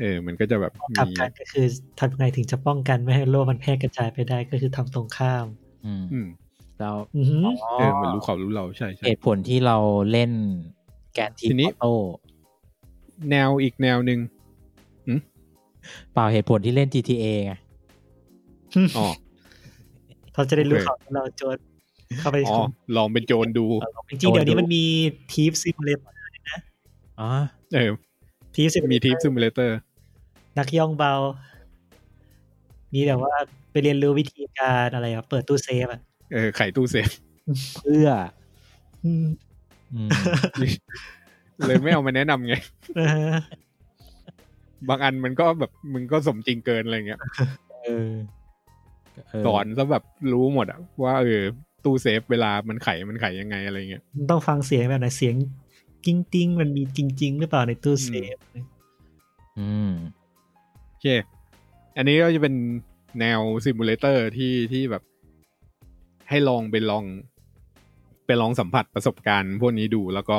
S2: เออมันก็จะแบบ
S3: กลับ
S2: มี
S3: กันก็คือทำยังไงถึงจะป้องกันไม่ให้โรคมันแพร่กระจายไปได้ก็คือทำตรงข้าม
S4: อืม
S2: อืม
S4: เรา
S3: อือฮึ
S2: เออมันรู้เขารู้เราใช่ใช่
S4: เหตุผลที่เราเล่นแกนที
S2: ทีนี้
S4: โต้
S2: แนวอีกแนวหนึ่ง
S4: เปล่าเหตุผลที่เล่น GTA ไง
S2: อ๋อ
S3: เราจะได้รู้
S2: โอเค
S3: เขาเราโจทย์เข้าไป
S2: อ๋อลองเป็นโจรดู
S3: จริงๆเดี๋ยวนี้มันมีทีฟซิมูเลเตอร์
S4: อ๋อ
S2: เออ
S3: ทีฟซิมูเล
S2: มี
S3: เต
S2: ที
S3: อ
S2: ม
S3: ร์
S2: ซิมูเลเตอร์
S3: นักย่องเบา มีแบบว่าไปเรียนรู้วิธีการอะไรอะเปิดตู้เซฟอ่ะ
S2: เออ ไขตู้เซฟ
S4: เพื่อ
S3: อืม
S4: อืม
S2: เลยไม่เอามาแนะนำไง
S3: เออบ
S2: างอันมันก็แบบมึงก็สมจริงเกินอะไรเงี้ย
S4: เออเ
S2: สอนซะแบบรู้หมดอะว่าเออ ตู้เซฟเวลามันไขมันไขยังไงอะไรเงี้ย
S3: ต้องฟังเสียงแบบไหนเสียงกิ้งติ้งมันมีจริง ๆ หรือเปล่าในตู้เซฟ
S4: อืม
S2: โอเค อันนี้ก็จะเป็นแนวซิมูเลเตอร์ที่ที่แบบ ให้ลองไปลอง ไปลองสัมผัสประสบการณ์พวกนี้ดูแล้วก็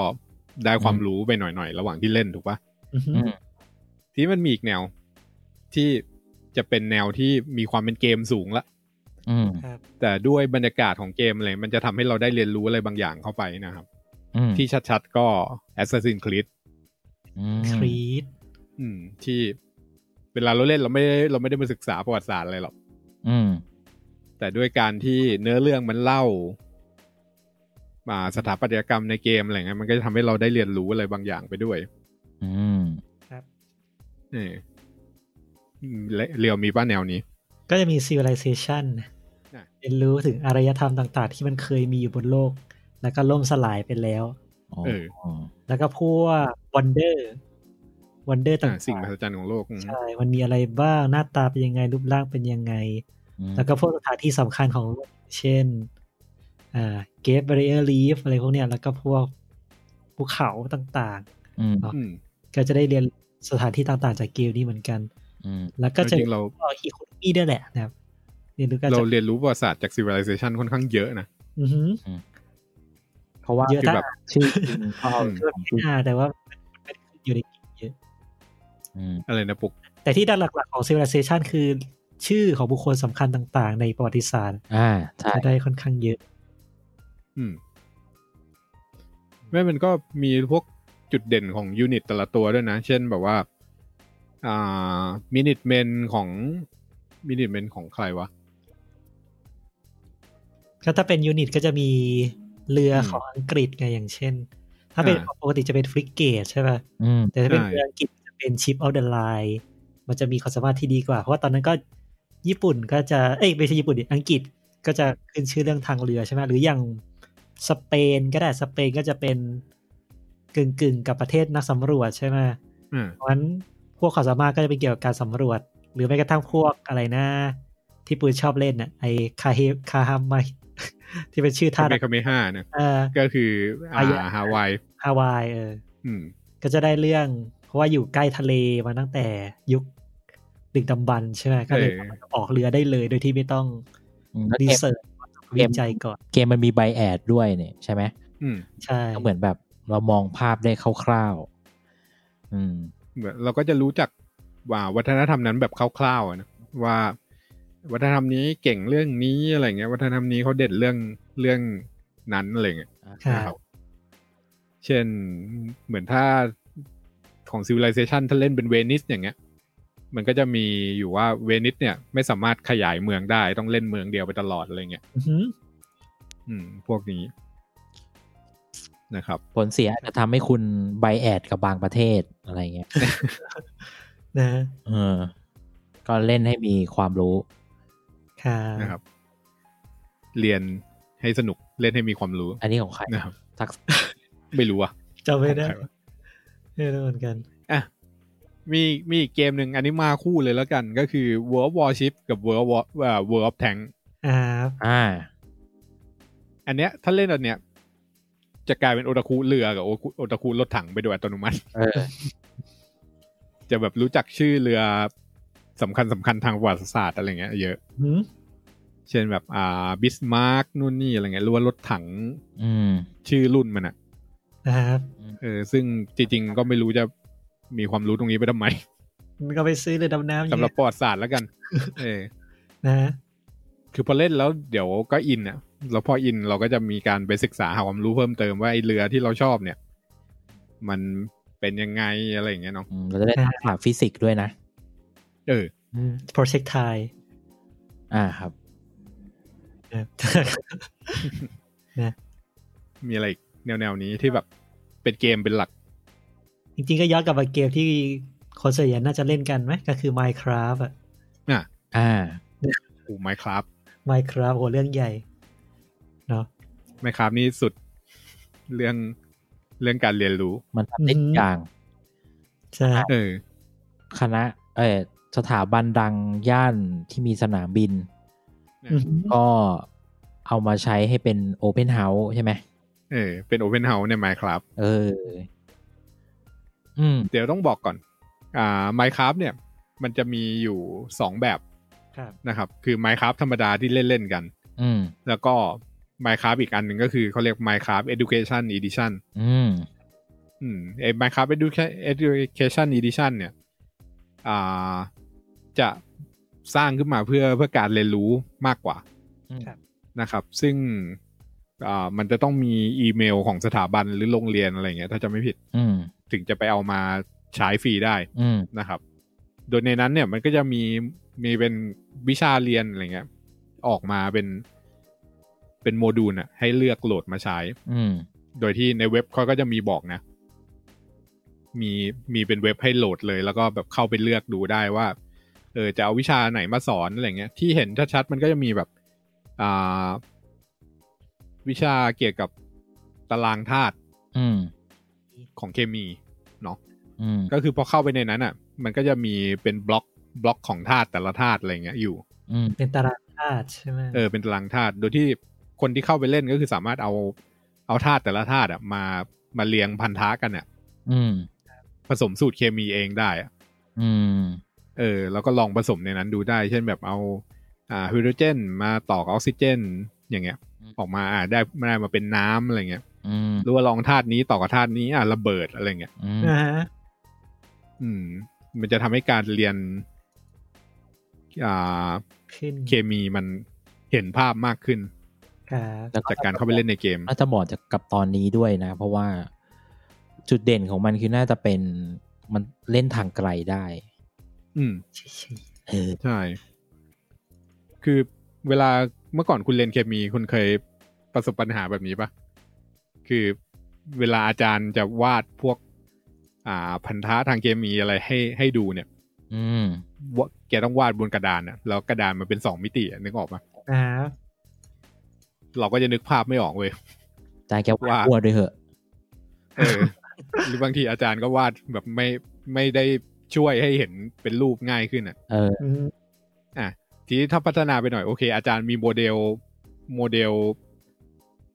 S2: ได้ความ
S4: อืม
S2: รู้ไปหน่อยๆ ระหว่างที่เล่นถูกปะ
S3: อือฮึ
S4: อืม
S2: ทีนี้มันมีอีกแนวที่จะเป็นแนวที่มีความเป็นเกมสูงละ
S4: อืม
S3: ครับ
S2: แต่ด้วยบรรยากาศของเกมอะไรมันจะทำให้เราได้เรียนรู้อะไรบางอย่างเข้าไปนะครับ
S4: อืม
S2: ที่ชัดๆก็ Assassin's Creed
S4: อืม
S3: ครีด
S2: อืม ที่เวลาเราเล่นเราไม่ได้เราไม่ได้มาศึกษาประวัติศาสตร์อะไรหรอก
S4: อืม
S2: แต่ด้วยการที่เนื้อเรื่องมันเล่ามาสถาปัตยกรรมในเกมอะไรเงี้ยมันก็จะทำให้เราได้เรียนรู้อะไรบางอย่างไปด้วย
S4: อืม
S3: ครับ
S2: เอออืมและเรียวมีป้าแนวนี้
S3: ก็จะมี civilization นะ
S2: อ่ะ
S3: เรียนรู้ถึงอารยธรรมต่างๆ ที่มันเคยมีอยู่บนโลก แล้วก็ล่มสลายไปแล้ว
S4: อ๋อ
S2: เออ
S3: แล้วก็พวก wonder wonder ต่า
S2: อ่าง สิ่งมหัศจรรย์ของโลกอืม
S3: ๆใช่มันมีอะไรบ้างหน้าตาเป็นยังไง รูปร่างเป็นยังไง
S4: อืม
S3: แล้วก็พวกสถานที่สำคัญของโลกเช่น อ่า gate barrier reef อะไรพวกเนี้ยแล้วก็พวกภูเขาต่าง
S4: อืม
S2: อืม
S3: ๆ ก็จะได้เรียนสถานที่ต่างๆ จากเกมนี้เหมือนกัน
S4: อืม
S3: แล้วก็จะ
S2: จริงๆเรา
S3: พวกอีโคโนมีด้วยแหละนะครับเรียนรู้การ
S2: เรา
S3: จัด
S2: เรียนรู้ประวัติศาสตร์จาก civilization ค่อนข้างเยอะนะ
S3: อือหือ
S4: เพราะว่า
S3: เยอะ
S2: คือ
S3: นะ
S2: แบบ
S4: ชื่อจริงเขาเอา
S3: ก็ไม่น่าแต่ว่ามันไม่ได้ขึ้นอยู่ในเกมเยอะ
S4: อืม
S2: อะไรนะปุก
S3: แต่ที่ด้านหลักๆของ civilization คือ ชื่อของบุคคลสำคัญต่างๆ ในประวัติศาสตร์
S4: อ่าใช่
S3: จะได้ค่อนข้างเยอะ
S2: อืมไม่มันก็มีพวกจุดเด่นของยูนิตแต่ละตัวด้วยนะ เช่นแบบว่า อ่ามินิทเมนของมินิทเมนของใครวะ
S3: ก็ถ้าเป็นยูนิตก็จะมีเรืออ
S2: ม
S3: ของอังกฤษไงอย่างเช่น ถ้าเป็น
S2: อ่า
S3: ปกติจะเป็นฟริกเกตใช่ป่ะ
S4: อืม
S3: แต่ถ้าเป็น
S2: ใช่
S3: เรืออังกฤษจะเป็นชิปเอาเดอ l ไลน์มันจะมีความสามารถที่ดีกว่า เพราะว่าตอนนั้นก็ญี่ปุ่นก็จะเอ้ยไม่ใช่ญี่ปุ่นดิอังกฤษก็จะขึ้นชื่อเรื่องทางเรือใช่ไหมหรืออย่างสเปนก็ได้สเปนก็จะเป็นกึ่งกึ่งๆกับประเทศนักสำรวจใช่ไหม
S2: อ่า
S3: เพราะฉะนั้นพวกความสามารถก็จะเป็นเกี่ยวกับการสำรวจ หรือแม้กระทั่งพวกอะไรนะ ที่ปืนชอบเล่นน่ะไอ้คาเฮคาฮามไม ที่เป็นชื่อท่า
S2: คาเมคาเมห้าเนี่ย
S3: เออ
S2: ก็คืออ่า
S3: อายะ
S2: ฮาวาย
S3: ฮาวายเออ
S2: อืม
S3: ก็จะได้เรื่อง เพราะว่าอยู่ใกล้ทะเลมาตั้งแต่ยุคดึกดำบรรพ์ใช่ไหมก็เลย
S2: เออ
S3: ออกเรือได้เลยโดยที่ไม่ต้อง
S4: อืมแล้ว
S3: รี
S4: เกม
S3: เสิร์ช
S4: เก
S3: วิ
S4: ม
S3: จัยก่อน
S4: เกมมันมีไบแอดด้วยเนี่ยใช่ไหม
S2: อืม
S3: ใช่
S4: ก็เหมือนแบบเรามองภาพได้คร่าวๆอืม
S2: เหมือนเราก็จะรู้จักว่าวัฒนธรรมนั้นแบบคร่าวๆอะนะว่า วัฒนธรรมนี้เก่งเรื่องนี้อะไรเงี้ย วัฒนธรรมนี้เขาเด่นเรื่องเรื่องนั้นอะไรเงี้ย
S3: ค่ะ
S2: นะครับเช่นเหมือนถ้าของ Civilization ถ้าเล่นเป็นเวนิสอย่างเงี้ย มันก็จะมีอยู่ว่าเวนิสเนี่ยไม่สามารถขยายเมืองได้ต้องเล่นเมืองเดียวไปตลอดอะไรเงี้ย
S3: อือหือ
S2: อืม พวกนี้นะครับ
S4: ผลเสียอาจจะทำให้คุณไบแอดกับบางประเทศอะไรเงี้ย
S3: นะ
S4: เออ ก็เล่นให้มีความรู้
S3: ค่ะ
S2: นะครับ เรียนให้สนุกเล่นให้มีความรู้
S4: อันนี้ของใคร
S2: นะครับ
S4: ทักษ
S2: ไม่รู้อ่ะ
S3: จำไม่ได้
S2: ของใครวะ
S3: ไม่รู้เหมือนกัน
S2: อ่ะมีมีอีกเกมหนึ่งอันนี้มาคู่เลยแล้วกัน ก็คือ World of Warship กับ World of War- เอ่อ World of Tank
S3: อ่า
S4: อ่า
S2: อันเนี้ยถ้าเล่นอันเนี้ยจะกลายเป็นโอตาคุเรือกับโอคุโอตาคุรถถังไปโดยอัตโนมัติ
S4: เออ
S2: จะแบบรู้จักชื่อเรือสำคัญสำคัญทางประวัติศาสตร์อะไรเงี้ยเยอะ
S3: หืม
S2: เช่นแบบอ่าบิสมาร์กนู่นนี่อะไรเงี้ยหรือว่ารถถัง
S4: อืม
S2: ชื่อรุ่นมันอะ
S3: นะครับ
S2: เออซึ่งจริงๆก็ไม่รู้จะมีความรู้ตรงนี้ไปทำไม
S3: มันก็ไปซื้อเรือดำน้ำอยู่
S2: สำหรับประวัติศาสตร์แล้วกัน เออ
S3: นะฮะ
S2: คือพอเล่นแล้วเดี๋ยวก็อินอ่ะแล้วพออินเราก็จะมีการไปศึกษาหาความรู้เพิ่มเติมว่าไอเรือที่เราชอบเนี่ย มันเป็นยังไงอะไรอย่างเงี้ยเนาะ
S4: อืมเราจะได้ทักษะฟิสิกส์ด้วยนะ
S2: เออ
S3: โปรเจกต์ไทย
S4: อ่าครับ
S2: มีอะไรอีกแนวๆนี้ที่แบบเป็นเกมเป็นหลัก
S3: จริงๆก็ย้อนกลับมาเกมที่คนส่วนใหญ่น่าจะเล่นกันไหมก็คือ Minecraft อ่ะ
S4: อ่า
S2: อูไมครับ
S3: Minecraft โหเรื่องใหญ่เนาะ
S2: ไมครับนี่สุด เรื่องเรื่องการเรียนรู้
S4: มันทำได้
S3: อือหือ
S4: ทุก
S3: อ
S4: อย่าง
S3: ใช่
S2: เออ
S4: คณะเออสถาบันดังย่านที่มีสนามบิน
S2: อืม
S4: ก็เอามาใช้ให้เป็นโอเพนเฮาส์ใช่ไหม
S2: เออ เป็นโอเพนเฮาส์ในไมครับ
S4: เออ อืม
S2: เดี๋ยวต้องบอกก่อน อ่าไมครับเนี่ย มันจะมีอยู่สองแบบ
S3: ครับ
S2: นะครับ คือไมครับธรรมดาที่เล่นๆกัน
S4: อืม
S2: แล้วก็ Minecraft อีกอันหนึ่งก็คือเขาเรียก Minecraft Education Edition
S4: อืม
S2: อืมไอ้ Minecraft Educa- Education Edition เนี่ยอ่าจะสร้างขึ้นมาเพื่อเพื่อการเรียนรู้มากกว่า
S4: อืม
S2: นะครับ ซึ่งอ่ามันจะต้องมีอีเมลของสถาบันหรือโรงเรียนอะไรเงี้ยถ้าจะไม่ผิด
S4: อืม
S2: ถึงจะไปเอามาใช้ฟรีได้
S4: อืม
S2: นะครับ โดยในนั้นเนี่ยมันก็จะมีมีเป็นวิชาเรียนอะไรเงี้ยออกมาเป็นเป็นโมดูลอะให้เลือกโหลดมาใช้
S4: อืม
S2: โดยที่ในเว็บเขาก็จะมีบอกนะ มีมีเป็นเว็บให้โหลดเลย แล้วก็แบบเข้าไปเลือกดูได้ว่า เออจะเอาวิชาไหนมาสอนอะไรเงี้ย ที่เห็นชัดๆมันก็จะมีแบบอ่าวิชาเกี่ยวกับตารางธาตุ
S4: อืม
S2: ของเคมีเนาะ
S4: อืม
S2: ก็คือพอเข้าไปในนั้นอ่ะ มันก็จะมีเป็นบล็อกบล็อกของธาตุแต่ละธาตุอะไรเงี้ยอยู่
S4: อืม
S3: เป็นตารางธาตุใช่ไหม
S2: เออเป็นตารางธาตุ โดยที่คนที่เข้าไปเล่นก็คือสามารถเอาเอาธาตุแต่ละธาตุอ่ะมามาเรียงพันธะกันอ่ะ
S4: อืม
S2: ผสมสูตรเคมีเองได้อะ
S4: อืม
S2: เออแล้วก็ลองผสมในนั้นดูได้ เช่นแบบเอาอ่าไฮโดรเจน มาต่อกับออกซิเจน อย่างเงี้ย ออกมาอ่าได้ได้มาเป็นน้ำอะไรเงี้ย
S4: อืม
S2: หรือว่าลองธาตุนี้ต่อกับธาตุนี้อ่ะระเบิดอะไรเงี้ย
S4: อืม
S3: นะฮะ
S2: อืม มันจะทำให้การเรียนอ่า
S3: ขึ้น
S2: เคมีมันเห็นภาพมากขึ้น
S3: ครับ
S4: แล้วก็
S2: จากการเข้าไปเล่นในเกม
S4: น่าจะเหมาะจากกับตอนนี้ด้วยนะ เพราะว่าจุดเด่นของมันคือน่าจะเป็นมันเล่นทางไกลได้
S2: อืม
S4: เออ
S2: ใช่ คือเวลาเมื่อก่อนคุณเรียนเคมี คุณเคยประสบปัญหาแบบนี้ปะคือเวลาอาจารย์จะวาดพวก อ่า พันธะทางเคมีอะไรให้ให้ดูเนี่ย
S4: อืม
S2: วะแกต้องวาดบนกระดานนะแล้วกระดานมันเป็นสองมิติอะนึกออกปะ
S3: นะครับ
S2: เราก็จะนึกภาพไม่ออกเว้ย
S4: ใจแกว่า
S2: ว่า
S4: อ้วนด้วยเหอะ
S2: เออ หรือบางทีอาจารย์ก็วาดแบบไม่ไม่ได้ช่วยให้เห็นเป็นรูปง่ายขึ้นอ่ะ
S4: เออ
S3: อืม
S2: ทีนี้ถ้าพัฒนาไปหน่อยโอเค อาจารย์มีโมเดลโมเดล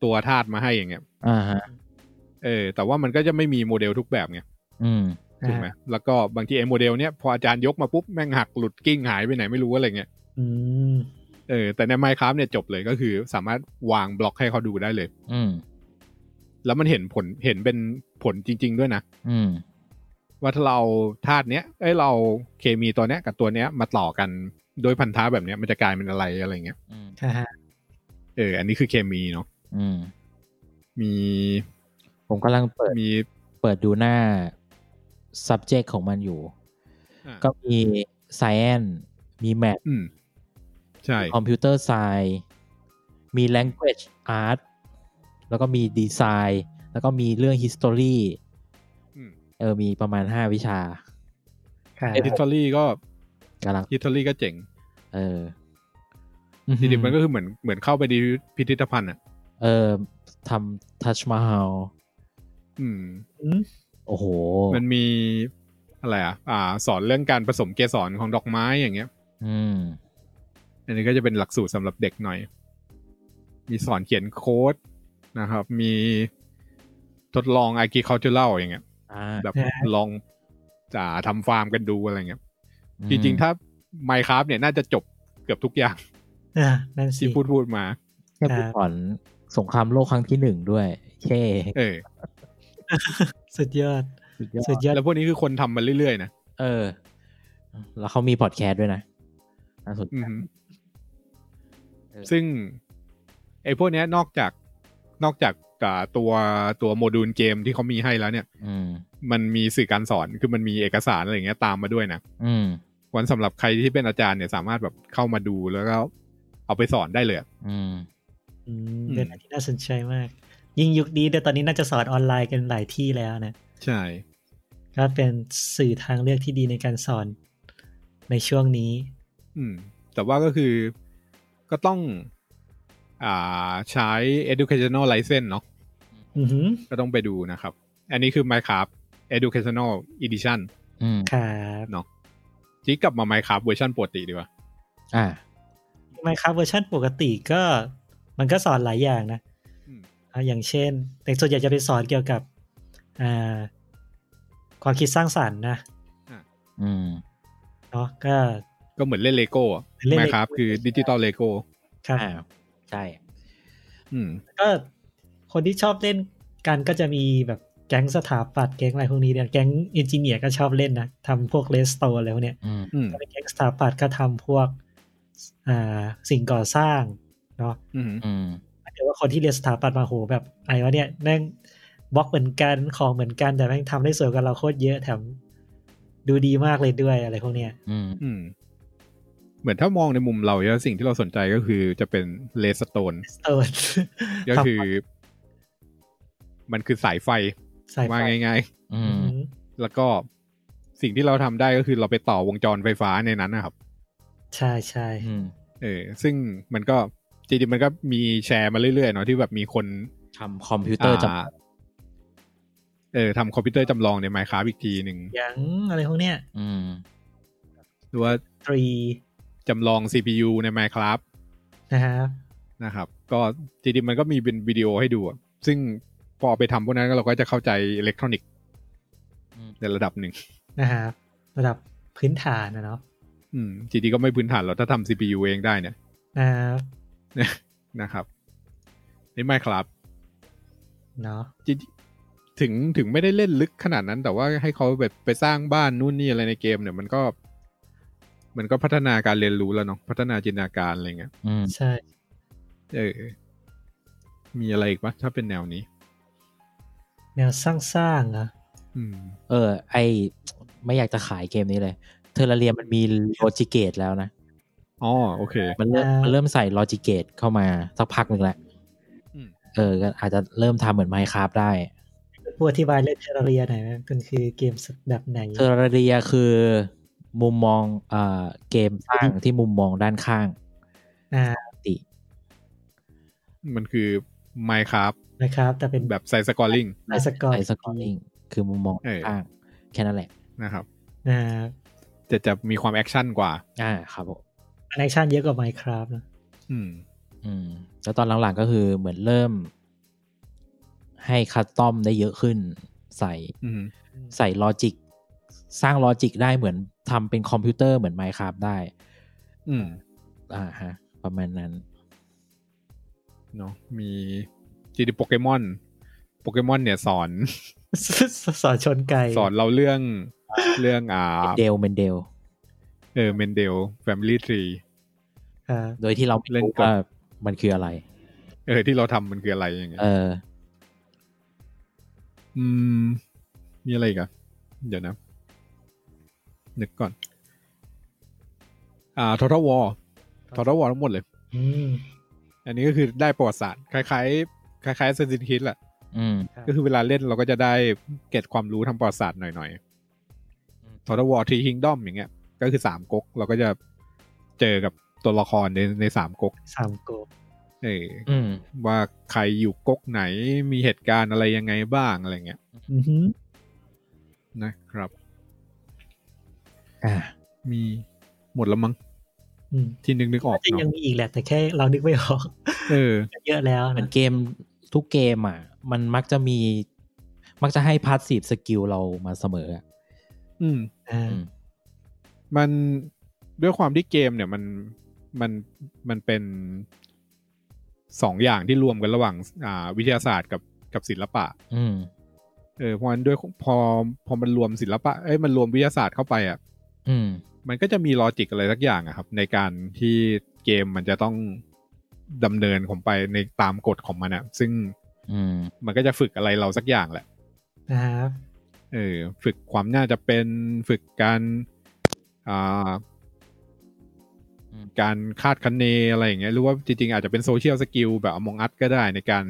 S2: ตัวธาตุมาให้อย่างเงี้ย
S4: อ่าฮะ
S2: เออแต่ว่ามันก็จะไม่มีโมเดลทุกแบบไง
S4: อืม
S2: ถูกไหมแล้วก็บางทีไอ้โมเดลเนี้ยพออาจารย์ยกมาปุ๊บแม่งหักหลุดกิ้งหายไปไหนไม่รู้อะไรเงี้ย
S3: อืม
S2: เออแต่ใน Minecraft เนี่ยจบเลยก็คือสามารถวางบล็อกให้เขาดูได้เลย
S4: อืม
S2: แล้วมันเห็นผลเห็นเป็นผลจริง ๆ ด้วยนะ
S4: อืม
S2: ว่าถ้าเราธาตุเนี้ยเอ้ยเราเคมีตัวเนี้ยกับตัวเนี้ยมาต่อกันโดยพันธะแบบเนี้ยมันจะกลายเป็นอะไรอะไรเงี้ย
S4: อืม
S3: นะฮะ
S2: เอออันนี้คือเคมีเนาะ
S4: อืม
S2: มี
S4: ผมกำลังเปิด
S2: มี
S4: เปิดดูหน้า subject ของมันอยู่
S2: อ่า
S4: ก็มี science มี math
S2: อืม ใช่
S4: คอมพิวเตอร์ไซน์มี language art แล้วก็มีดีไซน์แล้วก็มีเรื่อง history
S2: อืม
S4: เออ มีประมาณห้าวิชา
S3: ครับ
S2: เอทิทอรี่ก็
S4: กำลัง
S2: ทิทอรี่ก็เจ๋ง
S4: เออ
S2: จริงๆมันก็คือเหมือนเหมือนเข้าไปในพิพิธภัณฑ์อ่ะ
S4: เออทำ touch mahal
S2: อืม
S3: อืม
S4: โอ้โห
S2: มันมีอะไรอ่ะ อ่า สอนเรื่องการผสมเกสรของดอกไม้อย่างเงี้ย
S4: อืม
S2: อันนี้ก็จะเป็นหลักสูตรสำหรับเด็กหน่อย มีสอนเขียนโค้ดนะครับ มีทดลอง agricultural อย่างเงี้ย
S4: อ่า
S2: แบบ
S3: ใช่
S2: ลองจะทำฟาร์มกันดูอะไรเงี้ย จริง ๆถ้า
S4: ถ้า
S2: Minecraft เนี่ยน่าจะจบเกือบทุกอย่าง
S3: อ่านั่นสิ
S2: ที่พูดพูดมา
S3: ครับ
S4: พูดก่อนสงครามโลกครั้งที่หนึ่งด้วยเช่
S2: เออ
S3: สุดยอด
S4: สุดยอ
S3: สุ
S4: ด
S3: ดยอด
S2: แล้วพวกนี้คือคนทำมาเรื่อยๆนะ
S4: เออ แล้วเขามีพอดแคสต์ด้วยนะน่าสนใจ
S2: อือฮึ
S4: เออ
S2: ซึ่งไอ้พวกเนี้ยนอกจากนอกจากอ่าตัวตัวโมดูลเกมที่เขามีให้แล้วเนี่ย
S4: อืม
S2: มันมีสื่อการสอนคือมันมีเอกสารอะไรอย่างเงี้ยตามมาด้วยนะ
S4: อืม
S2: วันสำหรับใครที่เป็นอาจารย์เนี่ยสามารถแบบเข้ามาดูแล้วก็เอาไปสอนได้เลยอะ
S4: อืม
S3: อืม
S2: อืม
S3: เป็นอะไรที่น่าสนใจมาก ยิ่งยุคนี้เดี๋ยวตอนนี้น่าจะสอนออนไลน์กันหลายที่แล้วนะ
S2: ใช่
S3: ก็เป็นสื่อทางเลือกที่ดีในการสอนในช่วงนี้
S2: อืม แต่ว่าก็คือก็ต้องอ่าใช้ educational license เนาะ
S3: อือหือ
S2: ก็ต้องไปดูนะครับ อันนี้คือ Minecraft educational edition
S4: อืม
S3: ครับ
S2: เนาะจีกลับมา Minecraft เวอร์ชันปกติดีกว่า
S4: อ่า
S3: ไมครับเวอร์ชันปกติก็มันก็สอนหลายอย่างนะ
S2: อืม
S3: อ่าอย่างเช่น แต่ส่วนใหญ่จะไปสอนเกี่ยวกับอ่าความคิดสร้างสรรค์นะ
S4: อืม
S3: เนาะก็
S2: ก็เหมือนเล่นเลโก้
S3: เล่น Lego
S2: ไมครับคือดิจิตอลเลโก้
S3: ครับ
S4: อ่า ใช่
S2: อืม
S3: ก็คนที่ชอบเล่นกันก็จะมีแบบแก๊งสถาปัตย์แก๊งอะไรพวกนี้เนี่ยแก๊งเอนจิเนียร์ก็ชอบเล่นนะทำพวกเลสโตแล้วกเนี่ย
S4: อืม
S2: อืม
S3: ถ้าเป็นแก๊งสถาปัตย์ก็ทำพวกอ่าสิ่งก่อสร้างเนาะ
S2: อืม
S4: อืม
S3: แต่ว่าคนที่เรียนสถาปัตย์มาโหแบบอะไรวะเนี่ยแม่งบล็อกเหมือนกันของเหมือนกันแต่แม่งทำได้สวยกว่าเราโคตรเยอะแถมดูดีมากเลยด้วยอะไรพวกเนี้ย
S4: อืม
S2: อืม เหมือนถ้ามองในมุมเราเนี่ยสิ่งที่เราสนใจก็คือจะเป็นเลสโตน
S3: เออ
S2: ก็คือ มันคือสายไฟ
S3: สายไฟ
S2: ว่าง่าย
S4: อื
S3: อื
S4: ม
S3: ม
S2: ๆ แล้วก็สิ่งที่เราทำได้ก็คือเราไปต่อวงจรไฟฟ้าในนั้นนะครับ
S3: ใช่ใช่
S4: อืม
S2: เออ ซึ่งมันก็จริงๆมันก็มีแชร์มาเรื่อยๆเนาะที่แบบมีคน
S4: ทำคอมพิวเตอร์จะ
S2: าเออทำคอมพิวเตอร์จำลองในไมค้าอีกทีหนึ่ง
S3: อย่างอะไรพวกเนี้ย
S4: อืม
S2: หรือว่า
S3: ตรี
S2: จำลอง CPU ใน Minecraft
S3: นะครับ
S2: นะครับ ก็จริงๆมันก็มีเป็นวิดีโอให้ดูอะซึ่งพอไปทำพวกนั้นก็เราก็จะเข้าใจอิเล็กทรอนิกส์
S4: อืม
S2: ในระดับหนึ่ง
S3: นะครับระดับพื้นฐานนะเนาะ
S2: อืมจริงๆก็ไม่พื้นฐานหรอกถ้าทำ CPU เองได้เนี่ย
S3: นะครับ
S2: นะครับนี่ไม่ครับ
S3: เนาะ
S2: จริงๆถึงถึงไม่ได้เล่นลึกขนาดนั้น แต่ว่าให้เขาแบบไปสร้างบ้านนู่นนี่อะไรในเกมเนี่ยมันก็ มันก็พัฒนาการเรียนรู้แล้วเนาะพัฒนาจินตนาการอะไรเงี้ย
S4: อืม
S3: ใช่
S2: เออ มีอะไรอีกปะถ้าเป็นแนวนี้
S3: แนวสร้างสร้างๆอะ
S2: อืม
S4: เออ ไอไม่อยากจะขายเกมนี้เลย เทอร์เรียมันมีลอจิเกตแล้วนะ
S2: อ๋อโอเค
S4: มันเริ่มมันเริ่มใส่ลอจิเกตเข้ามาสักพักหนึ่งแล้ว
S2: อืม
S4: เออก็อาจจะเริ่มทำเหมือนไมค์ค a f t ได้
S3: ผู้อธิบายเรื่องเทอร์เรียหน่อยไหมมันคือเกมแบบไหน
S4: เทอร์เรียคือมุมมองเอ่อเกมสร้างที่มุมมองด้านข้าง
S3: อ่า
S4: ปกติ
S2: มันคือไมครับ
S3: นะครับ แต่เป็น
S2: แบบไซสกอร์ลิง
S3: ไอสกอร์
S4: ไอสกอร์ลิงคือมุมมอง
S2: เออ
S4: ข้าง แค่นั้นแหละ
S2: นะครับ
S3: นะครับ
S2: จะจะมีความแอคชั่นกว่า
S4: อ่าครับผม
S3: แอคชั่นเยอะกว่า Minecraft นะ
S2: อืม
S4: อืม แล้วตอนหลังๆก็คือเหมือนเริ่ม ให้คัสตอมได้เยอะขึ้น ใส่
S2: อืม
S4: ใส่ลอจิก สร้างลอจิกได้เหมือนทำเป็นคอมพิวเตอร์เหมือนไมค์ค a f t ได้
S2: อืม
S4: อ่าฮะ ประมาณนั้น
S2: เนาะมีจริงๆโปเกมอนโปเกมอนเนี่ยสอน
S3: สอนชนไก่
S2: สอนเราเรื่องเรื่องอ่า
S4: เดลเมนเดล
S2: เออเมนเดลแฟมิลี่ทรี
S3: ครับ
S4: โดยที่เราไม่
S2: เล่น
S4: รู้
S2: ก่อน
S4: ว่ามันคืออะไร
S2: เออที่เราทำมันคืออะไรอย่างเงี้ย
S4: เออ
S2: อืม มีอะไรอีกอะเดี๋ยวนะ นึกก่อน อ่าทอร์วอทอร์วอทั้งหมดเลย
S3: อืม
S2: อันนี้ก็คือได้ประวัติศาสตร์คล้ายๆคล้ายๆเซนซิทิสแหละ
S4: อืม
S3: ครับ
S2: ก็คือเวลาเล่นเราก็จะได้เก็ตความรู้ทางประวัติศาสตร์หน่อยๆทอร์วอทีฮิงดอมอย่างเงี้ย ก็คือสามก๊กเราก็จะเจอกับตัวละครในในสามก๊ก
S3: สามโกบ
S2: เออ
S4: อืม
S2: ว่าใครอยู่ก๊กไหนมีเหตุการณ์อะไรยังไงบ้างอะไรเงี้ย
S3: อือหือ
S2: นะครับ
S4: อ่า
S2: มีหมดแล้วมั้ง
S3: อืม
S2: ที่นึกนึกออ
S3: น่าก จะยัง
S2: เนาะ
S3: มีอีกแหละแต่แค่เรานึกไม่ออก
S2: เออ
S3: เยอะแล้ว
S4: เหมือ
S3: นะ
S4: นเกมทุกเกมอ่ะ มันมักจะมี มักจะให้พาสซีฟสกิลเรามาเสมออะ
S2: อืม
S3: อ่า
S4: อืม
S2: มันด้วยความที่เกมเนี่ยมันมันมันเป็นสองอย่างที่รวมกันระหว่างอ่าวิทยาศาสตร์กับกับศิลปะ
S4: อืม
S2: เออเพราะฉะนั้นด้วยพอพอมันรวมศิลปะเอ้ยมันรวมวิทยาศาสตร์เข้าไปอ่ะ
S4: อืม
S2: มันก็จะมีลอจิกอะไรสักอย่างอะครับ ในการที่เกมมันจะต้องดำเนินของไปในตามกฎของมันอะซึ่ง
S4: อืม
S2: มันก็จะฝึกอะไรเราสักอย่างแหละ
S3: นะครับ
S2: เออฝึกความน่าจะเป็นฝึกการอ่า
S4: อืม
S2: การคาดคะเนอะไรอย่างเงี้ยหรือว่าจริงๆ อาจจะเป็นโซเชียลสกิลแบบอมองอัดก็ได้ในการ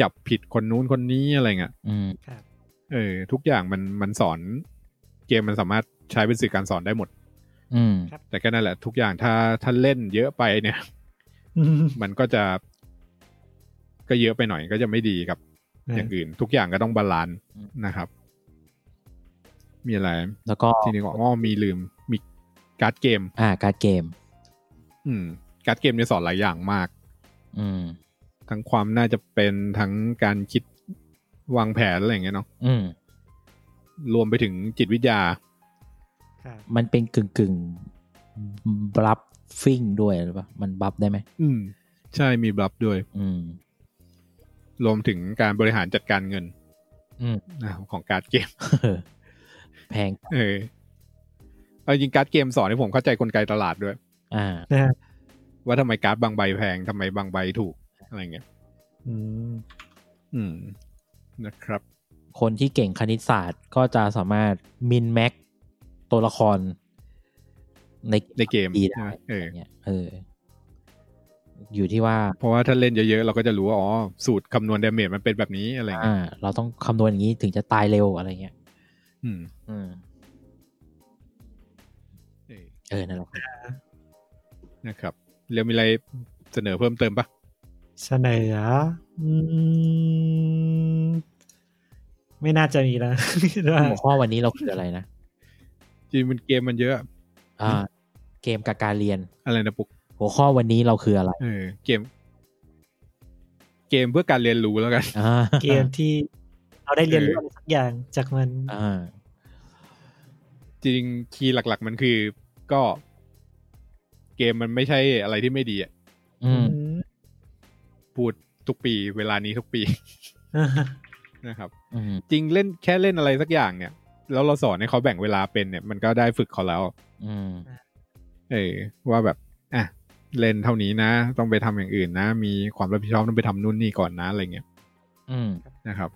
S2: จับผิดคนนู้นคนนี้อะไรเงี้ย
S4: อืม
S3: ครับ
S2: เออทุกอย่างมันมันสอนเกมมันสามารถใช้เป็นสื่อการสอนได้หมด
S4: อืม
S2: แต่ก็นั่นแหละ ทุกอย่างถ้าถ้าเล่นเยอะไปเนี่ย
S3: อืม
S2: มันก็จะ ก็เยอะไปหน่อยก็จะไม่ดีกับ อย่างอื่น ทุกอย่างก็ต้องบาลานซ์
S4: อืม
S2: นะครับ มีอะไร
S4: แล้วก็
S2: ทีนี้ก็อ๋อมีลืม มีการ์ดเกม
S4: อ่าการ์ดเกม
S2: อืม การ์ดเกมเนี่ยสอนหลายอย่างมาก
S4: อืม
S2: ทั้งความน่าจะเป็นทั้งการคิดวางแผนอะไรอย่างเงี้ยเนาะ
S4: อืม
S2: รวมไปถึงจิตวิทยา
S3: ครับ
S4: มันเป็นกึ่งกึ่งบลัฟฟิ่งด้วยหรือเปล่ามันบลัฟได้ไหม
S2: อืม ใช่มีบลับด้วย
S4: อืม
S2: รวมถึงการบริหารจัดการเงิน
S4: อืม
S2: นะครับของการ์ดเกม
S4: แพง
S2: เออเอาจริงการ์ดเกมสอนให้ผมเข้าใจกลไกตลาดด้วย
S4: อ่า
S3: นะครับ
S2: ว่าทำไมการ์ดบางใบแพงทำไมบางใบถูกอะไรอย่างเงี้ย
S3: อืม
S2: อืม นะครับ
S4: คนที่เก่งคณิตศาสตร์ก็จะสามารถมินแม็กตัวละคร ใน
S2: ในเกม
S4: ดี
S2: ใช่
S4: ได้
S2: ไหมเออ
S4: ย่างเนี่ยเออ อยู่ที่ว่า
S2: เพราะว่าถ้าเล่นเยอะๆเราก็จะรู้ว่าอ๋อสูตรคำนวณดาเมจมันเป็นแบบนี้อะไรอย่างเงี้ย
S4: อ่า เราต้องคำนวณอย่างนี้ถึงจะตายเร็วอะไรเงี้ย
S2: อืม
S4: อืม
S2: เออ
S4: เออนั่นแหละครับ
S2: นะครับเรียวมีอะไรเสนอเพิ่มเติมปะ
S3: เสนออืมไม่น่าจะมีแล้ว คิดว่า
S4: หัวข้อวันนี้เราคืออะไรนะ
S2: จริงมันเกมมันเยอะอะ
S4: อ่า เกมกับการเรียน
S2: อะไรนะปุ๊ก
S4: หัวข้อวันนี้เราคืออะไร
S2: เออเกม เกมเพื่อการเรียนรู้แล้วกัน
S4: อ่า
S3: เกมที่เราได้เรียนรู้อะไรสักอย่างจากมัน
S4: อ่า
S2: จริงคีย์หลัก ๆ มันคือก็เกมมันไม่ใช่อะไรที่ไม่ดีอะ
S4: อืม
S3: อืม
S2: พูดทุกปี เวลานี้ทุกปี
S3: อ่า
S2: นะครับ
S4: อืม
S2: จริงเล่นแค่เล่นอะไรสักอย่างเนี่ย แล้วเราสอนให้เขาแบ่งเวลาเป็นเนี่ย มันก็ได้ฝึกเขาแล้ว
S4: อืม
S2: เออว่าแบบอ่ะเล่นเท่านี้นะ ต้องไปทำอย่างอื่นนะ มีความรับผิดชอบต้องไปทำนู่นนี่ก่อนนะอะไรเงี้ย
S4: อืม
S2: นะครับ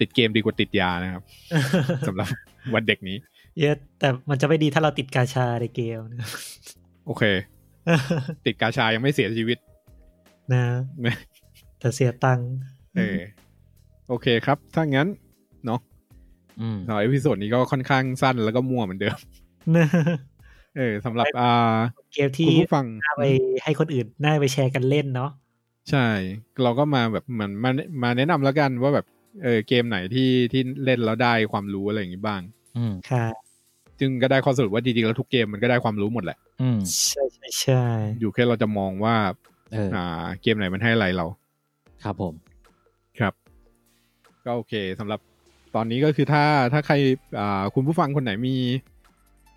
S2: ติดเกมดีกว่าติดยานะครับ สำหรับ วันเด็กนี้
S3: เยอะแต่มันจะไม่ดีถ้าเราติดกาชาในเกม นะ
S2: โอเค ติดกาชายังไม่เสียชีวิต
S3: นะแต่เสียตังค์
S2: เออโอเคครับ ถ้างั้นเนาะ
S4: อืม
S2: สำหรับเอพิโซดนี้ก็ค่อนข้างสั้นแล้วก็มั่วเหมือนเดิม
S3: นะ
S2: เออสำหรับอ่า
S3: เกม
S2: คุ
S3: ที่
S2: ณผู้ฟัง
S3: น่าไปให้คนอื่นน่าไปแชร์กันเล่นเนาะ
S2: ใช่ เราก็มาแบบเหมือนมามาแนะนำแล้วกันว่าแบบเออเกมไหนที่ที่เล่นแล้วได้ความรู้อะไรอย่างนี้บ้าง
S4: อืม
S3: ค่ะ
S2: จึงก็ได้ข้อสรุปว่าจริงๆแล้วทุกเกมมันก็ได้ความรู้หมดแหละ
S4: อืม
S3: ใช่ใช่ใช่
S2: อยู่แค่เราจะมองว่า
S4: เออ
S2: อ่า เกมไหนมันให้อะไรเรา
S4: ครับผม
S2: ครับ ก็โอเคสำหรับตอนนี้ก็คือถ้าถ้าใครอ่าคุณผู้ฟังคนไหนมี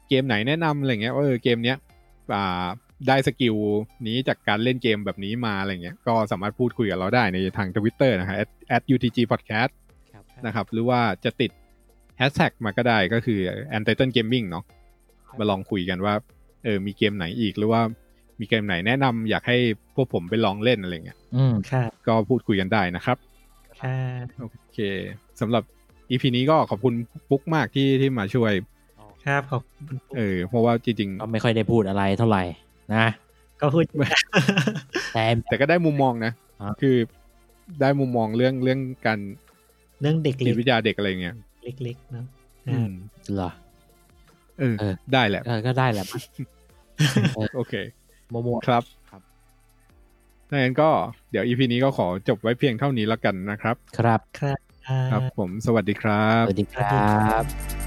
S2: เกมไหนแนะนำอะไรเงี้ยว่าเออเกมเนี้ยอ่าได้สกิลนี้จากการเล่นเกมแบบนี้มาอะไรเงี้ยก็สามารถพูดคุยกับเราได้ในทาง Twitter นะฮะ at @utg podcast
S4: ครับ
S2: นะครับ หรือว่าจะติดแฮชแท็กมาก็ได้ก็คือ a n t i t l e gaming เนาะมาลองคุยกันว่าเออมีเกมไหนอีกหรือว่ามีเกมไหนแนะนำอยากให้พวกผมไปลองเล่นอะไรเงี้ย
S4: อืม
S3: ค่ะ
S2: ก็พูดคุยกันได้นะครับ
S3: ค่ะ
S2: โอเคสำหรับ EP นี้ก็ขอบคุณปุ๊กมากที่ที่มาช่วย
S3: ครับขอบ
S2: เออ เพราะว่าจริง
S4: ก็ไม่ค่อยได้พูดอะไรเท่าไหร่ นะ
S3: ก็พูด
S4: แต่
S2: ๆ แต่ก็ได้มุมมองนะ
S4: อ่ะ
S2: คือได้มุมมองเรื่องเรื่องการ
S3: เรื่องเด็ก
S2: จิ
S3: เล็
S2: ต
S3: ก
S2: วิทยาเด็กอะไรเงี้ย
S3: เล็กๆเนาะ
S2: อื ม
S4: เหรอ
S2: เออ
S4: เออ
S2: ได้แหละ
S4: เออก็ได้แหละ
S2: โอเค
S4: โมโม
S2: ครับ
S4: ครับ
S2: ดังนั้นก็เดี๋ยว EP นี้ก็ขอจบไว้เพียงเท่านี้แล้วกันนะครับ
S4: ครับ
S3: ครับ
S2: ครับ ผมสวัสดีครับ
S4: สวัสดีครับ